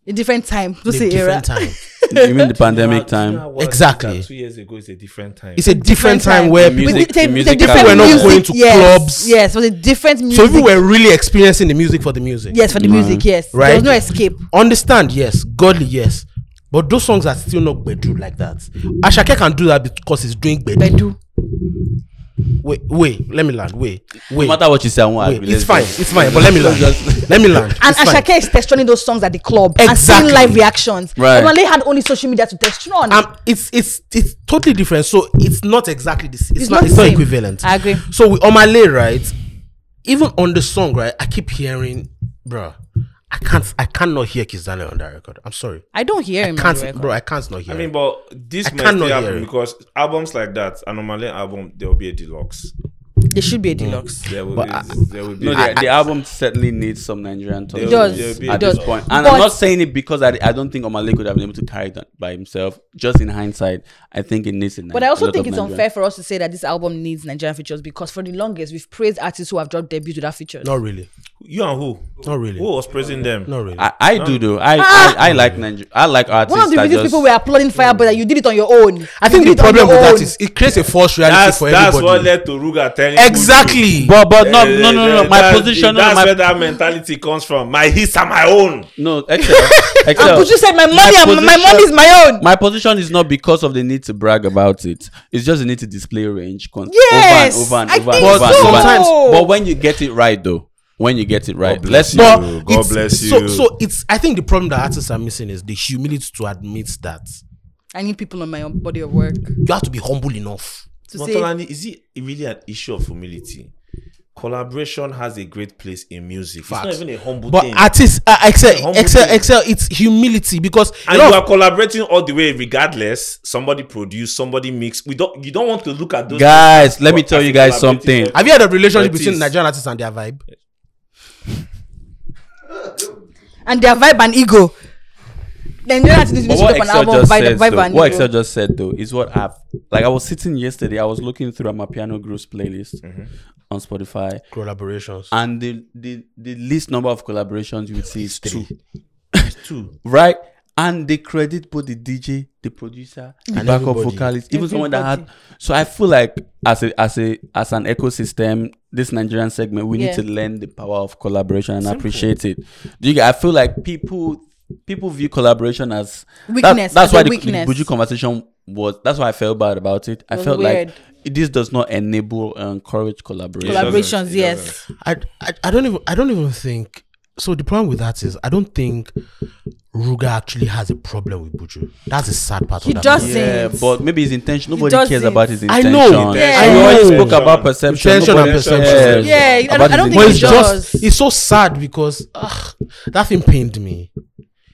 Speaker 1: a different time. Don't
Speaker 2: in a
Speaker 1: say era.
Speaker 2: different time.
Speaker 5: you mean the pandemic time?
Speaker 2: Exactly.
Speaker 4: Two years ago is a different time.
Speaker 2: It's a different time
Speaker 1: time.
Speaker 2: where
Speaker 5: The
Speaker 2: people
Speaker 5: music-
Speaker 1: With the-
Speaker 5: the
Speaker 1: with
Speaker 5: music
Speaker 1: the
Speaker 5: people were not
Speaker 1: music,
Speaker 2: going to
Speaker 1: yes,
Speaker 2: clubs.
Speaker 1: Yes, with the different music.
Speaker 2: So people were really experiencing the music for the music.
Speaker 1: yes for the music. Yes,
Speaker 2: Right.
Speaker 1: there was no escape.
Speaker 2: Understand, yes. Godly, yes. But those songs are still not Bedu like that. Ashake can do that because he's doing Bedu.
Speaker 1: Bedu.
Speaker 2: Wait, wait, let me land. Wait,
Speaker 5: No
Speaker 2: wait.
Speaker 5: matter what you say, I won't
Speaker 2: wait.
Speaker 5: agree.
Speaker 2: It's
Speaker 5: Let's
Speaker 2: fine.
Speaker 5: go.
Speaker 2: It's fine. But let me land. Let me land.
Speaker 1: And
Speaker 2: It's fine.
Speaker 1: Ashake is texturing those songs at the club and
Speaker 2: Exactly.
Speaker 1: seeing live reactions.
Speaker 5: Right.
Speaker 1: Omale had only social media to texture on.
Speaker 2: um it's it's it's totally different so it's not exactly this it's,
Speaker 1: It's
Speaker 2: not,
Speaker 1: not
Speaker 2: it's
Speaker 1: the
Speaker 2: not
Speaker 1: same.
Speaker 2: equivalent
Speaker 1: I agree.
Speaker 2: so with omale right even on the song right i keep hearing bruh i can't i cannot hear kiss Daniel on that record i'm sorry
Speaker 1: I don't hear him. on the
Speaker 2: can't
Speaker 1: record.
Speaker 2: bro i can't not hear
Speaker 3: I
Speaker 2: it.
Speaker 3: mean, but this
Speaker 2: I
Speaker 3: might
Speaker 2: cannot
Speaker 3: still
Speaker 2: hear
Speaker 3: happen
Speaker 2: it.
Speaker 3: because albums like that, Anomaly album, there will be a deluxe.
Speaker 1: There should be a deluxe.
Speaker 3: There will
Speaker 2: But
Speaker 3: be.
Speaker 2: I-
Speaker 3: there will be.
Speaker 5: No,
Speaker 3: a-
Speaker 5: the, the album certainly needs some Nigerian touch.
Speaker 1: It does.
Speaker 3: There'll be a
Speaker 5: at
Speaker 1: does.
Speaker 5: this point. And
Speaker 1: But-
Speaker 5: I'm not saying it because I, I don't think Omale could have been able to carry that by himself. Just in hindsight, I think it needs it.
Speaker 1: But I also think it's unfair for us to say that this album needs Nigerian features because for the longest we've praised artists who have dropped debut without features.
Speaker 2: not really
Speaker 3: You and who?
Speaker 2: not really
Speaker 3: Who was praising them?
Speaker 2: not really
Speaker 5: I, I
Speaker 3: Um,
Speaker 5: do though. I, I, I like Niger- I like artists.
Speaker 1: Ah! One of the
Speaker 5: that
Speaker 1: reasons
Speaker 5: just-
Speaker 1: people were applauding Firebird that you did it on your own.
Speaker 2: i think the problem with that is it creates a false reality
Speaker 3: That's
Speaker 2: for
Speaker 3: that's
Speaker 2: everybody
Speaker 3: what led to Ruga telling Uju.
Speaker 2: exactly
Speaker 5: But but no
Speaker 3: Eh,
Speaker 5: no no no.
Speaker 3: eh,
Speaker 5: no. My
Speaker 3: that-
Speaker 5: position. no,
Speaker 3: That's
Speaker 5: my,
Speaker 3: where that mentality comes from. My hits are my own.
Speaker 5: No, Excel. Excel.
Speaker 1: Abuju said, "My money, I'm- my money is my own."
Speaker 5: My position is not because of the need to brag about it. It's just the need to display range con-
Speaker 1: Yes,
Speaker 5: over and
Speaker 1: I
Speaker 5: over and
Speaker 1: think
Speaker 5: over and over.
Speaker 1: so.
Speaker 5: And over.
Speaker 1: Sometimes-
Speaker 5: but when you get it right, though, when you get it right,
Speaker 3: Oh,
Speaker 5: let's
Speaker 2: but
Speaker 5: not
Speaker 3: God
Speaker 2: it's-
Speaker 3: bless
Speaker 2: so
Speaker 3: you.
Speaker 2: so it's i think the problem that artists are missing is the humility to admit that
Speaker 1: I need people on my own body of work to
Speaker 2: you have to be humble enough
Speaker 1: say
Speaker 3: Motolani, is it really an issue of humility? Collaboration has a great place in music.
Speaker 2: Facts.
Speaker 3: It's not even a humble
Speaker 2: But
Speaker 3: thing.
Speaker 2: artists, uh, excel,
Speaker 3: Humble
Speaker 2: excel,
Speaker 3: thing.
Speaker 2: excel. It's humility because you
Speaker 3: and
Speaker 2: know,
Speaker 3: you are collaborating all the way, regardless. Somebody produce, somebody mix. We don't. You don't want to look at those
Speaker 5: guys.
Speaker 3: things
Speaker 5: Let me
Speaker 3: as
Speaker 5: tell
Speaker 3: a
Speaker 5: you guys
Speaker 3: collaborative
Speaker 5: something.
Speaker 3: effort.
Speaker 2: have you had a relationship
Speaker 3: Artists.
Speaker 2: between Nigerian artists and their vibe?
Speaker 1: and their vibe and ego. Then you have to do
Speaker 5: But
Speaker 1: this
Speaker 5: what
Speaker 1: up an
Speaker 5: Excel
Speaker 1: album
Speaker 5: just
Speaker 1: by the
Speaker 5: said,
Speaker 1: vibe
Speaker 5: though,
Speaker 1: and
Speaker 5: what
Speaker 1: ego.
Speaker 5: Excel just said though, is what I've like. I was sitting yesterday. I was looking through my piano grooves playlist on Spotify,
Speaker 2: Collaborations.
Speaker 5: and the the the least number of collaborations you would see is two.
Speaker 3: Two.
Speaker 5: right? And they credit both the DJ, the producer, the
Speaker 2: And
Speaker 5: backup
Speaker 2: everybody.
Speaker 5: vocalist, even someone that had.
Speaker 1: Everybody.
Speaker 5: So I feel like as a as a as an ecosystem, this Nigerian segment, we
Speaker 1: Yeah.
Speaker 5: need to learn the power of collaboration and appreciate it. Do you? get- I feel like people people view collaboration as that-
Speaker 1: Weakness,
Speaker 5: that's
Speaker 1: as
Speaker 5: why
Speaker 1: a
Speaker 5: the,
Speaker 1: weakness.
Speaker 5: the Buju conversation was. That's why I felt bad about it. I
Speaker 1: was
Speaker 5: felt
Speaker 1: weird.
Speaker 5: like this does not enable or encourage collaboration.
Speaker 1: Collaborations,
Speaker 3: It doesn't. It
Speaker 1: yes.
Speaker 2: I, I, I don't even, I don't even think. So the problem with that is, I don't think Ruga actually has a problem with Buju. That's the sad part.
Speaker 1: He
Speaker 2: of that
Speaker 1: doesn't.
Speaker 2: movie.
Speaker 5: yeah,
Speaker 1: It
Speaker 5: but maybe his intention. Nobody cares
Speaker 1: doesn't.
Speaker 5: about his
Speaker 2: I
Speaker 5: intention.
Speaker 2: know.
Speaker 3: Yeah.
Speaker 2: I
Speaker 5: We
Speaker 2: know.
Speaker 5: always spoke
Speaker 3: Intention.
Speaker 5: about perception.
Speaker 2: Intention and
Speaker 5: Nobody
Speaker 2: perception.
Speaker 5: cares
Speaker 1: Yeah, I
Speaker 5: about
Speaker 1: don't- I
Speaker 5: his
Speaker 1: don't think
Speaker 2: But
Speaker 5: intention.
Speaker 2: it's
Speaker 1: He
Speaker 2: just,
Speaker 1: does.
Speaker 2: it's so sad because ah, that thing pained me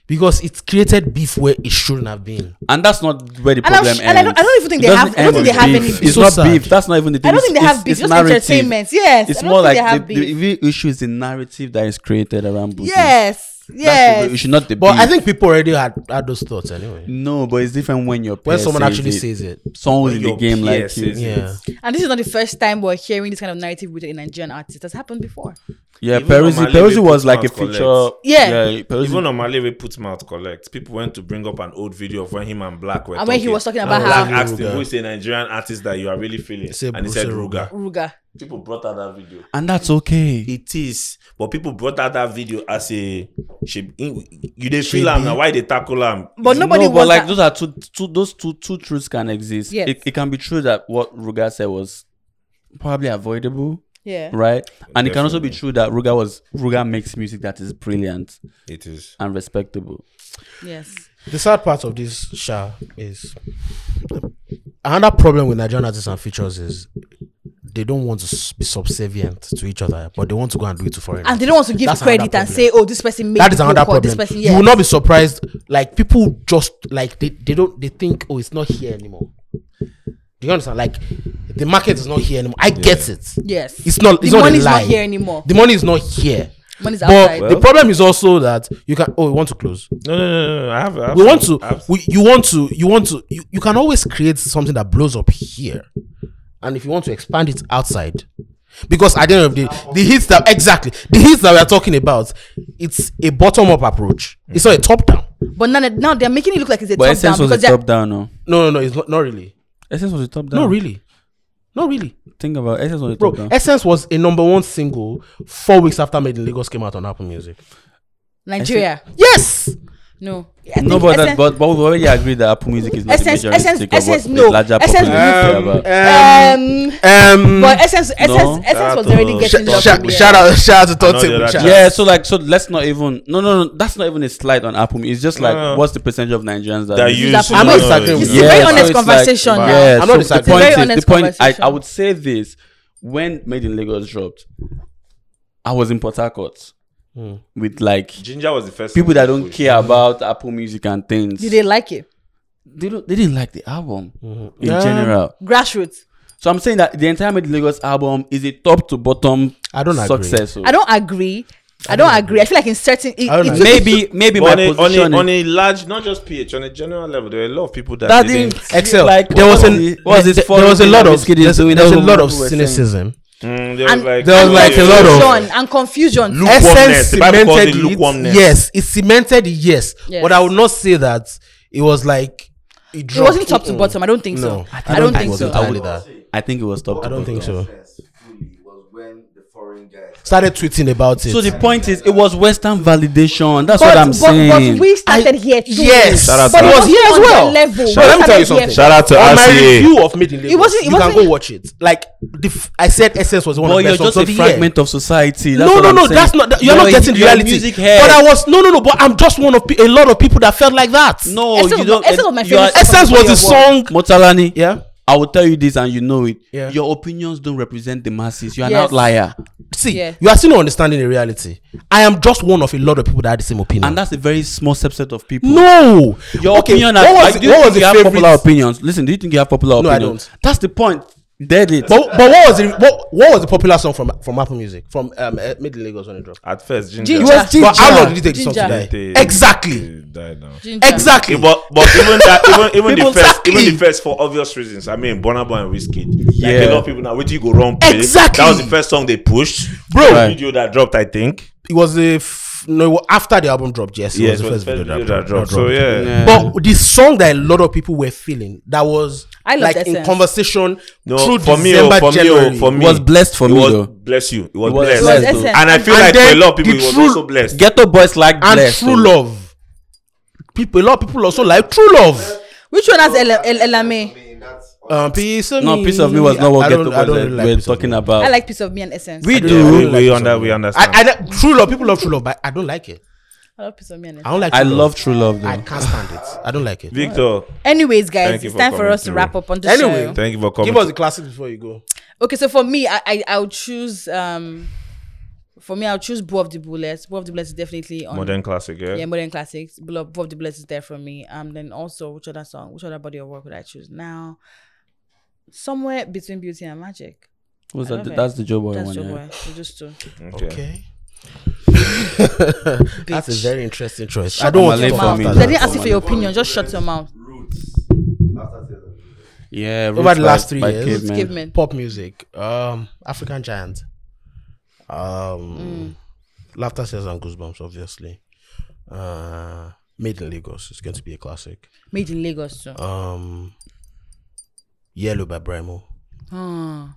Speaker 2: because it created beef where it shouldn't have been.
Speaker 5: and that's not where the
Speaker 1: And I'm
Speaker 5: problem
Speaker 1: sh-
Speaker 5: ends.
Speaker 1: and I don't- I don't even think
Speaker 5: It
Speaker 1: they have-
Speaker 5: doesn't
Speaker 1: I don't think
Speaker 5: end
Speaker 1: they have
Speaker 5: with
Speaker 1: any
Speaker 5: beef.
Speaker 1: beef.
Speaker 5: It's
Speaker 2: So
Speaker 5: not
Speaker 2: sad.
Speaker 5: beef. That's not even the thing.
Speaker 1: I don't think they
Speaker 5: It's-
Speaker 1: have beef.
Speaker 5: it's-
Speaker 1: Just
Speaker 5: it's narrative.
Speaker 1: entertainment. Yes,
Speaker 5: It's
Speaker 1: I don't
Speaker 5: more
Speaker 1: think they
Speaker 5: like
Speaker 1: have
Speaker 5: the,
Speaker 1: beef.
Speaker 5: the real issue is the narrative that is created around Buju.
Speaker 1: Yes,
Speaker 5: That's the,
Speaker 1: yes.
Speaker 5: it should not the
Speaker 2: But
Speaker 5: beef.
Speaker 2: I think people already had, had those thoughts anyway.
Speaker 5: no, but it's different when your
Speaker 2: When
Speaker 5: peer
Speaker 2: someone
Speaker 5: says
Speaker 2: actually
Speaker 5: it.
Speaker 2: says it,
Speaker 5: someone
Speaker 3: When
Speaker 5: in the
Speaker 3: your
Speaker 5: game
Speaker 3: peer
Speaker 5: like you.
Speaker 3: says it.
Speaker 2: yeah.
Speaker 1: And this is not the first time we're hearing this kind of narrative with a Nigerian artist. That's happened before.
Speaker 5: Yeah,
Speaker 3: Even
Speaker 5: Peruzzi.
Speaker 3: Omale
Speaker 5: Peruzzi
Speaker 3: will
Speaker 5: was
Speaker 3: put
Speaker 5: like a
Speaker 3: out collect.
Speaker 5: feature.
Speaker 1: Yeah.
Speaker 5: Peruzzi-
Speaker 3: Even on Malewe puts mouth collect. People went to bring up an old video of when him and Black were
Speaker 1: And when he was talking
Speaker 3: And
Speaker 1: about
Speaker 3: Black
Speaker 1: how-
Speaker 3: asked him
Speaker 2: Ruga.
Speaker 3: who is a Nigerian artist that you are really feeling,
Speaker 2: He said
Speaker 3: and he said
Speaker 2: Bruce
Speaker 3: Ruga.
Speaker 1: Ruga.
Speaker 3: People brought out that video.
Speaker 5: and that's okay.
Speaker 3: It is, but people brought out that video as a she. You dey feel am now. Why they tackle am?
Speaker 1: But nobody
Speaker 5: no, but
Speaker 1: wants
Speaker 5: like
Speaker 1: that.
Speaker 5: those are two, two, those two, two truths can exist.
Speaker 1: Yes.
Speaker 5: It, it can be true that what Ruga said was probably avoidable,
Speaker 1: yeah.
Speaker 5: right? And it can also be
Speaker 4: Definitely.
Speaker 5: true that Ruga was Ruga makes music that is brilliant
Speaker 4: It is.
Speaker 5: and respectable.
Speaker 1: Yes.
Speaker 2: The sad part of this sha is another problem with Nigerian artists and features is they don't want to s- be subservient to each other, but they want to go and do it to foreigners.
Speaker 1: And they don't want to give
Speaker 2: That's another
Speaker 1: credit and
Speaker 2: problem.
Speaker 1: say, oh, this person made
Speaker 2: that is
Speaker 1: the
Speaker 2: another
Speaker 1: book or
Speaker 2: problem.
Speaker 1: This person,
Speaker 2: You
Speaker 1: yeah.
Speaker 2: will not be surprised. Like people just like they, they don't they think oh it's not here anymore. Do you understand? Like the market is not here anymore. I get it.
Speaker 1: Yes.
Speaker 2: It's not. It's
Speaker 1: the
Speaker 2: not
Speaker 1: money
Speaker 2: a
Speaker 1: is
Speaker 2: lie.
Speaker 1: not here anymore.
Speaker 2: The money is not here.
Speaker 1: Money's
Speaker 2: but
Speaker 1: outside.
Speaker 2: the problem is also that you can. Oh, we want to close.
Speaker 4: No, no, no, no, no. I have. I have
Speaker 2: we
Speaker 4: some-
Speaker 2: want to.
Speaker 4: I have
Speaker 2: We, you want to. You want to. You, you can always create something that blows up here, and if you want to expand it outside, because at the end of the day, the hits that exactly the hits that we are talking about, it's a bottom up approach.
Speaker 3: Hmm.
Speaker 2: It's not a top down.
Speaker 1: But now, now they're making it look like it's a
Speaker 5: But
Speaker 1: top down
Speaker 5: Essence was
Speaker 1: because
Speaker 5: a
Speaker 1: they're
Speaker 5: top down, no?
Speaker 2: No, no, no. It's not. Not really.
Speaker 5: Essence was a top down.
Speaker 2: No, really. Not really,
Speaker 5: Think about Essence was a
Speaker 2: bro.
Speaker 5: top down.
Speaker 2: Essence was a number one single four weeks after Made in Lagos came out on Apple Music.
Speaker 1: Nigeria.
Speaker 2: Yes.
Speaker 1: No.
Speaker 5: No, but, that, but but we already agreed that Apple Music is not
Speaker 1: Essence-
Speaker 5: the
Speaker 1: Essence-
Speaker 5: majoristic of what
Speaker 1: Essence,
Speaker 5: the
Speaker 1: no.
Speaker 5: larger
Speaker 1: Essence-
Speaker 5: populace care
Speaker 1: Um,
Speaker 5: about.
Speaker 1: um,
Speaker 2: Um.
Speaker 1: but essence, essence, essence
Speaker 3: that
Speaker 1: was already
Speaker 3: was-
Speaker 2: sh-
Speaker 1: getting
Speaker 2: sh-
Speaker 1: love from there.
Speaker 2: shout out! Shout out
Speaker 3: know
Speaker 2: to
Speaker 3: the
Speaker 2: Totti.
Speaker 3: other
Speaker 2: Shout-
Speaker 3: channel.
Speaker 5: Yeah, so like, so let's not even. No, no, no. That's not even a slide on Apple. It's just like,
Speaker 3: No.
Speaker 5: what's the percentage of Nigerians that,
Speaker 3: That
Speaker 5: use-
Speaker 3: you.
Speaker 1: that
Speaker 2: I'm not disagreeing
Speaker 1: It's
Speaker 2: with
Speaker 1: a
Speaker 2: you.
Speaker 1: very
Speaker 5: so
Speaker 1: honest
Speaker 5: it's like-
Speaker 1: conversation.
Speaker 3: Wow.
Speaker 1: now.
Speaker 5: Yeah,
Speaker 2: I'm
Speaker 5: so
Speaker 2: not
Speaker 5: the
Speaker 2: disagreeing.
Speaker 1: It's
Speaker 5: point
Speaker 1: a very
Speaker 5: is, the
Speaker 1: honest
Speaker 5: point. I, I
Speaker 1: conversation.
Speaker 5: would say this: when Made in Lagos dropped, I was in Port Harcourt
Speaker 2: Hmm.
Speaker 5: with like
Speaker 3: Ginger was the first.
Speaker 5: people that don't
Speaker 3: push.
Speaker 5: care about Apple Music and things.
Speaker 1: Did they like it?
Speaker 5: They don't. They didn't like the album in
Speaker 2: Yeah.
Speaker 5: general.
Speaker 1: Grassroots.
Speaker 5: So I'm saying that the entire Made in Lagos album is a top to bottom
Speaker 2: I don't agree.
Speaker 5: success. so
Speaker 1: I don't agree. I don't agree. I feel like in certain, it,
Speaker 2: I don't
Speaker 1: it
Speaker 2: agree.
Speaker 1: took-
Speaker 5: Maybe maybe my
Speaker 3: But on a, on,
Speaker 5: position
Speaker 3: a,
Speaker 5: is-
Speaker 3: on a large, not just PH, on a general level, there were a lot of people that,
Speaker 5: that
Speaker 3: didn't.
Speaker 5: didn't
Speaker 2: Excel.
Speaker 5: Like,
Speaker 2: there was
Speaker 5: what
Speaker 2: a
Speaker 5: it- what is
Speaker 2: there,
Speaker 5: this
Speaker 2: there was a
Speaker 5: foreign
Speaker 2: lot
Speaker 5: thing
Speaker 2: of
Speaker 5: that Wizkid is
Speaker 2: there's,
Speaker 5: doing?
Speaker 2: there's a
Speaker 5: That's
Speaker 2: lot
Speaker 5: what
Speaker 2: of
Speaker 5: we were saying.
Speaker 2: cynicism.
Speaker 3: Mm, there was
Speaker 1: And-
Speaker 3: like
Speaker 2: There was
Speaker 1: and
Speaker 2: like a lot of-
Speaker 1: confusion and confusion.
Speaker 3: Lukewarmness. The Bible calls it
Speaker 2: cemented
Speaker 3: lukewarmness.
Speaker 2: Yes, it cemented. it, Yes,
Speaker 1: Yes.
Speaker 2: but I would not say that it was like it,
Speaker 1: It
Speaker 2: dropped.
Speaker 1: wasn't top to
Speaker 2: Mm-mm.
Speaker 1: bottom. I don't think so.
Speaker 2: No,
Speaker 1: I don't think
Speaker 2: it was
Speaker 1: so.
Speaker 2: entirely
Speaker 6: I
Speaker 2: that.
Speaker 5: I think it was top.
Speaker 2: I don't think so.
Speaker 6: Fully was when the foreign guys.
Speaker 2: Started tweeting about it.
Speaker 5: So the point is, it was Western validation. That's
Speaker 1: But,
Speaker 5: what I'm
Speaker 1: but,
Speaker 5: saying.
Speaker 1: but we started here too.
Speaker 2: Yes. Shout out
Speaker 1: but
Speaker 2: to
Speaker 1: it
Speaker 2: us.
Speaker 1: was here as well. Level.
Speaker 2: Shout-
Speaker 1: We
Speaker 2: let me tell you
Speaker 1: started
Speaker 2: something.
Speaker 1: here.
Speaker 3: Shout out to
Speaker 2: on my
Speaker 3: RCA.
Speaker 2: review of Made in Lagos,
Speaker 1: It wasn't- it
Speaker 2: you
Speaker 1: wasn't-
Speaker 2: can go watch it. Like the f- I said, Essence was one
Speaker 5: But
Speaker 2: of the
Speaker 5: you're
Speaker 2: best
Speaker 5: just
Speaker 2: songs
Speaker 5: a
Speaker 2: of the year.
Speaker 5: fragment of society. That's
Speaker 2: no,
Speaker 5: what
Speaker 2: no,
Speaker 5: I'm
Speaker 2: no.
Speaker 5: saying.
Speaker 2: That's not. That, you're not
Speaker 5: a-
Speaker 2: getting the
Speaker 5: you're a
Speaker 2: reality.
Speaker 5: Music head.
Speaker 2: but I was no, no, no. But I'm just one of pe- a lot of people that felt like that.
Speaker 5: no,
Speaker 1: Essence
Speaker 5: you
Speaker 1: of-
Speaker 5: don't.
Speaker 1: Essence of my
Speaker 5: you are-
Speaker 1: favorite song.
Speaker 2: Essence was the song.
Speaker 5: Motalani.
Speaker 2: Yeah.
Speaker 5: I will tell you this, and you know it.
Speaker 2: Yeah.
Speaker 5: Your opinions don't represent the masses. You're an
Speaker 1: Yes.
Speaker 5: outlier,
Speaker 2: See,
Speaker 1: Yeah.
Speaker 2: you are still not understanding the reality. I am just one of a lot of people that had the same opinion.
Speaker 5: and that's a very small subset of people.
Speaker 2: no,
Speaker 5: Your opinion.
Speaker 2: What
Speaker 5: are-
Speaker 2: was,
Speaker 5: like,
Speaker 2: it-
Speaker 5: do you
Speaker 2: what
Speaker 5: think
Speaker 2: was the
Speaker 5: you have
Speaker 2: favorite?
Speaker 5: popular opinions? Listen, do you think you have popular
Speaker 2: No, I
Speaker 5: opinions?
Speaker 2: don't.
Speaker 5: That's the point. Dead it.
Speaker 2: But, but what was the what, what was the popular song from from Apple Music from um, uh, Made in Lagos when it dropped?
Speaker 3: At first, Ginger.
Speaker 1: Ginger.
Speaker 2: It was
Speaker 1: Ginger.
Speaker 2: But how long did it take the song to
Speaker 1: Ginger.
Speaker 2: die?
Speaker 3: They-
Speaker 2: Exactly,
Speaker 4: to die now.
Speaker 1: Ginger.
Speaker 2: exactly.
Speaker 3: Yeah, but but even that even even
Speaker 2: People
Speaker 3: the first even
Speaker 2: tackling.
Speaker 3: the first for obvious reasons. I mean, Burna Boy and Whiskey. Yeah, like a
Speaker 5: Yeah.
Speaker 3: lot of people now. Where do you go wrong? play.
Speaker 2: Exactly.
Speaker 3: That was the first song they pushed,
Speaker 2: Bro.
Speaker 3: The
Speaker 5: Right.
Speaker 3: video that dropped, I think.
Speaker 2: it was the f- no it was after the album dropped. Yes, it
Speaker 3: Yeah,
Speaker 2: was the first video that dropped.
Speaker 3: So yeah, Mm.
Speaker 2: But the song that a lot of people were feeling that was
Speaker 1: I love
Speaker 2: like
Speaker 1: that
Speaker 2: in
Speaker 1: sense.
Speaker 2: conversation
Speaker 3: no,
Speaker 2: through
Speaker 3: for me, oh,
Speaker 2: December,
Speaker 3: for me, oh,
Speaker 2: January.
Speaker 3: for me,
Speaker 5: was blessed for
Speaker 3: it
Speaker 5: me,
Speaker 3: was,
Speaker 5: though.
Speaker 3: bless you. It was,
Speaker 5: It was
Speaker 3: blessed,
Speaker 5: blessed, It was
Speaker 1: though.
Speaker 3: and I feel
Speaker 2: And
Speaker 3: like for a
Speaker 2: then
Speaker 3: lot of people,
Speaker 2: the
Speaker 3: it was
Speaker 2: true-
Speaker 3: also blessed.
Speaker 5: Ghetto boys like
Speaker 2: and
Speaker 5: blessed.
Speaker 2: true
Speaker 3: oh.
Speaker 2: love. People, a lot of people also like true love.
Speaker 1: Which one has El- El- Elame?
Speaker 6: I mean, that's
Speaker 3: Uh,
Speaker 2: Um, piece of
Speaker 5: No,
Speaker 2: me.
Speaker 5: piece of me was not
Speaker 2: I
Speaker 5: what
Speaker 2: don't-
Speaker 5: Ghetto
Speaker 2: I don't
Speaker 5: boys
Speaker 2: really like
Speaker 5: were
Speaker 2: Piece of
Speaker 5: talking
Speaker 2: Me.
Speaker 5: about.
Speaker 1: I like piece of me and essence.
Speaker 5: We
Speaker 1: I
Speaker 5: do.
Speaker 3: Yeah,
Speaker 2: I
Speaker 3: we,
Speaker 2: really like
Speaker 3: we
Speaker 2: this
Speaker 3: under
Speaker 2: song.
Speaker 3: we understand.
Speaker 2: I, I like- true love. People love true love, but I don't like it.
Speaker 1: love piece of me and
Speaker 2: I
Speaker 1: essence.
Speaker 2: don't like.
Speaker 5: I
Speaker 2: True
Speaker 5: love True Love
Speaker 2: I
Speaker 5: though.
Speaker 2: can't stand it. I don't like it.
Speaker 3: Victor,
Speaker 1: Anyways,
Speaker 3: Thank
Speaker 1: guys,
Speaker 3: you
Speaker 1: it's
Speaker 3: for
Speaker 1: time for
Speaker 3: coming
Speaker 1: us to
Speaker 3: through.
Speaker 1: wrap up on the
Speaker 2: Anyway.
Speaker 1: show.
Speaker 3: thank you for coming.
Speaker 2: Give us the classics before you go.
Speaker 1: Okay, so for me, I I, I would choose um, for me I'll choose Boo of the Bullets. Boo of the Bullets is definitely on
Speaker 3: modern classic. Yeah,
Speaker 1: yeah modern classics. Boo of Boo of the Bullets is there for me. Um, then also which other song, which other body of work would I choose now? Somewhere between Beauty and Magic.
Speaker 5: What's
Speaker 1: I
Speaker 5: that?
Speaker 1: love it.
Speaker 5: That's the Joe Boy
Speaker 1: That's
Speaker 5: one.
Speaker 1: your
Speaker 5: yeah.
Speaker 1: boy. We Just two.
Speaker 3: Okay.
Speaker 2: Okay. That's a very interesting choice. I
Speaker 1: Shut
Speaker 2: don't
Speaker 1: your
Speaker 2: want to
Speaker 5: mouth.
Speaker 2: talk after
Speaker 5: They
Speaker 1: They
Speaker 2: that.
Speaker 1: didn't ask you for your opinion. Just shut your mouth.
Speaker 6: roots. After season.
Speaker 5: Yeah,
Speaker 2: Over
Speaker 5: Roots
Speaker 2: the
Speaker 5: by-
Speaker 2: last three
Speaker 5: by
Speaker 2: years.
Speaker 5: Caveman.
Speaker 1: Give me.
Speaker 2: Pop music. Um, African Giant. Um, Laughter Says and Goosebumps, obviously. Uh, Made in Lagos is going to be a classic.
Speaker 1: Made in Lagos too.
Speaker 2: Um, Yellow by Bremo.
Speaker 1: Ah.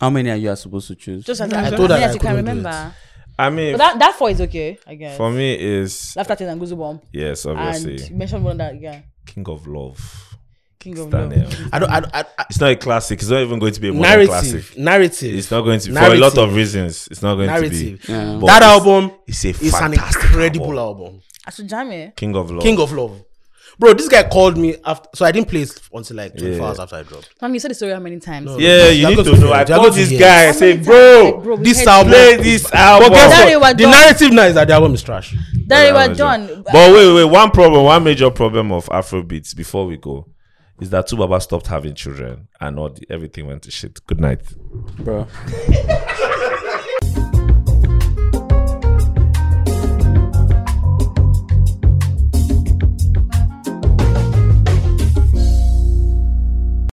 Speaker 5: How many are you are supposed to choose?
Speaker 1: Just as,
Speaker 2: I
Speaker 1: as,
Speaker 2: told her
Speaker 1: many
Speaker 2: I
Speaker 1: as you can
Speaker 2: couldn't do
Speaker 1: remember.
Speaker 3: I mean,
Speaker 1: But that that four is okay, I guess.
Speaker 3: for me is
Speaker 1: Laughter Teen and Goosey Bomb.
Speaker 3: yes,
Speaker 1: And
Speaker 3: obviously,
Speaker 1: you mentioned one that yeah,
Speaker 3: King of Love.
Speaker 1: King of Love.
Speaker 3: Daniel.
Speaker 2: I don't. I, don't- I, I,
Speaker 3: It's not a classic. It's not even going to be a modern
Speaker 2: narrative.
Speaker 3: classic.
Speaker 2: Narrative.
Speaker 3: It's not going to be for a
Speaker 2: Narrative.
Speaker 3: lot of reasons. It's not going
Speaker 2: narrative.
Speaker 3: to be.
Speaker 5: Yeah.
Speaker 3: But
Speaker 2: That
Speaker 3: it's-
Speaker 2: album
Speaker 3: it's a
Speaker 2: is an
Speaker 3: fantastic
Speaker 2: incredible
Speaker 3: album.
Speaker 2: album.
Speaker 1: I should jam it.
Speaker 3: King of Love.
Speaker 2: King of Love. Bro, this guy called me after, so I didn't play it until like 24
Speaker 3: Yeah.
Speaker 2: hours after I dropped.
Speaker 1: Mom, you said the story how many times?
Speaker 2: No.
Speaker 3: yeah, you
Speaker 2: They're
Speaker 3: need
Speaker 2: going
Speaker 3: to
Speaker 2: to
Speaker 3: know. I
Speaker 2: hear. They're
Speaker 3: called
Speaker 2: going
Speaker 3: this
Speaker 2: to hear.
Speaker 3: guy. I
Speaker 1: How many
Speaker 3: say,
Speaker 1: times?
Speaker 3: bro,
Speaker 1: Like, bro, we
Speaker 2: this
Speaker 1: heard
Speaker 2: album-
Speaker 1: you.
Speaker 3: play this album.
Speaker 2: But guess
Speaker 1: Daddy, we're
Speaker 2: what? The
Speaker 1: done.
Speaker 2: narrative now is that the album is trash.
Speaker 1: Daddy,
Speaker 3: Yeah,
Speaker 1: we're
Speaker 3: that
Speaker 1: done.
Speaker 3: But wait, wait, one problem, one major problem of Afrobeats before we go is that Tubaba stopped having children and all the, everything went to shit. Good night.
Speaker 5: bro.